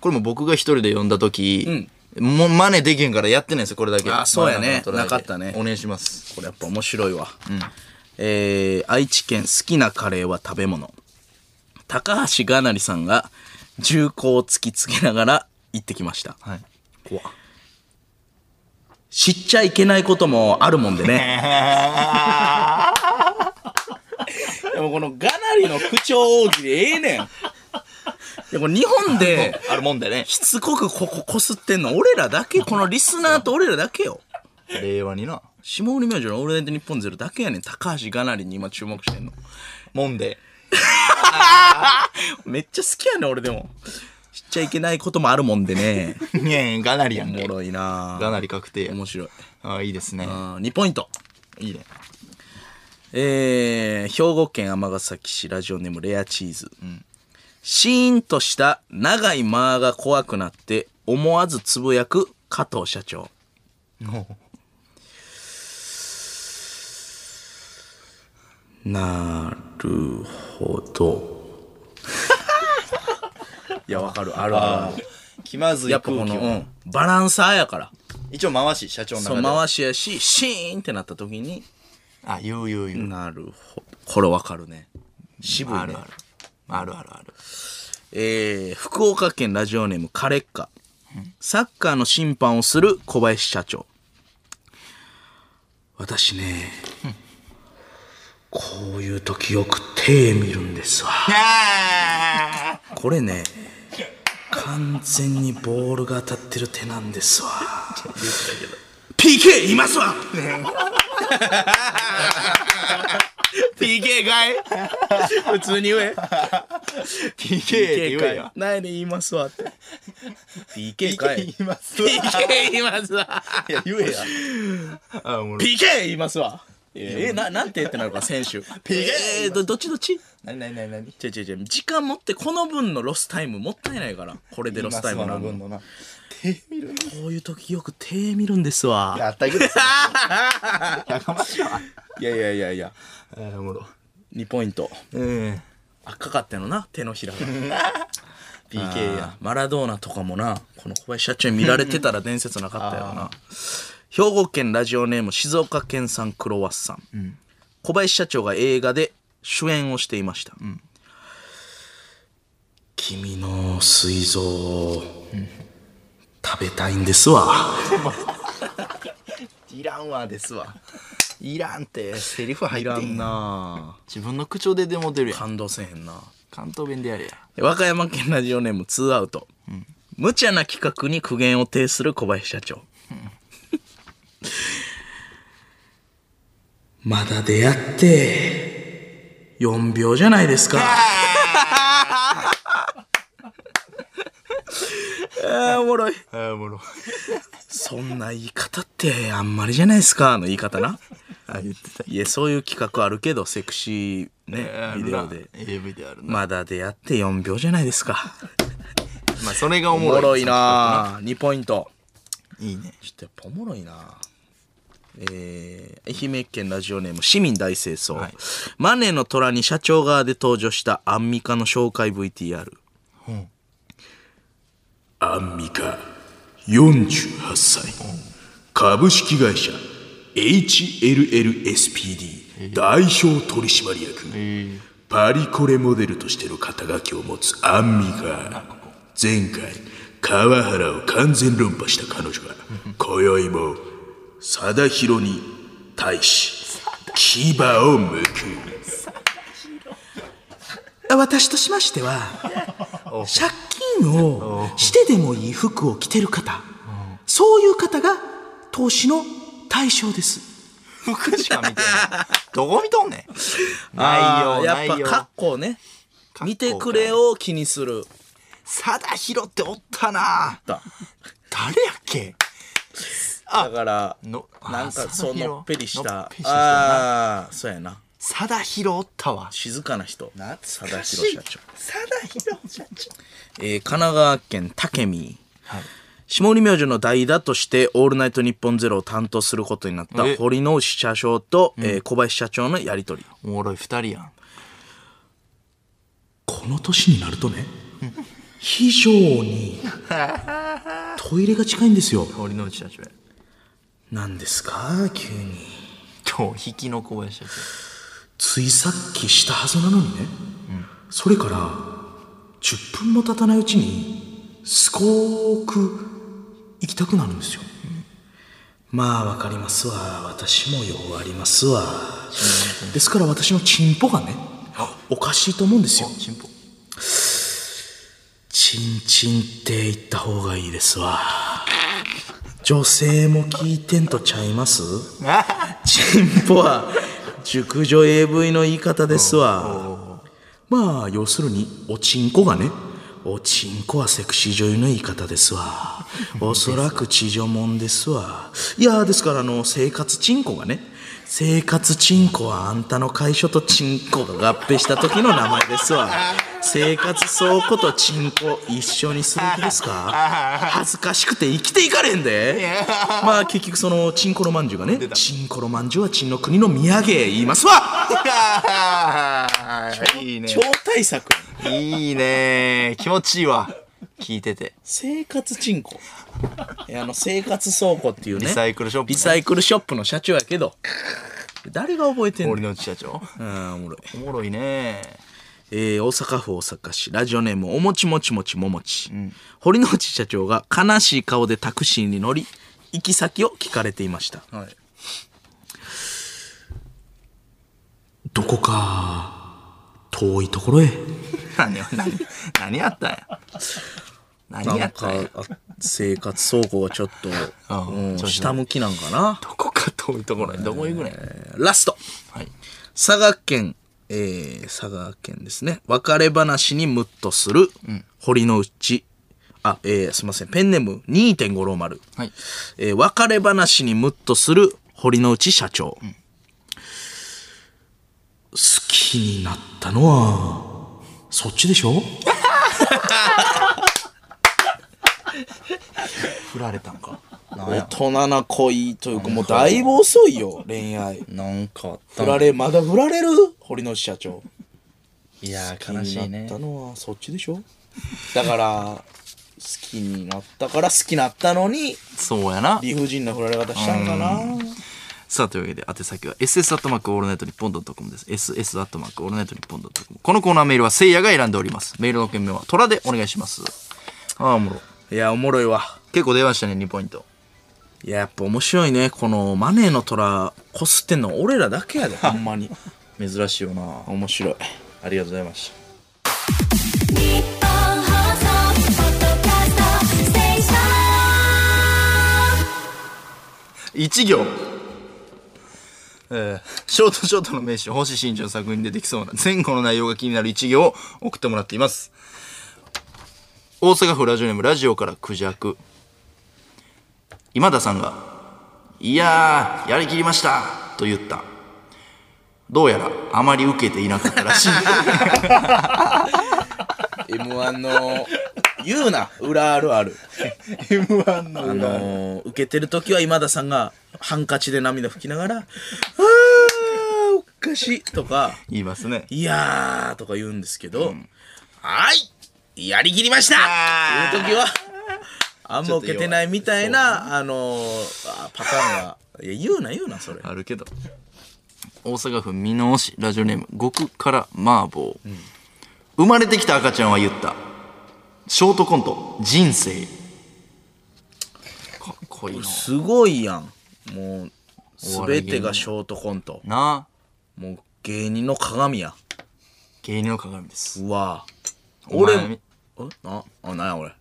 S1: これも僕が一人で呼んだ時、もうマネできへんからやってないんですよこれだけ
S2: あそうやね
S1: マネの虎だけ
S2: なかったね
S1: お願いします
S2: これやっぱ面白いわ、えー愛知県好きなカレーは食べ物高橋がなりさんが銃口を突きつけながら行ってきました
S1: はい
S2: 知っちゃいけないこともあるもんでね。 [laughs] でもこのガナリの口調大喜利ええねん。でも日本で
S1: あるもんでね
S2: しつこくこここすってんの俺らだけ、このリスナーと俺らだけよ。
S1: [laughs] 令和にな
S2: 下降り明星のオールナイトニッポンゼロだけやねん。高橋ガナリに今注目してんの。
S1: もんで
S2: めっちゃ好きやねん俺でも。知っちゃいけないこともあるもんでね。
S1: ねえがなりやん
S2: お
S1: け
S2: もろいな [laughs]
S1: がなり確定や
S2: 面白い。
S1: あいいですね
S2: うん、2ポイント。
S1: いいね
S2: えー、兵庫県尼崎市ラジオネームレアチーズ、シーンとした長い間が怖くなって思わずつぶやく加藤社長なるほど [laughs] いやわかるあるある
S1: 気まずい
S2: やっぱ
S1: 空
S2: こ
S1: 気
S2: の、
S1: を
S2: うん、バランサーやから
S1: 一応回し社長の中
S2: そう
S1: では
S2: 回しやしシーンってなった時に
S1: あ言う言う言う、
S2: なるほどこれわかるね渋いね
S1: あるあるあるあるある
S2: えー福岡県ラジオネームカレッカサッカーの審判をする小林社長私ねこういう時よく手見るんですわこれね完全にボールが当たってる手なんですわ PK いますわ PK かい普通に言え
S1: PK って言
S2: PK か
S1: え
S2: い
S1: や。。
S2: 何で言いますわって。PK か
S1: PK
S2: い。
S1: 言いますわ。
S2: PK 言いますわ。
S1: いや、言えや。あ、おもろい。
S2: PK 言いますわ。え、な、なんてってなるから、選手。PK! えーど、どっちどっち
S1: なになになになに
S2: 違う違う違う。時間持って、この分のロスタイムもったいないから。これでロスタイム
S1: 今
S2: な
S1: の
S2: の。
S1: 分
S2: こ
S1: のな。手見る
S2: ういう時よく手見るんですわ。
S1: やったけどさ。やかましいわ。
S2: いやいやいやいや。
S1: えー、おもろ。
S2: 2ポイント。
S1: え
S2: 赤かってのな、手のひらが。
S1: え。PK や。
S2: あーマラドーナとかもなこの小林社長に見られてたら伝説なかったよな兵庫県ラジオネーム静岡県産クロワッサン、小林社長が映画で主演をしていました、君の膵臓を食べたいんですわ
S1: いらんわですわ。いらんって、セリフ入ってんな。
S2: な
S1: 自分の口調でデモ出るやん。
S2: 感動せえへんな
S1: 関東弁でやれや。
S2: 和歌山県ラジオネームツーアウト、無茶な企画に苦言を呈する小林社長、 [laughs] まだ出会って4秒じゃない [laughs] ですかあーおもろい
S1: えー、おもろ。
S2: そんな言い方ってあんまりじゃないですかの言い方 [laughs] な
S1: あ、言ってた。
S2: いやそういう企画あるけどセクシーねビデオで
S1: AV であるな。ま
S2: まだ出会って4秒じゃないですか
S1: あ、それがお
S2: お
S1: もろい。
S2: もろい [laughs] な2ポイント
S1: いいね。
S2: ちょっとやっぱおもろいなえー、愛媛県ラジオネーム市民大清掃、
S1: はい
S2: マネーの虎に社長側で登場したアンミカの紹介 VTR、
S1: ん
S2: アンミカ48歳、株式会社 HLLSPD 代表取締役、パリコレモデルとしての肩書きを持つアンミが前回川原を完全論破した彼女は今宵も貞弘に対し牙を向く [laughs] 私としましては借金をしてでもいい服を着てる方そういう方が投資の対象です
S1: 福島みたいな。どこ見とんねん。
S2: あ
S1: 内容、
S2: [laughs] あ
S1: 内
S2: やっ
S1: 容。
S2: ぱ格好ね見てくれ。を気にする
S1: さだひろっておったな。
S2: だ
S1: 誰やっけ
S2: だから
S1: の
S2: なんかそうのっぺりした
S1: のっぺりした人だな
S2: ああそうやな
S1: さだひろおったわ。
S2: 静かな人貞
S1: かしい
S2: 弘社長、
S1: さだひろ社長。
S2: えー神奈川県武見
S1: はい。
S2: 下降り明星の代打として「オールナイトニッポンゼロを担当することになった
S1: え
S2: 堀之内社長と、えー小林社長のやり取り
S1: おもろい二人やん。
S2: この年になるとね [laughs] 非常 [laughs] にトイレが近いんですよ
S1: 氷の内社長や。
S2: なんですか急に
S1: 今日、引きの小林社長。
S2: ついさっきしたはずなのにね、それから10分も経たないうちにすごく行きたくなるんですよ、まあわかりますわ私もようありますわ、ですから私のチンポがねおかしいと思うんですよ
S1: チンポ。
S2: チンチンって言った方がいいですわ女性も聞いてんとちゃいます [laughs] チンポは熟女 AV の言い方ですわまあ要するにおちんこがねおちんこはセクシー女優の言い方ですわおそらく地上もんですわいやですからあの生活ちんこがね生活ちんこはあんたの会所とちんこが合併した時の名前ですわ生活倉庫とちんこ一緒にする気ですか恥ずかしくて生きていかれんでまあ結局そのちんころまんじゅうがね
S1: 出た
S2: ちんころまんじゅうはちんの国の土産言いますわ [laughs]
S1: [laughs] いいね。
S2: 対策
S1: いいね。気持ちいいわ。聞いてて。
S2: 生活チンコいやあの生活倉庫っていうね
S1: リサイクルショップね
S2: リサイクルショップの社長やけど誰が覚えてんの
S1: 氷の内社長。
S2: うんおもろい
S1: おもろいね。
S2: えー大阪府大阪市ラジオネームおもちもちもちももち、堀之内社長が悲しい顔でタクシーに乗り行き先を聞かれていました、
S1: はい
S2: どこか遠いところへ
S1: 何を何何やったんや何や
S2: な
S1: っ
S2: ん
S1: た
S2: か
S1: んや
S2: あ生活倉庫がちょっと、
S1: あ
S2: うん
S1: 調子
S2: 下向きなんかな
S1: どこか遠いところへどこ行くねん
S2: ラスト
S1: はい
S2: 佐賀県、ええー佐賀県ですね。別れ話にムッとする、堀之内。あ、えーすいません。ペンネーム2.5ローマル。
S1: はい。
S2: えー別れ話にムッとする堀之内社長、好きになったのはそっちでしょ
S1: 振られたんか。
S2: 大人な恋というかもうだいぶ遅いよ恋愛
S1: なんかあった
S2: 振られまだ振られる堀之内社長
S1: いや
S2: 好き
S1: ー、悲しい
S2: になっ
S1: ね
S2: た。のはそっちでしょだから好きになったから好きになったのに
S1: そうやな。
S2: 理不尽な振られ方したんかな
S1: さあ、というわけで、宛先は ss アットマークオールナイトニッポンドットコムです。ss アットマークオールナイトニッポンドットコム。このコーナーメールはせいやが選んでおります。メールの件名は虎でお願いします。ああ、おもろ。
S2: いやおもろいわ
S1: 結構出ましたね、2ポイント。
S2: いややっぱ面白いねこのマネーの虎こすってんの俺らだけやでほんまに
S1: 珍しいよな。
S2: 面白い
S1: ありがとうございました。
S3: 日本放送ポッドキャストステーション
S1: 一行。えーショートショートの名手、星新庄作品に出てきそうな前後の内容が気になる一行を送ってもらっています。大阪府ラジオネームラジオからクジャク。今田さんが、いやー、やりきりましたと言った。どうやらあまり受けていなかったらしい。 [laughs]
S2: M1 の言うな裏あるある
S1: M1 の
S2: あのー、受けてる時は今田さんがハンカチで涙拭きながら「あーおかしい」とか
S1: 言いますね
S2: 「いやー」とか言うんですけど「はいやりきりました!」っていう時はあんま受けてないみたいなあのー、あパターンが「いや言うな言うなそれ」
S1: あるけど大阪府箕面市ラジオネーム極辛麻婆、生まれてきた赤ちゃんは言ったショートコント「人生」かっこいいな
S2: すごいやんもう
S1: お笑い
S2: 全てがショートコント
S1: なあ
S2: もう芸人の鏡や
S1: 芸人の鏡です
S2: うわ
S1: お前
S2: 俺もえなあなんや俺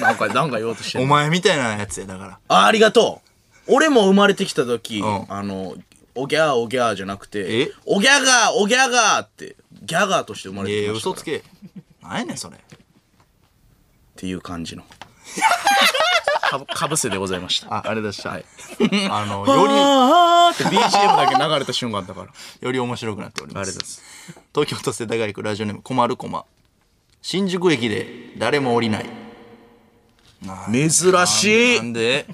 S2: なんかなんか言おうとして
S1: [laughs]
S2: ん
S1: お
S2: の
S1: 前みたいなやつやだから
S2: あありがとう俺も生まれてきた時、
S1: ん
S2: あのおギャーおギャーじゃなくて
S1: え
S2: おギャガーおギャガーってギャガーとして生まれ
S1: え
S2: て
S1: え
S2: きまし
S1: 嘘
S2: たから
S1: つけ何やねんそれ
S2: っていう
S1: [laughs]
S2: 感じのかぶかぶせでございました
S1: ああれでした、
S2: はい
S1: あのよ
S2: あーあーって BGM だけ流れた瞬間だから
S1: りより面白くなっており
S2: あ
S1: ま
S2: れ
S1: す
S2: です
S1: 東京都世田谷区ラジオネーム困る駒新宿駅で誰も降りない
S2: 珍しい
S1: なんで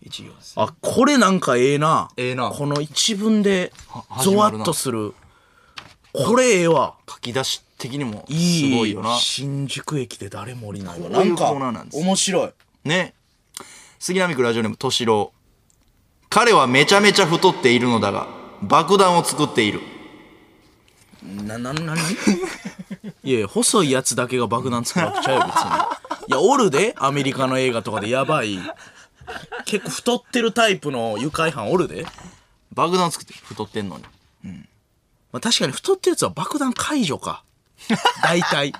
S1: 一行です
S2: あこれなんかええな
S1: ええな
S2: この一文で
S1: は
S2: ゾワ
S1: 始まる
S2: ッ
S1: な
S2: とするこれええわ
S1: 書き出し的にも
S2: い
S1: す
S2: い
S1: ごいよな
S2: 新宿駅で誰も降りないわ
S1: こういう
S2: か
S1: コーナーなんです
S2: 面白い
S1: ね杉並区ラジオネーム敏郎彼はめちゃめちゃ太っているのだが爆弾を作っている
S2: な、な、なに [laughs] いやいや、細いやつだけが爆弾作るわけちゃうよ、別に。いや、おるで、アメリカの映画とかでやばい。結構太ってるタイプの誘拐犯おるで。
S1: 爆弾を作って太ってんのに [laughs]
S2: まあ、確かに太ってるやつは爆弾解除か。大体。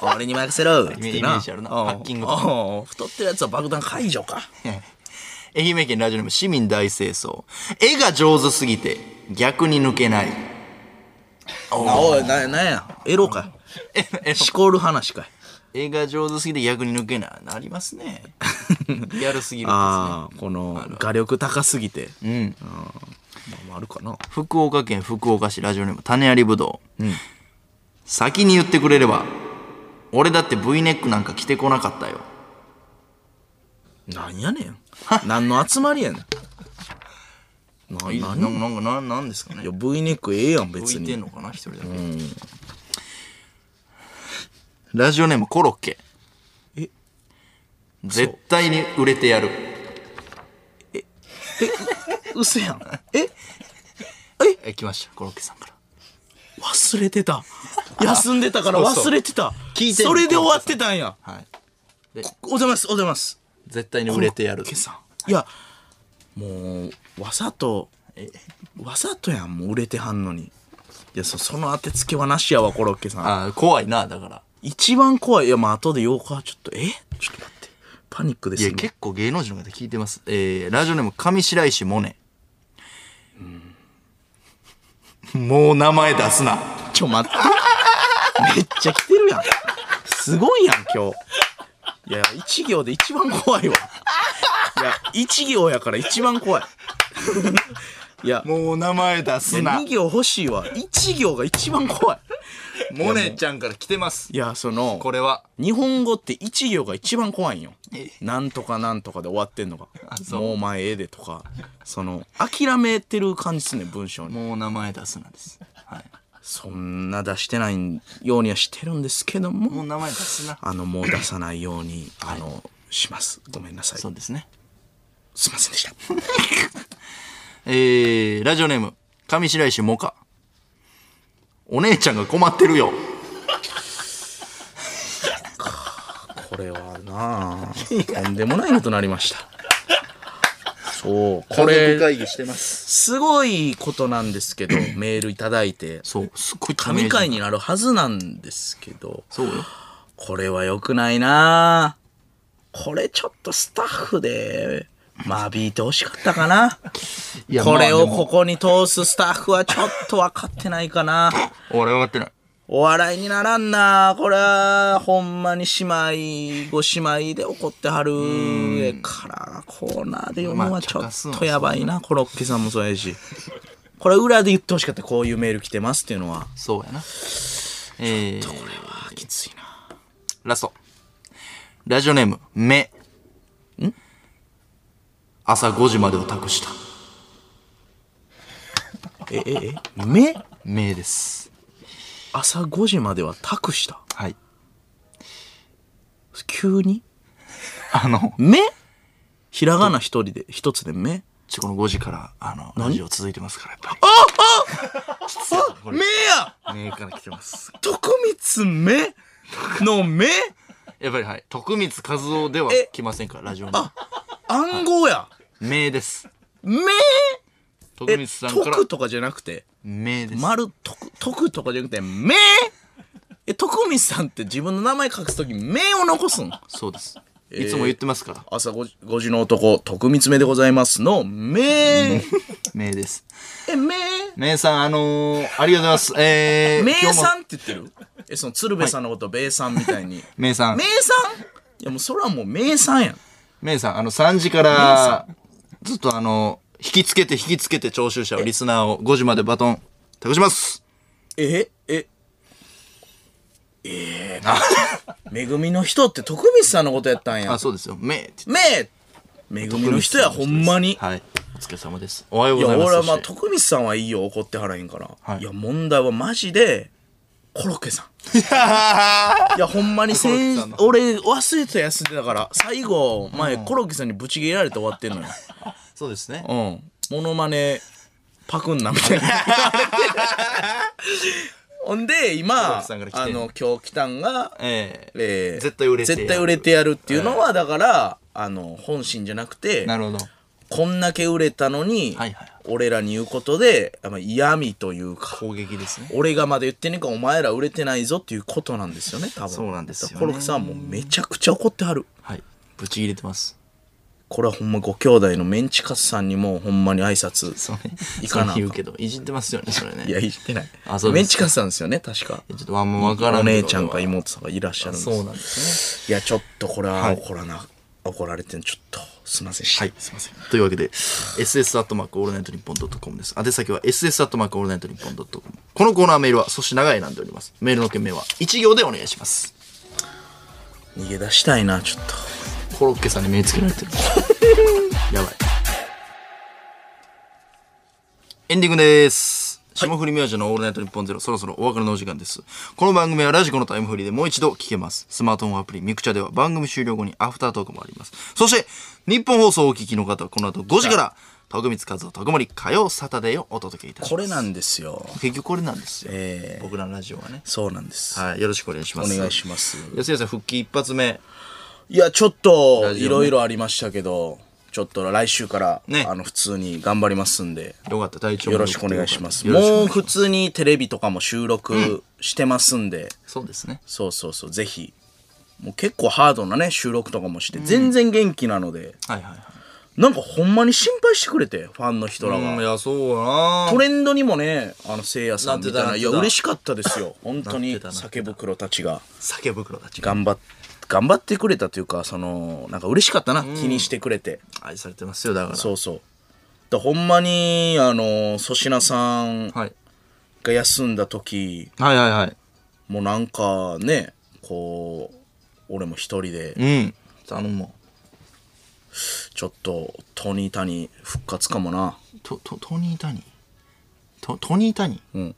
S2: 俺に任せろってな。
S1: イメイメージあるな
S2: うん
S1: ハッキングとか
S2: うん太ってるやつは爆弾解除か。
S1: 愛媛県ラジオネーム市民大清掃絵が上手すぎて逆に抜けない
S2: あおい、な、なんや。エロ [laughs] か。しこる話かい。
S1: 絵が上手すぎて逆に抜けないなりますねリアルすぎるんですね
S2: ああ、この画力高すぎて。うん。
S1: ん
S2: まあ、あるかな。
S1: 福岡県福岡市ラジオネーム種ありぶどう、先に言ってくれれば俺だって V ネックなんか着てこなかったよ
S2: なんやねん。何の集まり
S1: [laughs]
S2: やねん。ない何
S1: なんなんかななんですかね
S2: いや、V ネックええやん、別
S1: 浮いてん
S2: に。
S1: のかな一人だけ、ラジオネームコロッケ
S2: え
S1: 絶対に売れてやる
S2: うせやん。え
S1: え来ましたコロッケさんから
S2: 忘れてた。
S1: [laughs]
S2: 休んでたから忘れてた。
S1: 聞いてんの
S2: それで終わってたんや。
S1: はい
S2: おはようございます、おはようございます。
S1: 絶対に売れてやる
S2: コロッケさん。いや、もう、わざと、わざとやん、もう売れてはんのに。いやそその当てつけはなしやわコロッケさん
S1: あー怖いなだから
S2: 一番怖いいやまあ後で8日はちょっとえちょっと待ってパニックで
S1: い
S2: す
S1: や
S2: 今
S1: 結構芸能人の方聞いてますえー、ラジオネーム上白石萌音、もう名前出すな
S2: ちょ待ってめっちゃ来てるやんすごいやん今日いや一行で一番怖いわいや一行やから一番怖いいや
S1: もう名前出すな
S2: 2。行欲しいわ一行が一番怖い
S1: モネちゃんから来てます。
S2: いやその
S1: これは。
S2: 日本語って一行が一番怖いんよ。なんとかなんとかで終わってんのが
S1: そう
S2: もうお前ええでとかその諦めてる感じすんねん文章に
S1: もう名前出すなんです。はい。
S2: そんな出してないようにはしてるんですけど
S1: もう
S2: も
S1: 名前出すな。
S2: あのもう出さないようにあのしますごめんなさいす
S1: そうですね。
S2: いませんでした
S1: えー、ラジオネーム、上白石萌歌。お姉ちゃんが困ってるよ。
S2: これはなあとんでもないことになりましたそうこれ
S1: 会議してます。
S2: すごいことなんです [clears throat] けどメールいただいて
S1: そう、すっごい
S2: 神回
S1: に。
S2: になるはずなんですけど
S1: そうよ。
S2: これは良くないなこれちょっとスタッフで、まあビート欲しかったかな。
S1: いや
S2: これを
S1: まあで
S2: こ
S1: も
S2: こに通すスタッフはちょっと分かってないかな。
S1: 俺は分かってない。
S2: お笑いにならんなこれは、ほんまに姉妹、ご姉妹で怒ってはるえから、コーナーで読むのはちょっとやばいな。コロッケさんもそうやし。これ裏で言ってほしかった。こういうメール来てますっていうのは。
S1: そうやな。えー、
S2: あきついな。
S1: ラスト。ラジオネーム、目。ん朝5時までを託した。
S2: え、え、え、目
S1: 目です。
S2: 朝5時までは託した。
S1: はい。
S2: 急に
S1: あの、
S2: 目ひらがな一人で、一つで目
S1: ちょ、この5時から、あの、ラジオ続いてますから、やっぱり。
S2: 目や
S1: 目から来てます。
S2: 徳光目の目
S1: やっぱりはい。徳光和夫では
S2: え
S1: 来ませんから、ラジオに。
S2: 暗号や
S1: 名です。
S2: 目
S1: 徳
S2: え
S1: 光さんから
S2: 徳、とかじゃなくて、
S1: 名です。
S2: 丸、徳、徳とかじゃなくて、目え、徳光さんって自分の名前隠すとき、目を残すん
S1: そうです。いつも言ってますから、
S2: 朝5時 ,5 時の男、徳光目でございますの、目
S1: 名です。
S2: え、目
S1: 名さん、あのー、ありがとうございます。えー、
S2: 名
S1: 今日も
S2: さんって言ってるえ、その鶴瓶さんのこと、米さんみたいに。
S1: 名さん
S2: 名。産いやもうそれはもう名産やん。
S1: 名さん、あの、3時から、ずっとあの、引きつけて引きつけて聴衆者を、リスナーを5時までバトン、託します。
S2: ええええ [laughs] めぐみの人って徳光さんのことやったんや
S1: あ、。そうですよ。名って言って
S2: めえめぐみの人や、ほんまに。
S1: はい。お疲れ様です。おはよう
S2: い
S1: ござ
S2: や、
S1: います。
S2: 俺はまあ
S1: そして
S2: 徳光さんはいいよ、怒ってはらへんから。
S1: はい
S2: い、や、問題はマジで、コロッケさ
S1: [laughs]
S2: ん。いや、ほんまにせ
S1: コ
S2: ん
S1: ロッケさんの
S2: 俺忘れてたやつだから、最後、前、コロッケさんにブチ切れられて終わってん
S1: [laughs]
S2: のよ。
S1: そうですね。
S2: うん。モノマネ、パクんな、みた
S1: [laughs]
S2: いな。ほんで、今、
S1: ロッ
S2: あ
S1: ケさんから来てんの
S2: の、今日来たんが、
S1: ええ
S2: えー
S1: 絶対売れてやる
S2: 絶対売れてやるっていうのは、だから、あの、本心じゃなくて、
S1: なるほど。
S2: こんだけ売れたのに、
S1: はいはい
S2: 俺らに言うことで、やっぱ嫌味というか、
S1: 攻撃ですね。
S2: 俺がまだ言ってんねんからお前ら売れてないぞっていうことなんですよね、多分。
S1: そうなんですよね
S2: コロッケさんはもうめちゃくちゃ怒ってはる。
S1: はい。ぶち切れてます。
S2: これはほんまご兄弟のメンチカツさんにもほんまに挨拶。
S1: そうね。
S2: いかなあかん
S1: そう言うけど、いじってますよね、それね。
S2: いや、言ってない。
S1: あそうです
S2: メンチカツさんですよね、確か。
S1: ちょっとあんまわから
S2: お
S1: んけど
S2: 姉ちゃんか妹さんがいらっしゃるんです。
S1: そうなんですね。
S2: いや、ちょっとこれは
S1: はい
S2: 怒らな、怒られてん、ちょっと、すいませんでした。
S1: はい、すいません。というわけで、ss アットマークオールナイトニッポンドットコムです。宛先は ss アットマークオールナイトニッポンドットコム。このコーナーメールは粗品が選んでおります。メールの件名は一行でお願いします。
S2: 逃げ出したいな、ちょっと。
S1: コロッケさんに目つけられ
S2: [laughs]
S1: てる。やばい。エンディングです。霜降り明星のオールナイトニッポンゼロ、そろそろお別れのお時間です。この番組はラジコのタイムフリーでもう一度聞けます。スマートフォンアプリミクチャでは番組終了後にアフタートークもあります。そして、日本放送をお聞きの方はこの後5時から、徳光和夫徳森火曜サタデーをお届けいたします。
S2: これなんですよ。
S1: 結局これなんですよ。
S2: えー
S1: 僕らのラジオはね。
S2: そうなんです。
S1: はい、よろしくお願いします。
S2: お願いします
S1: 安井さん、復帰一発目。
S2: いや、ちょっと、
S1: ラジオね
S2: いろいろありましたけど、ちょっと来週から、
S1: ね
S2: あの、普通に頑張りますんで、
S1: よかった、体調も
S2: よろしくお願いします。
S1: よろしくお願
S2: も
S1: いうします
S2: 普通にテレビとかも収録してますんで、
S1: そうですね。
S2: そうそうそう、ぜひ。もう結構ハードなね、収録とかもして、全然元気なので、
S1: はいはいはい。
S2: なんかほんまに心配してくれてファンの人ら
S1: うん、い
S2: が
S1: や、そうな
S2: トレンドにもねあのせいやさんみたい
S1: なってたな
S2: な
S1: ってた
S2: いや嬉しかったですよ本当
S1: な
S2: に
S1: ってたなってた
S2: 酒袋たちが
S1: 酒袋たちが
S2: 頑張っ頑張ってくれたというかそのなんか嬉しかったな気にしてくれて
S1: 愛されてますよ、だから。
S2: そうそうだほんまにあの粗品さん
S1: はい。
S2: が休んだ時
S1: はいはいはい。
S2: もうなんかねこう俺も一人で
S1: うん。頼むわ。
S2: ちょっとトニータニ復活かもな
S1: と、と、トニー・タニーと、トニー・タニー
S2: うん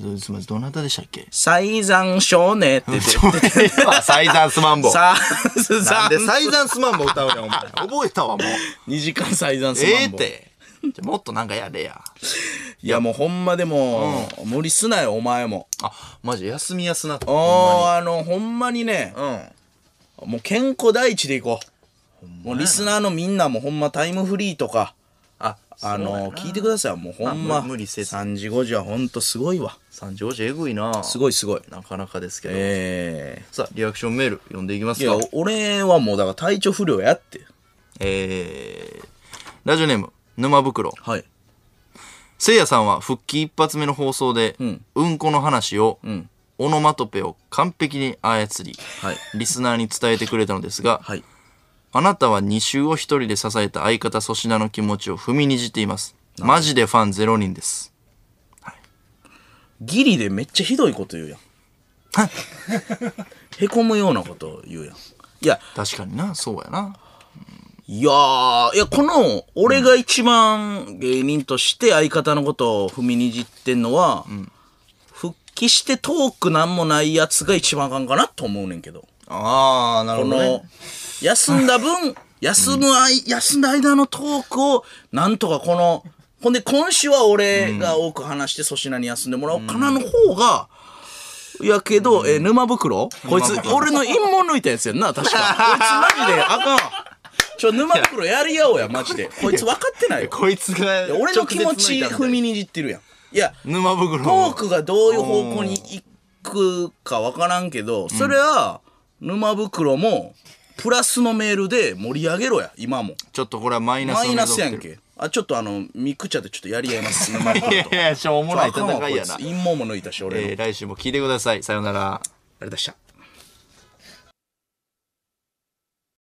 S1: どどすみません、どなたでしたっけ
S2: 最山少年って言って
S1: サイザンスマンボ。
S2: [laughs] さあ、す
S1: な
S2: ざ
S1: んでサイザンスマンボ歌うねん、お前。覚えたわ、もう。
S2: 2時間サイザンス
S1: ええ
S2: マ
S1: っ
S2: ンボ。
S1: て。じゃもっとなんかやれや。
S2: いや、もうほんまでも、無理すなよ、お前も。
S1: あ、マジ、休みやすなって。
S2: おー、あの、ほんまにね、
S1: ほんまに
S2: もう健康第一でいこう。もうリスナーのみんなもほんまタイムフリーとか、
S1: あ、
S2: あの、聞いてください。もうほんま、
S1: まあ無理せず
S2: 3時5時はほんとすごいわ。
S1: 三条市えぐいな。
S2: すごいすごい。
S1: なかなかですけど。
S2: え
S1: さあ、リアクションメール読んでいきま
S2: ー。い
S1: す
S2: や
S1: か。、
S2: 俺はもうだから体調不良やって。
S1: えー、ラジオネーム、沼袋。
S2: はい。
S1: せいやさんは復帰一発目の放送で、うんん、この話を、
S2: ん
S1: オノマトペを完璧に操り、
S2: はい。
S1: リスナーに伝えてくれたのですが、
S2: はい。
S1: あなたは2週を一人で支えた相方粗品の気持ちを踏みにじっています。マジでファン0人です。
S2: ギリでめっちゃひどいこと言うやん。 [laughs] へこむようなこと言うやん。いや、
S1: 確かにな、そうやな。
S2: いやー、いや、この、俺が一番芸人として相方のことを踏みにじってんのは、復帰してトークなんもないやつが一番あかんかなと思うねんけど。
S1: ああ、な
S2: この、休んだ分、休むあい、休んだ間のトークを、なんとかこの、ほんで今週は俺が多く話して粗品に休んでもらおうかなの方が、いやけど、えー沼袋こいつ、俺の陰謀抜いたやつやん [laughs] な、確か。こいつマジであかんわ。ちょ、沼袋やり合おうや、マジで。こいつ分かってないよ。
S1: こいつが、
S2: 俺の気持ち踏みにじってるやん。いや、
S1: 沼袋
S2: トークがどういう方向に行くか分からんけど、それは沼袋もプラスのメールで盛り上げろや今も
S1: ちょっとこれはマイナス
S2: マ
S1: の
S2: イナスやん
S1: 目指
S2: けあちょっとあのミクチャでちょっとやり合います沼袋
S1: して
S2: と
S1: [laughs] る。いやいや、しょうもない
S2: ちょっとあかんわ
S1: 戦いや
S2: こ
S1: な。
S2: いつ陰謀も抜いたし俺の、
S1: えー来週も聞いてください。さようなら。
S2: あれでした